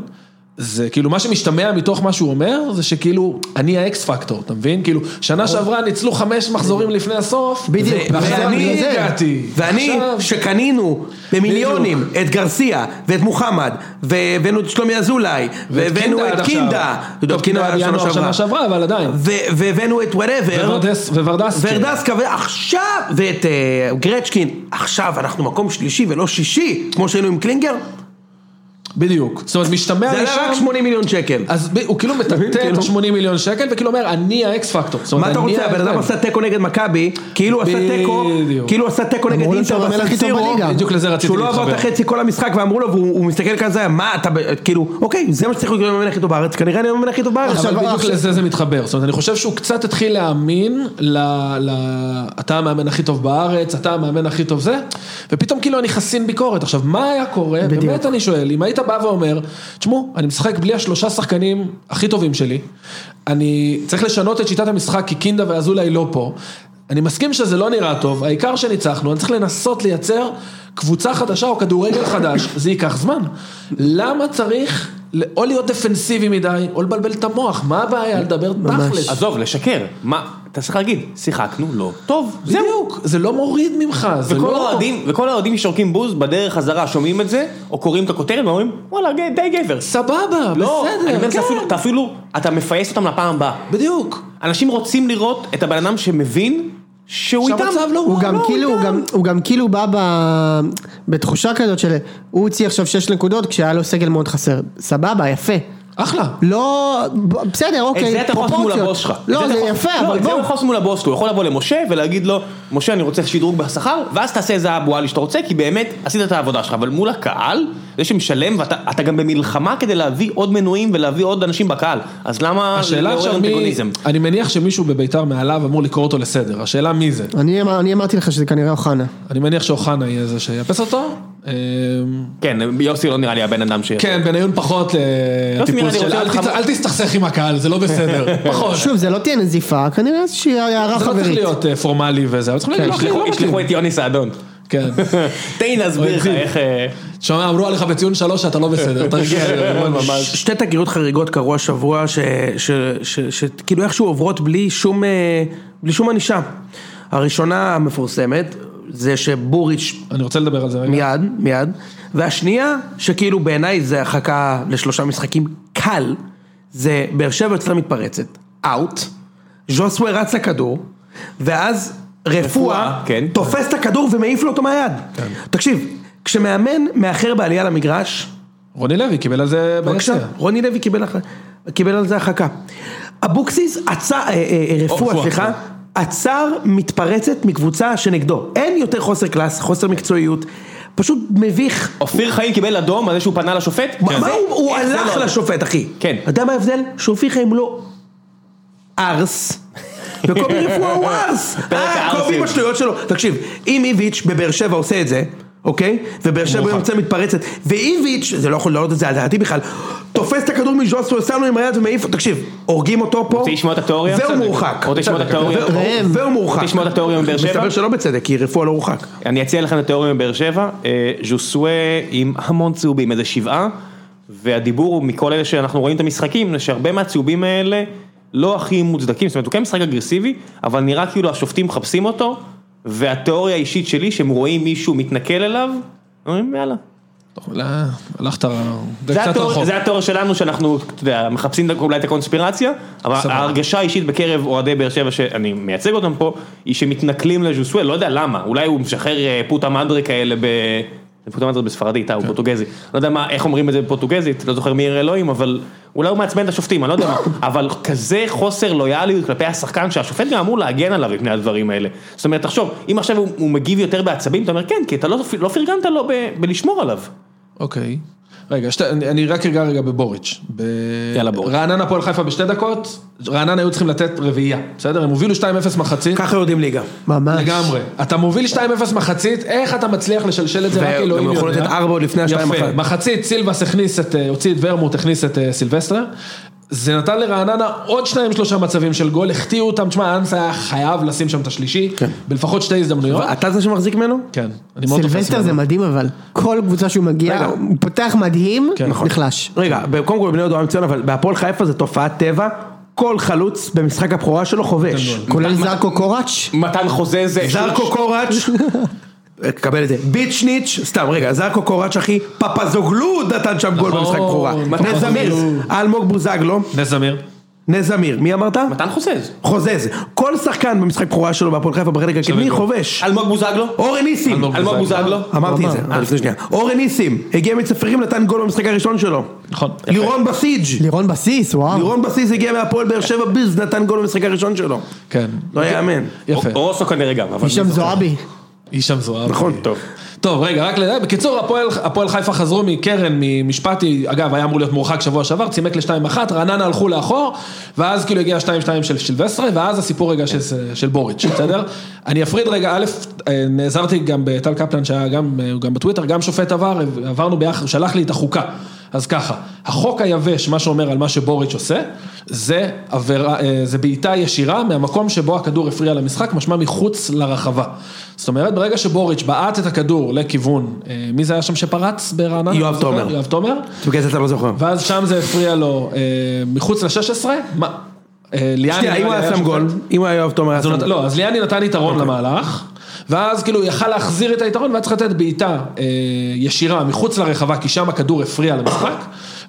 [SPEAKER 2] זה כאילו, מה שמשתמע מתוך מה שהוא אומר, זה שכאילו, אני האקס פקטור, אתה מבין? כאילו, שנה שעברה ניצלו חמש מחזורים לפני הסוף,
[SPEAKER 3] בדיוק,
[SPEAKER 2] ועכשיו
[SPEAKER 3] ואני-
[SPEAKER 2] אני הגעתי.
[SPEAKER 4] ואני,
[SPEAKER 2] עכשיו-
[SPEAKER 4] שקנינו במיליונים את גרסיה ואת מוחמד, והבאנו את שלומי אזולאי, והבאנו
[SPEAKER 2] לא, עד
[SPEAKER 4] את
[SPEAKER 2] עכשיו.
[SPEAKER 4] קינדה,
[SPEAKER 2] טוב, קינדה עד ינואר שנה שעברה, אבל עדיין.
[SPEAKER 4] ו- והבאנו את וואטאבר,
[SPEAKER 2] וורדס- וורדסקה.
[SPEAKER 4] וורדסקה, ועכשיו, ואת אה, גרצ'קין, עכשיו אנחנו מקום שלישי ולא שישי, כמו שהיינו עם קלינגר,
[SPEAKER 2] בדיוק. זאת אומרת, משתמע
[SPEAKER 4] זה עלה רק
[SPEAKER 2] לשם...
[SPEAKER 4] 80 מיליון שקל.
[SPEAKER 2] אז ב- הוא כאילו מטאטא את
[SPEAKER 4] כאילו?
[SPEAKER 2] ה-80 מיליון שקל, וכאילו אומר, אני האקס פקטור. זאת אומרת,
[SPEAKER 4] מה אתה
[SPEAKER 2] אני
[SPEAKER 4] רוצה, הבן אדם
[SPEAKER 2] ההבדל.
[SPEAKER 4] עשה תיקו נגד מכבי, כאילו הוא עשה תיקו,
[SPEAKER 2] בדיוק.
[SPEAKER 4] כאילו הוא עשה תיקו נגד
[SPEAKER 3] אמרו לו
[SPEAKER 4] אינטר
[SPEAKER 3] שהוא המלך
[SPEAKER 4] בסן
[SPEAKER 3] הכי טוב
[SPEAKER 4] סירו,
[SPEAKER 3] בליגה.
[SPEAKER 2] בדיוק לזה רציתי
[SPEAKER 4] שהוא לא עבר את
[SPEAKER 2] להתחבר.
[SPEAKER 4] החצי כל המשחק ואמרו לו, והוא הוא מסתכל כזה, מה אתה, ב- כאילו, אוקיי, זה מה שצריך להיות המאמן הכי טוב בארץ, כנראה אני המאמן הכי טוב בארץ.
[SPEAKER 2] אבל
[SPEAKER 3] עכשיו,
[SPEAKER 2] בדיוק
[SPEAKER 3] עכשיו-
[SPEAKER 2] לזה זה מתחבר, זאת אומרת, אני חושב שהוא קצת התחיל להאמין ל... ל- אתה המאמן הכי טוב בארץ, אתה המאמן הכי טוב זה, ופתאום כאילו אני חסין ביקורת. עכשיו, מה היה קורה,
[SPEAKER 3] בדיוק.
[SPEAKER 2] באמת אני שואל, אם היית בא ואומר, תשמעו, אני משחק בלי השלושה שחקנים הכי טובים שלי, אני צריך לשנות את שיטת המשחק כי קינדה ואזולאי לא פה, אני מסכים שזה לא נראה טוב, העיקר שניצחנו, אני צריך לנסות לייצר קבוצה חדשה או כדורגל חדש, זה ייקח זמן. למה צריך ל- או להיות דפנסיבי מדי, או לבלבל את המוח, מה הבעיה לדבר תכלס? אז
[SPEAKER 1] עזוב, לשקר. מה? אתה צריך להגיד, שיחקנו לא טוב. זהו.
[SPEAKER 2] בדיוק, זה לא מוריד ממך, זה
[SPEAKER 1] וכל
[SPEAKER 2] לא...
[SPEAKER 1] האוהדים, וכל האוהדים ששורקים בוז בדרך חזרה שומעים את זה, או קוראים את הכותרת ואומרים, וואלה, ג- די גבר.
[SPEAKER 2] סבבה,
[SPEAKER 1] לא, אני
[SPEAKER 2] בסדר,
[SPEAKER 1] אומר, זה
[SPEAKER 2] כן,
[SPEAKER 1] אפילו- אתה אפילו, אתה מפייס אותם לפעם הבאה.
[SPEAKER 2] בדיוק.
[SPEAKER 1] אנשים רוצים לראות את הבן אדם שמבין שהוא איתם.
[SPEAKER 2] שהמצב לא
[SPEAKER 3] הוא
[SPEAKER 2] רע,
[SPEAKER 3] גם
[SPEAKER 2] לא,
[SPEAKER 3] כאילו, הוא גם- הוא גם כאילו בא ב- בתחושה כזאת של הוא הוציא עכשיו 6 נקודות כשהיה לו סגל מאוד חסר. סבבה, יפה.
[SPEAKER 2] אחלה.
[SPEAKER 3] לא, ב- בסדר,
[SPEAKER 1] את
[SPEAKER 3] אוקיי,
[SPEAKER 1] זה אתה יכול לעשות מול הבוס שלך.
[SPEAKER 3] לא,
[SPEAKER 1] את
[SPEAKER 3] זה
[SPEAKER 1] אתה יכול-
[SPEAKER 3] יפה,
[SPEAKER 1] לא,
[SPEAKER 3] אבל
[SPEAKER 1] את זה הוא
[SPEAKER 3] בוא.
[SPEAKER 1] יכול לעשות מול הבוס שלו. הוא יכול לבוא למשה ולהגיד לו, משה אני רוצה שדרוג בשכר, ואז תעשה איזה אבו עלי שאתה רוצה, כי באמת עשית את העבודה שלך. אבל מול הקהל, זה שמשלם, ואתה אתה גם במלחמה כדי להביא עוד מנויים ולהביא עוד אנשים בקהל. אז למה
[SPEAKER 2] השאלה עכשיו מי...
[SPEAKER 1] לא אנטגוניזם?
[SPEAKER 2] אני מניח שמישהו בביתר מעליו אמור לקרוא אותו לסדר, השאלה מי זה.
[SPEAKER 3] אני אמר- אני אמרתי לך שזה כנראה אוחנה.
[SPEAKER 2] אני מניח שאוחנה יהיה זה שיאפס אותו. אמ,
[SPEAKER 1] כן, יוסי לא נראה לי הבן אדם ש...
[SPEAKER 2] כן, בניון פחות אה,
[SPEAKER 1] יוסי, נראה
[SPEAKER 2] הטיפוס
[SPEAKER 1] לי רוצה
[SPEAKER 2] של אל
[SPEAKER 1] להיות
[SPEAKER 2] תצ-
[SPEAKER 1] חמור."
[SPEAKER 2] אל תסתכסך עם הקהל, זה לא בסדר. פחות.
[SPEAKER 3] שוב, זה לא תהיה נזיפה, כנראה איזושהי הערה
[SPEAKER 2] זה לא צריך
[SPEAKER 3] חברית.
[SPEAKER 2] להיות אה, פורמלי וזה, אבל צריכים להגיד, לא,
[SPEAKER 1] ישלחו-
[SPEAKER 2] אחי, לא
[SPEAKER 1] ישלחו
[SPEAKER 2] מתאים.
[SPEAKER 1] את יוני סעדון.
[SPEAKER 2] כן.
[SPEAKER 1] תן לי להסביר לך
[SPEAKER 2] אוי,
[SPEAKER 1] איך... אה,
[SPEAKER 2] שומע, אמרו עליך בציון שלוש שאתה לא בסדר, תרגיע, אבל ממש.
[SPEAKER 4] ש- שתי תגריות חריגות קרו השבוע, שכאילו איכשהו עוברות בלי שום, אה, בלי שום ענישה. הראשונה המפורסמת, זה שבוריץ'
[SPEAKER 2] אני רוצה לדבר על זה רגע.
[SPEAKER 4] מיד, מיד. והשנייה, שכאילו בעיניי זה הרחקה לשלושה משחקים קל, זה באר שבע אצלה מתפרצת, אאוט, ז'וסווה רץ לכדור, ואז רפואה,
[SPEAKER 1] רפואה, כן.
[SPEAKER 4] תופס את הכדור ומעיף לו אותו מהיד. תקשיב, כשמאמן מאחר בעלייה למגרש,
[SPEAKER 2] רוני לוי קיבל על זה
[SPEAKER 4] בבקשה,
[SPEAKER 2] ביציע.
[SPEAKER 4] רוני לוי קיבל, הח- קיבל על זה הרחקה. אבוקסיס עצר, אה, אה, אה, רפואה,
[SPEAKER 2] רפואה,
[SPEAKER 4] סליחה,
[SPEAKER 2] כן.
[SPEAKER 4] עצר מתפרצת מקבוצה שנגדו. אין יותר חוסר קלאס, חוסר מקצועיות, פשוט מביך.
[SPEAKER 1] אופיר חיים קיבל אדום על זה שהוא פנה לשופט?
[SPEAKER 4] מה מה
[SPEAKER 1] כן. זה-
[SPEAKER 4] הוא, הוא
[SPEAKER 1] איך זה
[SPEAKER 4] הלך
[SPEAKER 1] לא-
[SPEAKER 4] לשופט אחי.
[SPEAKER 1] כן.
[SPEAKER 4] אתה יודע מה ההבדל? שאופיר חיים לא ארס, וקובי רפואה הוא ארס.
[SPEAKER 1] פרק
[SPEAKER 4] אה, קובי
[SPEAKER 1] הארסים.
[SPEAKER 4] עם השטויות שלו. תקשיב, אם איביץ' בבאר שבע עושה את זה, אוקיי? ובאר שבע יוצא מתפרצת, ואיביץ', זה לא יכול לעלות את זה על דעתי בכלל, תופס את הכדור מז'וס סוסנו עם היד ומעיף, תקשיב, הורגים אותו פה,
[SPEAKER 1] רוצה לשמוע את התיאוריה?
[SPEAKER 4] והוא
[SPEAKER 1] בסדר.
[SPEAKER 4] מורחק.
[SPEAKER 1] רוצה לשמוע את
[SPEAKER 4] בסדר.
[SPEAKER 1] התיאוריה?
[SPEAKER 4] והוא-
[SPEAKER 3] ראם.
[SPEAKER 4] והוא מורחק.
[SPEAKER 1] רוצה לשמוע את התיאוריה מבאר שבע?
[SPEAKER 4] מסתבר שלא בצדק, כי רפואה לא הורחק.
[SPEAKER 1] אני אציע לכם את התיאוריה מבאר שבע, אה, ז'וסווה עם המון צהובים, איזה שבעה, והדיבור הוא מכל אלה שאנחנו רואים את המשחקים, זה שהרבה מהצהובים האלה לא הכי מוצדקים, זאת אומרת הוא כן משחק אגרסיבי, אבל נראה כאילו השופטים מחפשים אותו, והתיאוריה האישית שלי, שהם רואים מישהו מתנכל אליו, אומרים יאללה.
[SPEAKER 2] טוב, לא, הלכת, זה
[SPEAKER 1] זה
[SPEAKER 2] קצת
[SPEAKER 1] התיאור-
[SPEAKER 2] רחוק.
[SPEAKER 1] זה התיאוריה שלנו שאנחנו, אתה יודע, מחפשים דווקא אולי את הקונספירציה, אבל
[SPEAKER 2] סבבה.
[SPEAKER 1] ההרגשה האישית בקרב אוהדי באר שבע שאני מייצג אותם פה, היא שמתנכלים לז'וסווה, לא יודע למה, אולי הוא משחרר אה, פוטה מדרה כאלה ב... זה פוטה מדרה בספרדית, אה, הוא פורטוגזי, לא יודע מה, איך אומרים את זה בפורטוגזית, לא זוכר מי יראה אלוהים, אבל אולי הוא מעצבן את השופטים, אני לא יודע מה, אבל כזה חוסר לויאליות כלפי השחקן שהשופט גם אמור להגן עליו מפני הדברים האלה. זאת אומרת, תחשוב, אם עכשיו הוא, הוא מגיב יותר בעצבים, אתה אומר כן, כי אתה לא, לא פרגנת לו ב, בלשמור עליו.
[SPEAKER 2] אוקיי. רגע, שת, אני, אני רק אגע רגע בבוריץ'. ב...
[SPEAKER 1] יאללה, בוריץ'.
[SPEAKER 2] רעננה הפועל חיפה בשתי דקות, רעננה היו צריכים לתת רביעייה, בסדר? הם הובילו 2-0 מחצית.
[SPEAKER 4] ככה יורדים ליגה.
[SPEAKER 3] ממש.
[SPEAKER 2] לגמרי. אתה מוביל 2-0 מחצית, איך אתה מצליח לשלשל את זה? רק
[SPEAKER 4] והם
[SPEAKER 2] אלוהים יודע.
[SPEAKER 4] יכולים לתת ארבע עוד לפני השתיים
[SPEAKER 2] יפה.
[SPEAKER 4] אחת.
[SPEAKER 2] מחצית, סילבס הכניס את, אה, הוציא את ורמוט, הכניס את אה, סילבסטר. זה נתן לרעננה עוד שניים שלושה מצבים של גול, החטיאו אותם, תשמע, אנס היה חייב לשים שם את השלישי,
[SPEAKER 3] כן.
[SPEAKER 2] בלפחות שתי הזדמנויות.
[SPEAKER 4] אתה זה שמחזיק ממנו?
[SPEAKER 2] כן, אני מאוד תופס
[SPEAKER 3] סילבסטר
[SPEAKER 2] ממנו.
[SPEAKER 3] זה מדהים אבל, כל קבוצה שהוא מגיע,
[SPEAKER 4] רגע.
[SPEAKER 3] הוא פותח מדהים,
[SPEAKER 2] כן, נכון.
[SPEAKER 3] נחלש.
[SPEAKER 4] רגע, קודם כל בני יהודה אוהבים ציון, אבל בהפועל חיפה זה תופעת טבע, כל חלוץ במשחק הבכורה שלו חובש.
[SPEAKER 3] כולל זרקו קוראץ',
[SPEAKER 1] מתן חוזה זה...
[SPEAKER 4] זרקו קוראץ', קבל את זה, ביצ'ניץ', סתם רגע, זרקו קוראץ' אחי, פפזוגלו נתן שם גול
[SPEAKER 2] נכון,
[SPEAKER 4] במשחק הבכורה.
[SPEAKER 2] מתן
[SPEAKER 4] נס זמיר,
[SPEAKER 2] חוזז.
[SPEAKER 4] אלמוג בוזגלו,
[SPEAKER 2] נס זמיר.
[SPEAKER 4] נס זמיר, מי אמרת?
[SPEAKER 1] מתן חוזז.
[SPEAKER 4] חוזז. כל שחקן במשחק בכורה שלו בהפועל חיפה בחלק הקדמי
[SPEAKER 2] גול.
[SPEAKER 4] חובש.
[SPEAKER 1] אלמוג בוזגלו?
[SPEAKER 4] אורן ניסים,
[SPEAKER 2] אלמוג
[SPEAKER 1] אלמוג בוזגלו?
[SPEAKER 4] אמרתי את זה,
[SPEAKER 1] אה.
[SPEAKER 4] אבל לפני שנייה. אורן ניסים, הגיע מצפרים, נתן גול במשחק הראשון שלו.
[SPEAKER 2] נכון.
[SPEAKER 4] לירון בסיג',
[SPEAKER 3] לירון בסיס,
[SPEAKER 1] אה.
[SPEAKER 3] וואו.
[SPEAKER 4] לירון בסיס הגיע מהפועל באר שבע ביז, נתן גול במשחק הראשון שלו.
[SPEAKER 2] כן.
[SPEAKER 1] אה.
[SPEAKER 4] לא יאמן.
[SPEAKER 2] יפה.
[SPEAKER 1] רוסו כנראה גם, אבל...
[SPEAKER 3] יש שם זועבי.
[SPEAKER 2] הישאם זועבי.
[SPEAKER 4] נכון.
[SPEAKER 1] טוב.
[SPEAKER 2] טוב, רגע, רק לדעת, בקיצור, הפועל, הפועל חיפה חזרו מקרן, ממשפטי, אגב, היה אמור להיות מורחק שבוע שעבר, צימק ל-2-1, רעננה הלכו לאחור, ואז כאילו הגיע 2-2 של סילבסטרי, ואז הסיפור רגע של, של בוריץ', בסדר? אני אפריד רגע, א', אה, נעזרתי גם בטל קפלן, שהיה גם, הוא גם בטוויטר, גם שופט עבר, עברנו ביחד, הוא שלח לי את החוקה. אז ככה, החוק היבש, מה שאומר על מה שבוריץ' עושה, זה עבירה, אה, זה בעיטה ישירה מהמקום שבו הכדור הפריע למשחק, משמע מחוץ לרחבה. זאת אומרת, ברגע שבוריץ' בעט את הכדור לכיוון, אה, מי זה היה שם שפרץ ברעננה?
[SPEAKER 4] יואב
[SPEAKER 2] אתה זוכר?
[SPEAKER 4] תומר.
[SPEAKER 2] יואב תומר,
[SPEAKER 4] בגלל זה אתה לא זוכר.
[SPEAKER 2] ואז שם זה הפריע לו אה, מחוץ ל-16, מה? אה, ליאני
[SPEAKER 4] שנייה, אם
[SPEAKER 2] נראה
[SPEAKER 4] הוא
[SPEAKER 2] לי
[SPEAKER 4] היה
[SPEAKER 2] שם
[SPEAKER 4] שם גול, אם הוא היה יואב תומר היה
[SPEAKER 2] אז
[SPEAKER 4] שם
[SPEAKER 2] הוא נת...
[SPEAKER 4] גול.
[SPEAKER 2] לא, אז ליאני נתן יתרון למהלך, ואז כאילו יכל להחזיר את היתרון, והיה צריך לתת בעיטה אה, ישירה מחוץ לרחבה, כי שם הכדור הפריע למשחק,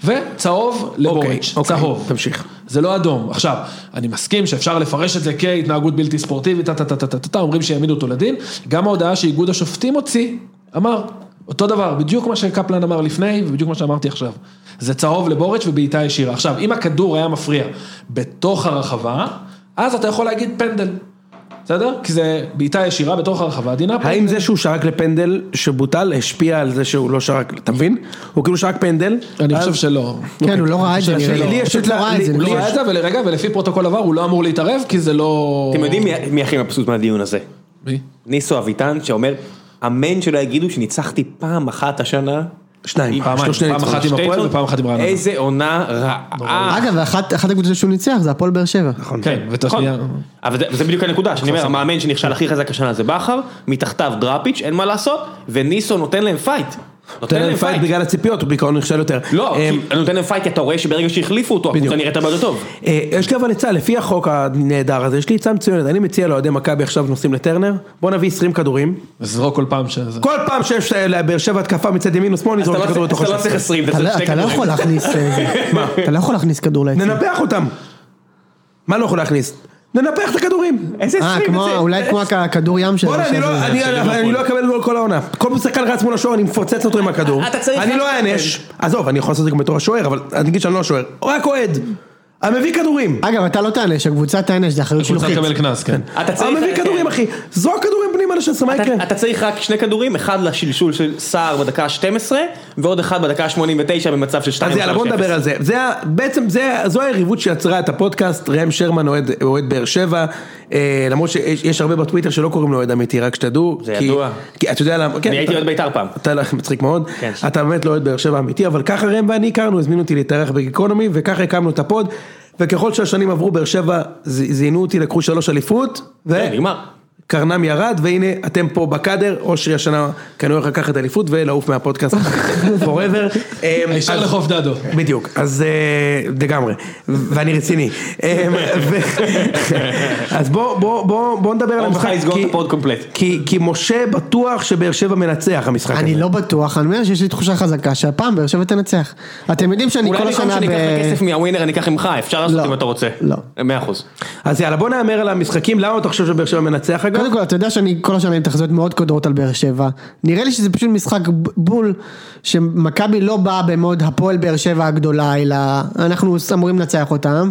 [SPEAKER 2] וצהוב לבוריץ',
[SPEAKER 4] אוקיי,
[SPEAKER 2] צהוב.
[SPEAKER 4] תמשיך.
[SPEAKER 2] זה לא אדום. עכשיו, אני מסכים שאפשר לפרש את זה כהתנהגות בלתי ספורטיבית, טה טה טה טה טה טה, טה, אומרים שיעמידו אותו לדין, גם ההודעה שאיגוד השופטים הוציא, אמר. אותו דבר, בדיוק מה שקפלן אמר לפני, ובדיוק מה שאמרתי עכשיו. זה צהוב לבוריץ' ובעיטה ישירה. עכשיו, אם הכדור היה מפריע בתוך הרחבה, אז אתה יכול להגיד פנדל. בסדר? כי זה בעיטה ישירה בתוך הרחבה, דינה
[SPEAKER 1] לא,
[SPEAKER 2] פנדל.
[SPEAKER 4] האם זה שהוא שרק לפנדל שבוטל השפיע על זה שהוא לא שרק, אתה מבין? הוא כאילו שרק פנדל.
[SPEAKER 2] אני
[SPEAKER 4] אז-
[SPEAKER 2] חושב שלא.
[SPEAKER 3] כן, הוא לא ראה את זה,
[SPEAKER 4] השאלה
[SPEAKER 3] נראה
[SPEAKER 4] לי
[SPEAKER 3] לי, הוא
[SPEAKER 4] יש
[SPEAKER 3] פשוט לא
[SPEAKER 4] את ה-
[SPEAKER 3] ראה את זה.
[SPEAKER 4] לי-
[SPEAKER 2] הוא
[SPEAKER 3] נראה
[SPEAKER 2] לא
[SPEAKER 3] לי.
[SPEAKER 2] ראה את זה, ולרגע, ולפי פרוטוקול עבר, הוא לא אמור להתערב, כי זה לא...
[SPEAKER 1] אתם יודעים מי- מי הכי מבסוט מהדיון הזה?
[SPEAKER 2] מי?
[SPEAKER 1] ניסו אביטן שאומר, אמן שלא יגידו שניצחתי פעם אחת השנה.
[SPEAKER 4] שניים,
[SPEAKER 2] פעמיים,
[SPEAKER 4] שלושת
[SPEAKER 2] פעם אחת עם
[SPEAKER 1] שתי
[SPEAKER 2] הפועל
[SPEAKER 1] ניצחונות.
[SPEAKER 2] ופעם אחת עם רעננה.
[SPEAKER 1] איזה עונה רעה.
[SPEAKER 3] אגב, אחת אחת הקבוצות שהוא ניצח זה הפועל באר שבע.
[SPEAKER 2] כן, ואת
[SPEAKER 1] אה. נכון.
[SPEAKER 2] השנייה...
[SPEAKER 1] אבל זה- זה בדיוק הנקודה, שאני אומר, המאמן שנכשל הכי חזק השנה זה בכר, מתחתיו דראפיץ', אין מה לעשות, וניסו נותן להם פייט.
[SPEAKER 4] נותן להם פייט בגלל הציפיות, הוא בעיקרון נכשל יותר.
[SPEAKER 1] לא,
[SPEAKER 4] אה,
[SPEAKER 1] כי- נותן להם פייט כי אתה רואה שברגע שהחליפו אותו, הקבוצה
[SPEAKER 4] בדיוק.
[SPEAKER 1] נראית הרבה יותר טוב.
[SPEAKER 4] אה, יש לי אבל עצה, לפי החוק הנהדר הזה, יש לי עצה מצוינת, אני מציע לאוהדי מכבי עכשיו נוסעים לטרנר, בוא נביא 20 כדורים,
[SPEAKER 2] לזרוק כל פעם שזה...
[SPEAKER 4] כל פעם שיש אה, לבאר שבע התקפה מצד ימין או שמאל,
[SPEAKER 1] אז אתה
[SPEAKER 4] נזרוק את
[SPEAKER 1] לא
[SPEAKER 4] הכדור
[SPEAKER 1] צריך-
[SPEAKER 4] לתוך
[SPEAKER 1] אתה לא צריך
[SPEAKER 4] השטח.
[SPEAKER 1] 20, אתה
[SPEAKER 3] אתה
[SPEAKER 1] צריך
[SPEAKER 3] לא-
[SPEAKER 1] שתי
[SPEAKER 3] אתה לא
[SPEAKER 1] כדורים.
[SPEAKER 3] יכול להכניס... אה, זה. אתה לא יכול להכניס כדור לעצמך.
[SPEAKER 4] ננפח אותם. מה לא יכול להכניס? ננפח את הכדורים. איזה
[SPEAKER 3] אה,
[SPEAKER 4] 20
[SPEAKER 3] כמו,
[SPEAKER 4] איזה-
[SPEAKER 3] אולי כמו הכדור ים של...
[SPEAKER 4] בוא'נה, אני לא- אני- אני לא אקבל גול כל העונה. כל שחקן רץ מול השוער, אני מפוצץ אותו עם הכדור.
[SPEAKER 1] אתה צריך-
[SPEAKER 4] אני לא אענש. עזוב, אני יכול לעשות את זה גם בתור השוער, אבל אני אגיד שאני לא השוער. רק אוהד. המביא כדורים.
[SPEAKER 3] אגב, אתה לא תענש, הקבוצה תענש, זה אחריות
[SPEAKER 2] הוא צריך
[SPEAKER 3] שלוחית.
[SPEAKER 2] לקבל קנס, כן.
[SPEAKER 1] אתה צריך...
[SPEAKER 4] המביא כדורים, אחי. זרוק כדורים פנימה כן. האלה של סמי
[SPEAKER 1] אתה-
[SPEAKER 4] יקרה.
[SPEAKER 1] אתה צריך רק שני כדורים, אחד לשלשול של סער בדקה ה-12, ועוד אחד בדקה ה-89 במצב של 2
[SPEAKER 4] אז יאללה, בוא נדבר על זה. זה ה- בעצם זה, זו היריבות שיצרה את הפודקאסט, ראם שרמן אוהד אוהד באר שבע, אה, למרות שיש יש הרבה בטוויטר שלא קוראים לו אוהד אמיתי, רק שתדעו.
[SPEAKER 1] זה
[SPEAKER 4] כי-
[SPEAKER 1] ידוע.
[SPEAKER 4] כי אתה יודע למה, כן.
[SPEAKER 1] אני הייתי
[SPEAKER 4] אתה-
[SPEAKER 1] אוהד בית"ר פעם.
[SPEAKER 4] אתה לך מצחיק מאוד,
[SPEAKER 1] כן.
[SPEAKER 4] אתה באמת לא אוהד באר שבע אמיתי, אבל ככה ראם ואני הכרנו, הזמינו אותי להתארח בגיקונומי, וככה הקמנו את הפוד, וככל שהשנים עברו באר שבע, ז- זיינו אותי, לקחו שלוש אליפות,
[SPEAKER 1] כן, נגמר.
[SPEAKER 4] קרנם ירד, והנה אתם פה בקאדר, אושרי השנה כנראה הולך לקחת אליפות ולעוף מהפודקאסט forever. אמ,
[SPEAKER 2] הישר
[SPEAKER 4] אז-
[SPEAKER 2] לחוף דדו.
[SPEAKER 4] בדיוק, אז אה, לגמרי, ואני רציני. אמ, ו- אז בוא- בוא בוא- בוא נדבר על
[SPEAKER 1] אור
[SPEAKER 4] המשחק,
[SPEAKER 1] חי יסגור
[SPEAKER 4] כי-
[SPEAKER 1] את הפוד קומפלט.
[SPEAKER 4] כי כי משה בטוח שבאר שבע מנצח המשחק הזה.
[SPEAKER 3] אני לא בטוח, אני אומר שיש לי תחושה חזקה שהפעם באר שבע תנצח. אתם יודעים שאני
[SPEAKER 1] אולי
[SPEAKER 3] כל
[SPEAKER 1] במקום
[SPEAKER 3] השנה
[SPEAKER 1] שאני
[SPEAKER 3] ב...
[SPEAKER 1] אקח את הכסף מהווינר אני אקח ממך, אפשר לעשות
[SPEAKER 3] לא.
[SPEAKER 1] אם אתה רוצה.
[SPEAKER 3] לא.
[SPEAKER 1] מאה אחוז.
[SPEAKER 4] אז יאללה בוא נהמר על המשחקים, למה אתה חושב שבאר שבע מנצח אגב?
[SPEAKER 3] קודם כל, אתה יודע שאני כל השנה עם תחזיות מאוד קודרות על באר שבע. נראה לי שזה פשוט משחק ב- בול, שמכבי לא באה במוד הפועל באר שבע הגדולה, אלא אנחנו אמורים לנצח אותם.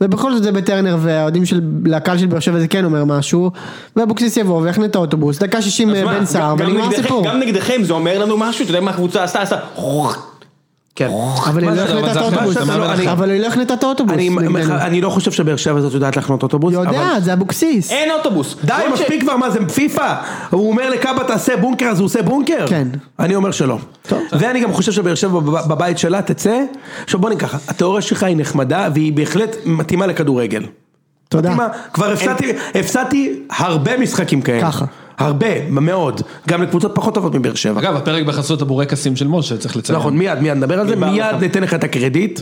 [SPEAKER 3] ובכל זאת זה בטרנר והאוהדים של, לקהל של באר שבע זה כן אומר משהו. ואבוקסיס יבוא ויחנה את האוטובוס, דקה 60
[SPEAKER 1] אז מה,
[SPEAKER 3] בן סער,
[SPEAKER 1] גם- גם
[SPEAKER 3] ונגמר
[SPEAKER 1] נגדכם-
[SPEAKER 3] הסיפור.
[SPEAKER 1] גם נגדכם זה אומר לנו משהו, אתה יודע מה הקבוצה עשתה, עשתה...
[SPEAKER 4] כן.
[SPEAKER 3] אבל היא
[SPEAKER 4] מה
[SPEAKER 3] לא
[SPEAKER 4] זה,
[SPEAKER 3] החנתה
[SPEAKER 2] אבל
[SPEAKER 3] את
[SPEAKER 2] זה
[SPEAKER 3] האוטובוס,
[SPEAKER 4] החלטה שאתה לא- אני-
[SPEAKER 3] אבל היא לא החנתה את האוטובוס.
[SPEAKER 4] אני-
[SPEAKER 3] נגדנו.
[SPEAKER 4] אני לא חושב שבאר שבע הזאת יודעת לחנות אוטובוס. אבל-
[SPEAKER 3] יודע, זה לא אבוקסיס.
[SPEAKER 2] אה,
[SPEAKER 1] אין אוטובוס.
[SPEAKER 4] די,
[SPEAKER 1] למרות ש-
[SPEAKER 4] מספיק כבר, מה זה פיפא? הוא אומר לקאבה תעשה בונקר, אז הוא עושה בונקר?
[SPEAKER 3] כן.
[SPEAKER 4] אני אומר שלא. ואני גם חושב שבאר שבע בב- בבית שלה תצא. עכשיו בוא ניקח, התיאוריה שלך היא נחמדה, והיא בהחלט מתאימה לכדורגל.
[SPEAKER 3] תודה.
[SPEAKER 4] מתאימה, כבר הפסדתי, הפסדתי הרבה משחקים כאלה.
[SPEAKER 3] ככה.
[SPEAKER 4] הרבה, מאוד. גם לקבוצות פחות טובות מבאר שבע.
[SPEAKER 2] אגב, הפרק בחסות הבורקסים של משה, צריך לציין.
[SPEAKER 4] נכון, מיד, מיד נדבר על זה,
[SPEAKER 1] דיברנו
[SPEAKER 4] מיד
[SPEAKER 1] שם.
[SPEAKER 4] ניתן לך את הקרדיט.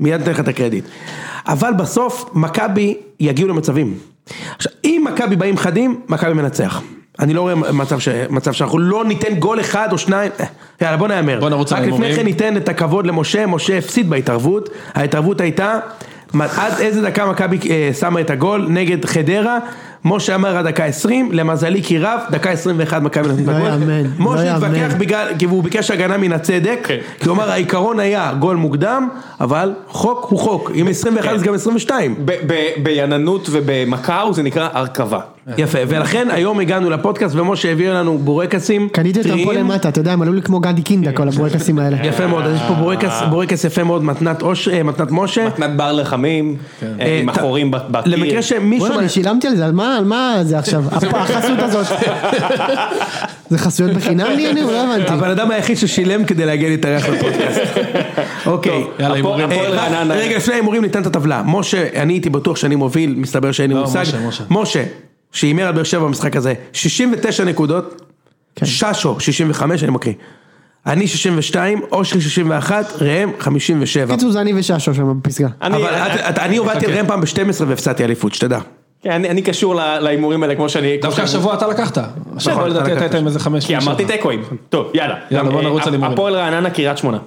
[SPEAKER 4] מיד ניתן לך את הקרדיט. אבל בסוף, מכבי יגיעו למצבים. עכשיו, אם מכבי באים חדים, מכבי מנצח. אני לא רואה מצב, ש... מצב שאנחנו לא ניתן גול אחד או שניים, אה, יאללה בוא נהמר.
[SPEAKER 2] בוא נרוץ על
[SPEAKER 4] רק לפני
[SPEAKER 2] ההימורים.
[SPEAKER 4] כן ניתן את הכבוד למשה, משה הפסיד בהתערבות, ההתערבות הייתה מ- עד איזה דקה מכבי אה, שמה את הגול נגד חדרה, משה אמר עד דקה 20, למזלי כי רב, דקה 21 מכבי נתנה את
[SPEAKER 3] לא
[SPEAKER 4] הגול.
[SPEAKER 3] יאמן, לא
[SPEAKER 4] משה התווכח
[SPEAKER 3] יאמן.
[SPEAKER 4] בגלל, כי הוא ביקש הגנה מן הצדק,
[SPEAKER 1] כן.
[SPEAKER 4] כי הוא אמר העיקרון היה גול מוקדם, אבל חוק הוא חוק,
[SPEAKER 1] כן.
[SPEAKER 4] אם 21 אז גם 22.
[SPEAKER 1] ב- ב- ביננות ובמקאו זה נקרא הרכבה.
[SPEAKER 4] יפה, ולכן היום הגענו לפודקאסט ומשה הביא לנו בורקסים.
[SPEAKER 3] קניתי אותם פה
[SPEAKER 4] טריים.
[SPEAKER 3] למטה, אתה יודע, הם עלו לי כמו גנדי קינדה כל הבורקסים האלה.
[SPEAKER 4] יפה מאוד, אז יש פה בורקס, בורקס יפה מאוד, מתנת, אוש, אה, מתנת משה.
[SPEAKER 1] אה. מתנת בר לחמים, אה,
[SPEAKER 4] אה,
[SPEAKER 1] עם
[SPEAKER 4] ת-
[SPEAKER 1] החורים ב- בקיר.
[SPEAKER 4] למקרה שמישהו...
[SPEAKER 3] בוא'נה, אני שילמתי על זה, על מה, על מה זה עכשיו? הפ- החסות הזאת. זה חסויות בחינם לי אני? לא הבנתי.
[SPEAKER 4] הבן אדם היחיד ששילם כדי להגיע להתארח בפודקאסט. אוקיי.
[SPEAKER 2] יאללה,
[SPEAKER 1] הפועל-
[SPEAKER 2] הימורים.
[SPEAKER 1] הפועל
[SPEAKER 4] אה, רק-
[SPEAKER 1] רעננה.
[SPEAKER 4] רגע, לפני ההימורים ניתן את הטבלה. משה, אני הייתי בטוח שאני מוביל, מסתבר שאין לי
[SPEAKER 2] לא,
[SPEAKER 4] מושג.
[SPEAKER 2] משה, משה.
[SPEAKER 4] משה, שהימר על באר שבע במשחק הזה, 69 נקודות,
[SPEAKER 3] כן.
[SPEAKER 4] ששו, 65, אני מקריא. אני 62, אושרי 61, ראם 57.
[SPEAKER 3] בקיצור זה אני וששו שם בפסגה.
[SPEAKER 1] אני-
[SPEAKER 4] אבל את- את- אני הובלתי את ראם פעם ב-12 והפסדתי אליפות, שתדע.
[SPEAKER 1] כן, אני אני קשור ל- להימורים האלה כמו שאני... כמו
[SPEAKER 2] דווקא
[SPEAKER 1] שאני-
[SPEAKER 2] השבוע אתה לקחת. השבוע
[SPEAKER 4] אתה
[SPEAKER 2] לדעתי
[SPEAKER 4] לקחת.
[SPEAKER 2] אתה היית עם איזה חמש.
[SPEAKER 1] כי
[SPEAKER 2] שש,
[SPEAKER 1] אמרתי
[SPEAKER 2] שבע.
[SPEAKER 1] תיקואים. טוב, יאללה.
[SPEAKER 2] יאללה, בוא
[SPEAKER 1] אה,
[SPEAKER 2] נרוץ על הימורים.
[SPEAKER 1] הפועל רעננה קריית שמונה.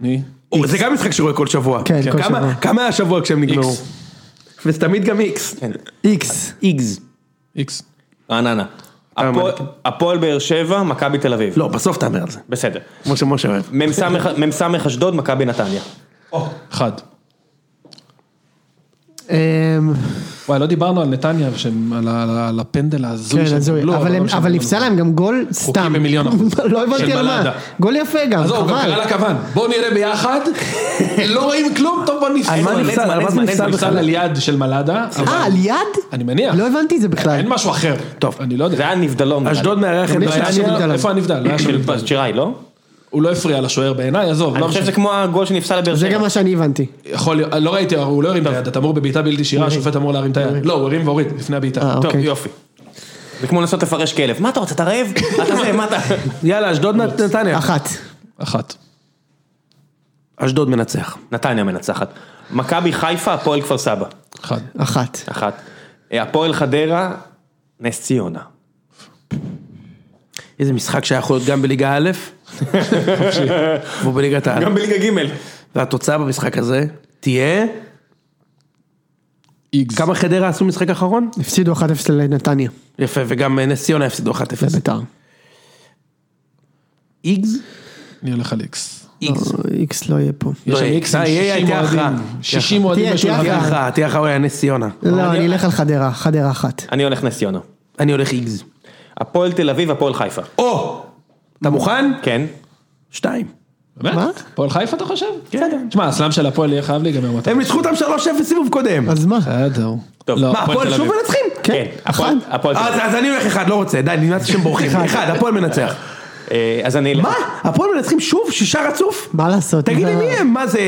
[SPEAKER 2] אני?
[SPEAKER 4] או, זה גם משחק שרואה כל שבוע.
[SPEAKER 3] כן, כל
[SPEAKER 4] כמה-
[SPEAKER 3] שבוע.
[SPEAKER 4] כמה היה השבוע כשהם נגמרו? וזה תמיד גם איקס.
[SPEAKER 3] איקס.
[SPEAKER 4] איקס.
[SPEAKER 2] איקס.
[SPEAKER 1] רעננה.
[SPEAKER 2] אה,
[SPEAKER 1] הפועל- הפועל באר שבע, מכבי תל אביב.
[SPEAKER 4] לא, בסוף תאמר על זה.
[SPEAKER 1] בסדר.
[SPEAKER 4] כמו שמשה אוהב.
[SPEAKER 1] מ"ס מ"ס אשדוד, מכבי נתניה.
[SPEAKER 2] אחד.
[SPEAKER 3] אמ,
[SPEAKER 2] וואי, לא דיברנו על נתניה, ושהם- על ה- על ה- על הפנדל ההזוי.
[SPEAKER 3] כן,
[SPEAKER 2] שהם
[SPEAKER 3] הזוי.
[SPEAKER 2] קיבלו,
[SPEAKER 3] אבל
[SPEAKER 2] לא
[SPEAKER 3] הם-
[SPEAKER 2] משנה,
[SPEAKER 3] אבל
[SPEAKER 2] לא
[SPEAKER 3] נפסל
[SPEAKER 2] משנה.
[SPEAKER 3] להם גם גול סתם.
[SPEAKER 2] במיליון אחוז.
[SPEAKER 3] לא הבנתי
[SPEAKER 2] של
[SPEAKER 3] על מה.
[SPEAKER 2] בלדה.
[SPEAKER 3] גול יפה גם,
[SPEAKER 2] עזוב, גם קרה
[SPEAKER 3] חבל. אה,
[SPEAKER 2] לכוון. בואו נראה ביחד. לא רואים כלום, טוב בוא נפסל.
[SPEAKER 4] על מה
[SPEAKER 1] אין,
[SPEAKER 4] נפסל?
[SPEAKER 1] אין,
[SPEAKER 4] על מה
[SPEAKER 1] אין,
[SPEAKER 4] זה
[SPEAKER 1] אין,
[SPEAKER 4] נפסל
[SPEAKER 1] אין,
[SPEAKER 2] נפסל
[SPEAKER 4] בכלל?
[SPEAKER 2] על יד של מלאדה. אבל-
[SPEAKER 3] אה, על יד?
[SPEAKER 2] אני מניח.
[SPEAKER 3] לא הבנתי את זה בכלל.
[SPEAKER 2] אין משהו אחר.
[SPEAKER 4] טוב.
[SPEAKER 2] אני לא יודע.
[SPEAKER 1] זה היה נבדלון. נראה לי.
[SPEAKER 4] אשדוד מארח את
[SPEAKER 3] גם יש
[SPEAKER 2] לא היה
[SPEAKER 4] נתניה.
[SPEAKER 3] אנשים-
[SPEAKER 2] שם-
[SPEAKER 3] נבדל.
[SPEAKER 2] איפה הנבדל? לא היה שם
[SPEAKER 1] של
[SPEAKER 2] נבדל.
[SPEAKER 1] ג'יראי, לא?
[SPEAKER 2] הוא לא הפריע לשוער בעיניי, עזוב.
[SPEAKER 1] אני
[SPEAKER 2] לא
[SPEAKER 1] חושב
[SPEAKER 2] משנה.
[SPEAKER 1] שזה כמו הגול שנפסל לבאר
[SPEAKER 3] זה
[SPEAKER 1] שבע.
[SPEAKER 3] גם מה שאני הבנתי.
[SPEAKER 2] יכול להיות, לא ראיתי, הוא לא הרים את היד, אתה אמור בבעיטה בלתי שירה, השופט אמור להרים את היד. לא, הוא הרים והוריד לפני הבעיטה.
[SPEAKER 3] אה,
[SPEAKER 1] טוב,
[SPEAKER 3] אוקיי.
[SPEAKER 1] יופי. זה כמו לנסות לפרש כלב. מה אתה רוצה, אתה רעב? אתה זה, מה אתה...
[SPEAKER 4] יאללה, אשדוד נת- נתניה.
[SPEAKER 3] אחת.
[SPEAKER 2] אחת.
[SPEAKER 4] אשדוד מנצח.
[SPEAKER 1] נתניה מנצחת. מכבי חיפה, הפועל כפר סבא.
[SPEAKER 2] אחד.
[SPEAKER 3] אחת.
[SPEAKER 1] אחת. אה, הפועל חדרה, נס ציונה.
[SPEAKER 4] איזה משחק שהיה יכול להיות גם בליגה א', והוא בליגת העל.
[SPEAKER 1] בליגה ג'.
[SPEAKER 4] והתוצאה במשחק הזה תהיה...
[SPEAKER 2] איגז.
[SPEAKER 4] כמה חדרה עשו משחק אחרון?
[SPEAKER 3] הפסידו 1-0 לנתניה.
[SPEAKER 4] יפה, וגם אה, נס ציונה הפסידו 1-0.
[SPEAKER 3] לביתר.
[SPEAKER 4] איגז?
[SPEAKER 2] אני הולך על איקס. איקס.
[SPEAKER 3] איקס לא יהיה פה.
[SPEAKER 2] יש שם
[SPEAKER 4] לא,
[SPEAKER 2] איקסים,
[SPEAKER 4] אה, יהיה,
[SPEAKER 2] 60
[SPEAKER 4] תהיה הכרעה.
[SPEAKER 2] אוהדים. 60 אוהדים
[SPEAKER 3] תהיה,
[SPEAKER 2] יש
[SPEAKER 3] תהיה
[SPEAKER 4] תהיה
[SPEAKER 2] לך.
[SPEAKER 3] הכרעה.
[SPEAKER 4] הכרעה, תהיה הכרעה, הוא היה נס ציונה.
[SPEAKER 3] לא, אני אלך על חדרה, חדרה אחת.
[SPEAKER 1] אני הולך נס ציונה.
[SPEAKER 4] אני הולך איגז.
[SPEAKER 1] הפועל תל אביב, הפועל חיפה.
[SPEAKER 4] או! אתה מוכן?
[SPEAKER 1] כן.
[SPEAKER 4] שתיים.
[SPEAKER 3] מה?
[SPEAKER 2] באמת? פועל חיפה אתה חושב?
[SPEAKER 4] בסדר.
[SPEAKER 2] תשמע, הסלאם של הפועל יהיה חייב להיגמר מתי.
[SPEAKER 4] הם ניצחו אותם 3-0 סיבוב קודם.
[SPEAKER 3] אז מה?
[SPEAKER 2] בסדר.
[SPEAKER 1] טוב,
[SPEAKER 2] לא,
[SPEAKER 4] מה, הפועל
[SPEAKER 2] תל
[SPEAKER 4] שוב
[SPEAKER 2] אביב.
[SPEAKER 4] מנצחים?
[SPEAKER 1] כן. הפועל-
[SPEAKER 3] אחד.
[SPEAKER 1] הפועל תל
[SPEAKER 4] אז
[SPEAKER 1] אביב.
[SPEAKER 4] אז אני הולך אחד, לא רוצה, די, נמאס שהם בורחים. אחד, הפועל מנצח.
[SPEAKER 1] אה, אז אני... אלך-
[SPEAKER 4] מה? הפועל מנצחים שוב? שישה רצוף?
[SPEAKER 3] מה לעשות?
[SPEAKER 4] תגיד לי
[SPEAKER 3] אתה-
[SPEAKER 4] מי הם? מה זה...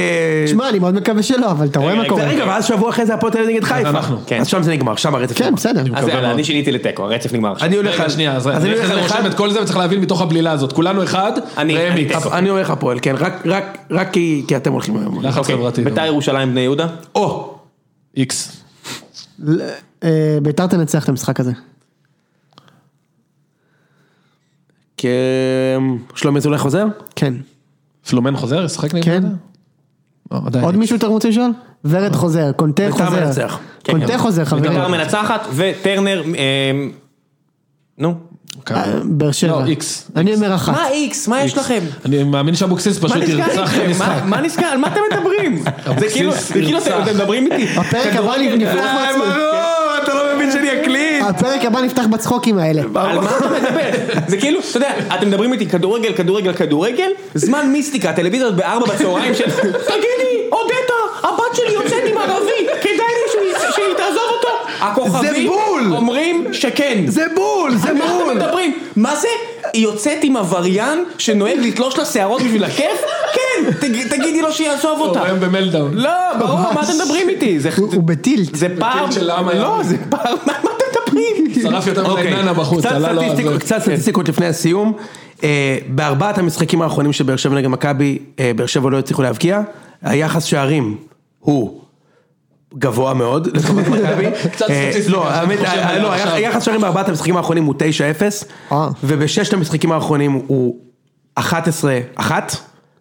[SPEAKER 3] שמע, אני מאוד מקווה שלא, אבל אתה רואה
[SPEAKER 1] רגע,
[SPEAKER 3] מה קורה.
[SPEAKER 4] רגע, ואז שבוע אחרי זה הפועל תל אביב נגד חיפה.
[SPEAKER 2] אנחנו.
[SPEAKER 1] כן.
[SPEAKER 4] אז שם זה נגמר, שם הרצף
[SPEAKER 3] כן,
[SPEAKER 4] נגמר.
[SPEAKER 3] בסדר.
[SPEAKER 1] אז
[SPEAKER 2] מקווה
[SPEAKER 1] יאללה,
[SPEAKER 2] מאוד.
[SPEAKER 1] אני שיניתי לתיקו, הרצף נגמר עכשיו.
[SPEAKER 4] אני הולך
[SPEAKER 2] רגע,
[SPEAKER 4] על...
[SPEAKER 2] שנייה, אז
[SPEAKER 4] אז אני
[SPEAKER 2] אני
[SPEAKER 4] הולך על אחד.
[SPEAKER 2] רושם את כל זה וצריך להבין מתוך הבלילה הזאת. כולנו אחד,
[SPEAKER 1] אני-
[SPEAKER 2] ראם
[SPEAKER 1] אני-
[SPEAKER 2] איקס.
[SPEAKER 1] אז-
[SPEAKER 4] אני הולך הפועל, כן, רק- רק- רק כי כי אתם הולכים היום.
[SPEAKER 2] לחץ
[SPEAKER 1] אוקיי,
[SPEAKER 2] חברתי. לא.
[SPEAKER 1] ביתר ירושלים, בני יהודה.
[SPEAKER 4] או!
[SPEAKER 2] איקס.
[SPEAKER 3] ל- אה, ביתר תנצח את המשחק הזה. אה,
[SPEAKER 4] כ- שלומי אזולאי חוזר?
[SPEAKER 3] כן.
[SPEAKER 2] פלומן חוזר? ישחק נגד?
[SPEAKER 3] כן.
[SPEAKER 2] בית"ר? לא, עדיין.
[SPEAKER 3] עוד מישהו אתם רוצים לשאול? ורד חוזר, קונטה
[SPEAKER 4] ביתר
[SPEAKER 3] חוזר.
[SPEAKER 4] מנצח.
[SPEAKER 1] כן,
[SPEAKER 3] קונטה
[SPEAKER 1] כן.
[SPEAKER 3] חוזר, חברים.
[SPEAKER 1] ביתר מנצחת, וטרנר... אמ, נו.
[SPEAKER 2] אוקיי.
[SPEAKER 3] אה, באר שבע.
[SPEAKER 2] לא, איקס.
[SPEAKER 3] אני אומר אחת.
[SPEAKER 1] מה איקס? מה יש לכם?
[SPEAKER 2] אני מאמין שאבוקסיס
[SPEAKER 1] מה
[SPEAKER 2] פשוט
[SPEAKER 1] נסגר
[SPEAKER 2] ירצח את
[SPEAKER 1] איתכם?
[SPEAKER 2] המשחק.
[SPEAKER 1] מה- מה נסגר? על מה אתם מדברים? זה כאילו, זה כאילו אתם אתם מדברים איתי.
[SPEAKER 3] הפרק הבא
[SPEAKER 1] כדורגל-
[SPEAKER 3] נפתח
[SPEAKER 4] אה,
[SPEAKER 2] אה,
[SPEAKER 3] בעצמי.
[SPEAKER 4] ברור, אתה לא מבין שאני אקליט.
[SPEAKER 3] הפרק הבא נפתח בצחוקים האלה.
[SPEAKER 1] על מה אתה מדבר? זה כאילו, אתה יודע, אתם מדברים איתי כדורגל, כדורגל, כדורגל, זמן מיסטיקה, טלוויזיות בארבע בצהריים של... תגידי, הודית, הבת שלי יוצאת עם ערבי, כדאי לי שהוא- שהיא תעזוב אותו? הכוכבים
[SPEAKER 4] בול!
[SPEAKER 1] אומרים שכן.
[SPEAKER 4] זה בול, זה
[SPEAKER 1] על מה אתם
[SPEAKER 4] בול.
[SPEAKER 1] מדברים? מה זה? היא יוצאת עם עבריין שנוהג לתלוש לה שערות בשביל הכיף? כן, תג- תגידי לו שיעזוב אותה.
[SPEAKER 2] ראם במלדאון.
[SPEAKER 1] לא, ברור, מה אתם מדברים איתי? זה-
[SPEAKER 3] הוא הוא בטילט.
[SPEAKER 1] זה פער...
[SPEAKER 2] בקטע של העם היה.
[SPEAKER 1] לא, זה פער... מה מה אתם מדברים?
[SPEAKER 2] שרף יותר
[SPEAKER 4] אוקיי.
[SPEAKER 2] מנהנה בחוץ, לא
[SPEAKER 4] קצת
[SPEAKER 2] עלה לו
[SPEAKER 4] סטטיסטיקות-
[SPEAKER 2] הזה.
[SPEAKER 4] קצת סטטיסטיקות לפני הסיום. אה, בארבעת המשחקים האחרונים של באר שבע נגד מכבי, אה, באר שבע לא הצליחו להבקיע. היחס שערים הוא גבוה מאוד לטובת מכבי.
[SPEAKER 2] קצת
[SPEAKER 4] אה,
[SPEAKER 2] סטטיסטיקה
[SPEAKER 4] לא,
[SPEAKER 2] שאני
[SPEAKER 4] האמת,
[SPEAKER 2] חושב
[SPEAKER 4] אה,
[SPEAKER 2] עליה
[SPEAKER 4] לא,
[SPEAKER 2] עכשיו.
[SPEAKER 4] היחס שערים בארבעת המשחקים האחרונים הוא 9-0,
[SPEAKER 3] אה.
[SPEAKER 4] ובששת המשחקים האחרונים הוא 11-1.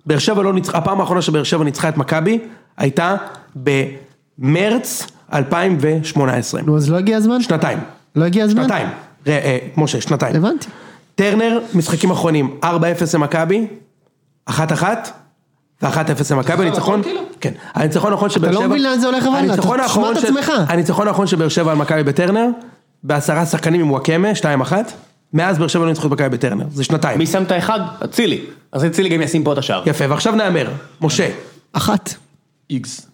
[SPEAKER 4] באר שבע לא ניצחה, הפעם האחרונה שבאר שבע ניצחה את מכבי הייתה במרץ 2018.
[SPEAKER 3] נו, אז לא הגיע הזמן?
[SPEAKER 4] שנתיים.
[SPEAKER 3] לא הגיע הזמן?
[SPEAKER 4] שנתיים. ר- אה, משה, שנתיים.
[SPEAKER 3] הבנתי.
[SPEAKER 4] טרנר, משחקים אחרונים, 4-0 למכבי, 1-1, ו-1-0 למכבי, הניצחון,
[SPEAKER 2] כאילו?
[SPEAKER 4] כן, הניצחון האחרון של באר
[SPEAKER 3] אתה
[SPEAKER 4] שבע,
[SPEAKER 3] לא מבין לאן זה הולך, אבל אתה
[SPEAKER 4] הניצחון
[SPEAKER 3] תשמע
[SPEAKER 4] האחרון
[SPEAKER 3] את
[SPEAKER 4] של-
[SPEAKER 3] עצמך.
[SPEAKER 4] הניצחון האחרון של באר שבע על מכבי בטרנר, בעשרה שחקנים עם וואקמה, 2-1, מאז באר שבע לא ניצחו את מכבי בטרנר, זה שנתיים,
[SPEAKER 1] מי שם את האחד? אצילי. אז אצילי גם ישים פה את השאר.
[SPEAKER 4] יפה, ועכשיו נהמר, משה,
[SPEAKER 3] אחת.
[SPEAKER 2] איקס.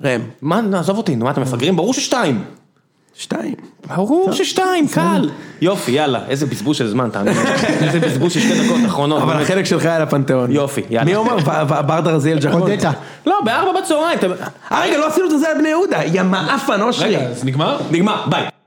[SPEAKER 4] ראם,
[SPEAKER 1] מה, נעזוב אותי, נו, מה אתם מפגרים? ברור ששתיים.
[SPEAKER 4] שתיים,
[SPEAKER 1] ברור ששתיים, קל. יופי, יאללה, איזה בזבוז של זמן, תאמין לי. איזה בזבוז של שתי דקות אחרונות.
[SPEAKER 4] אבל
[SPEAKER 1] באמת.
[SPEAKER 4] החלק שלך היה לפנתיאון,
[SPEAKER 1] יופי, יאללה.
[SPEAKER 4] מי אומר, ברדה רזיאל ג'חון,
[SPEAKER 3] הודית.
[SPEAKER 1] לא, בארבע בצהריים. אתם-
[SPEAKER 4] אה רגע, לא עשינו את זה על בני יהודה, יא מעפן אושרי,
[SPEAKER 2] רגע, אז נגמר?
[SPEAKER 1] נגמר, ביי.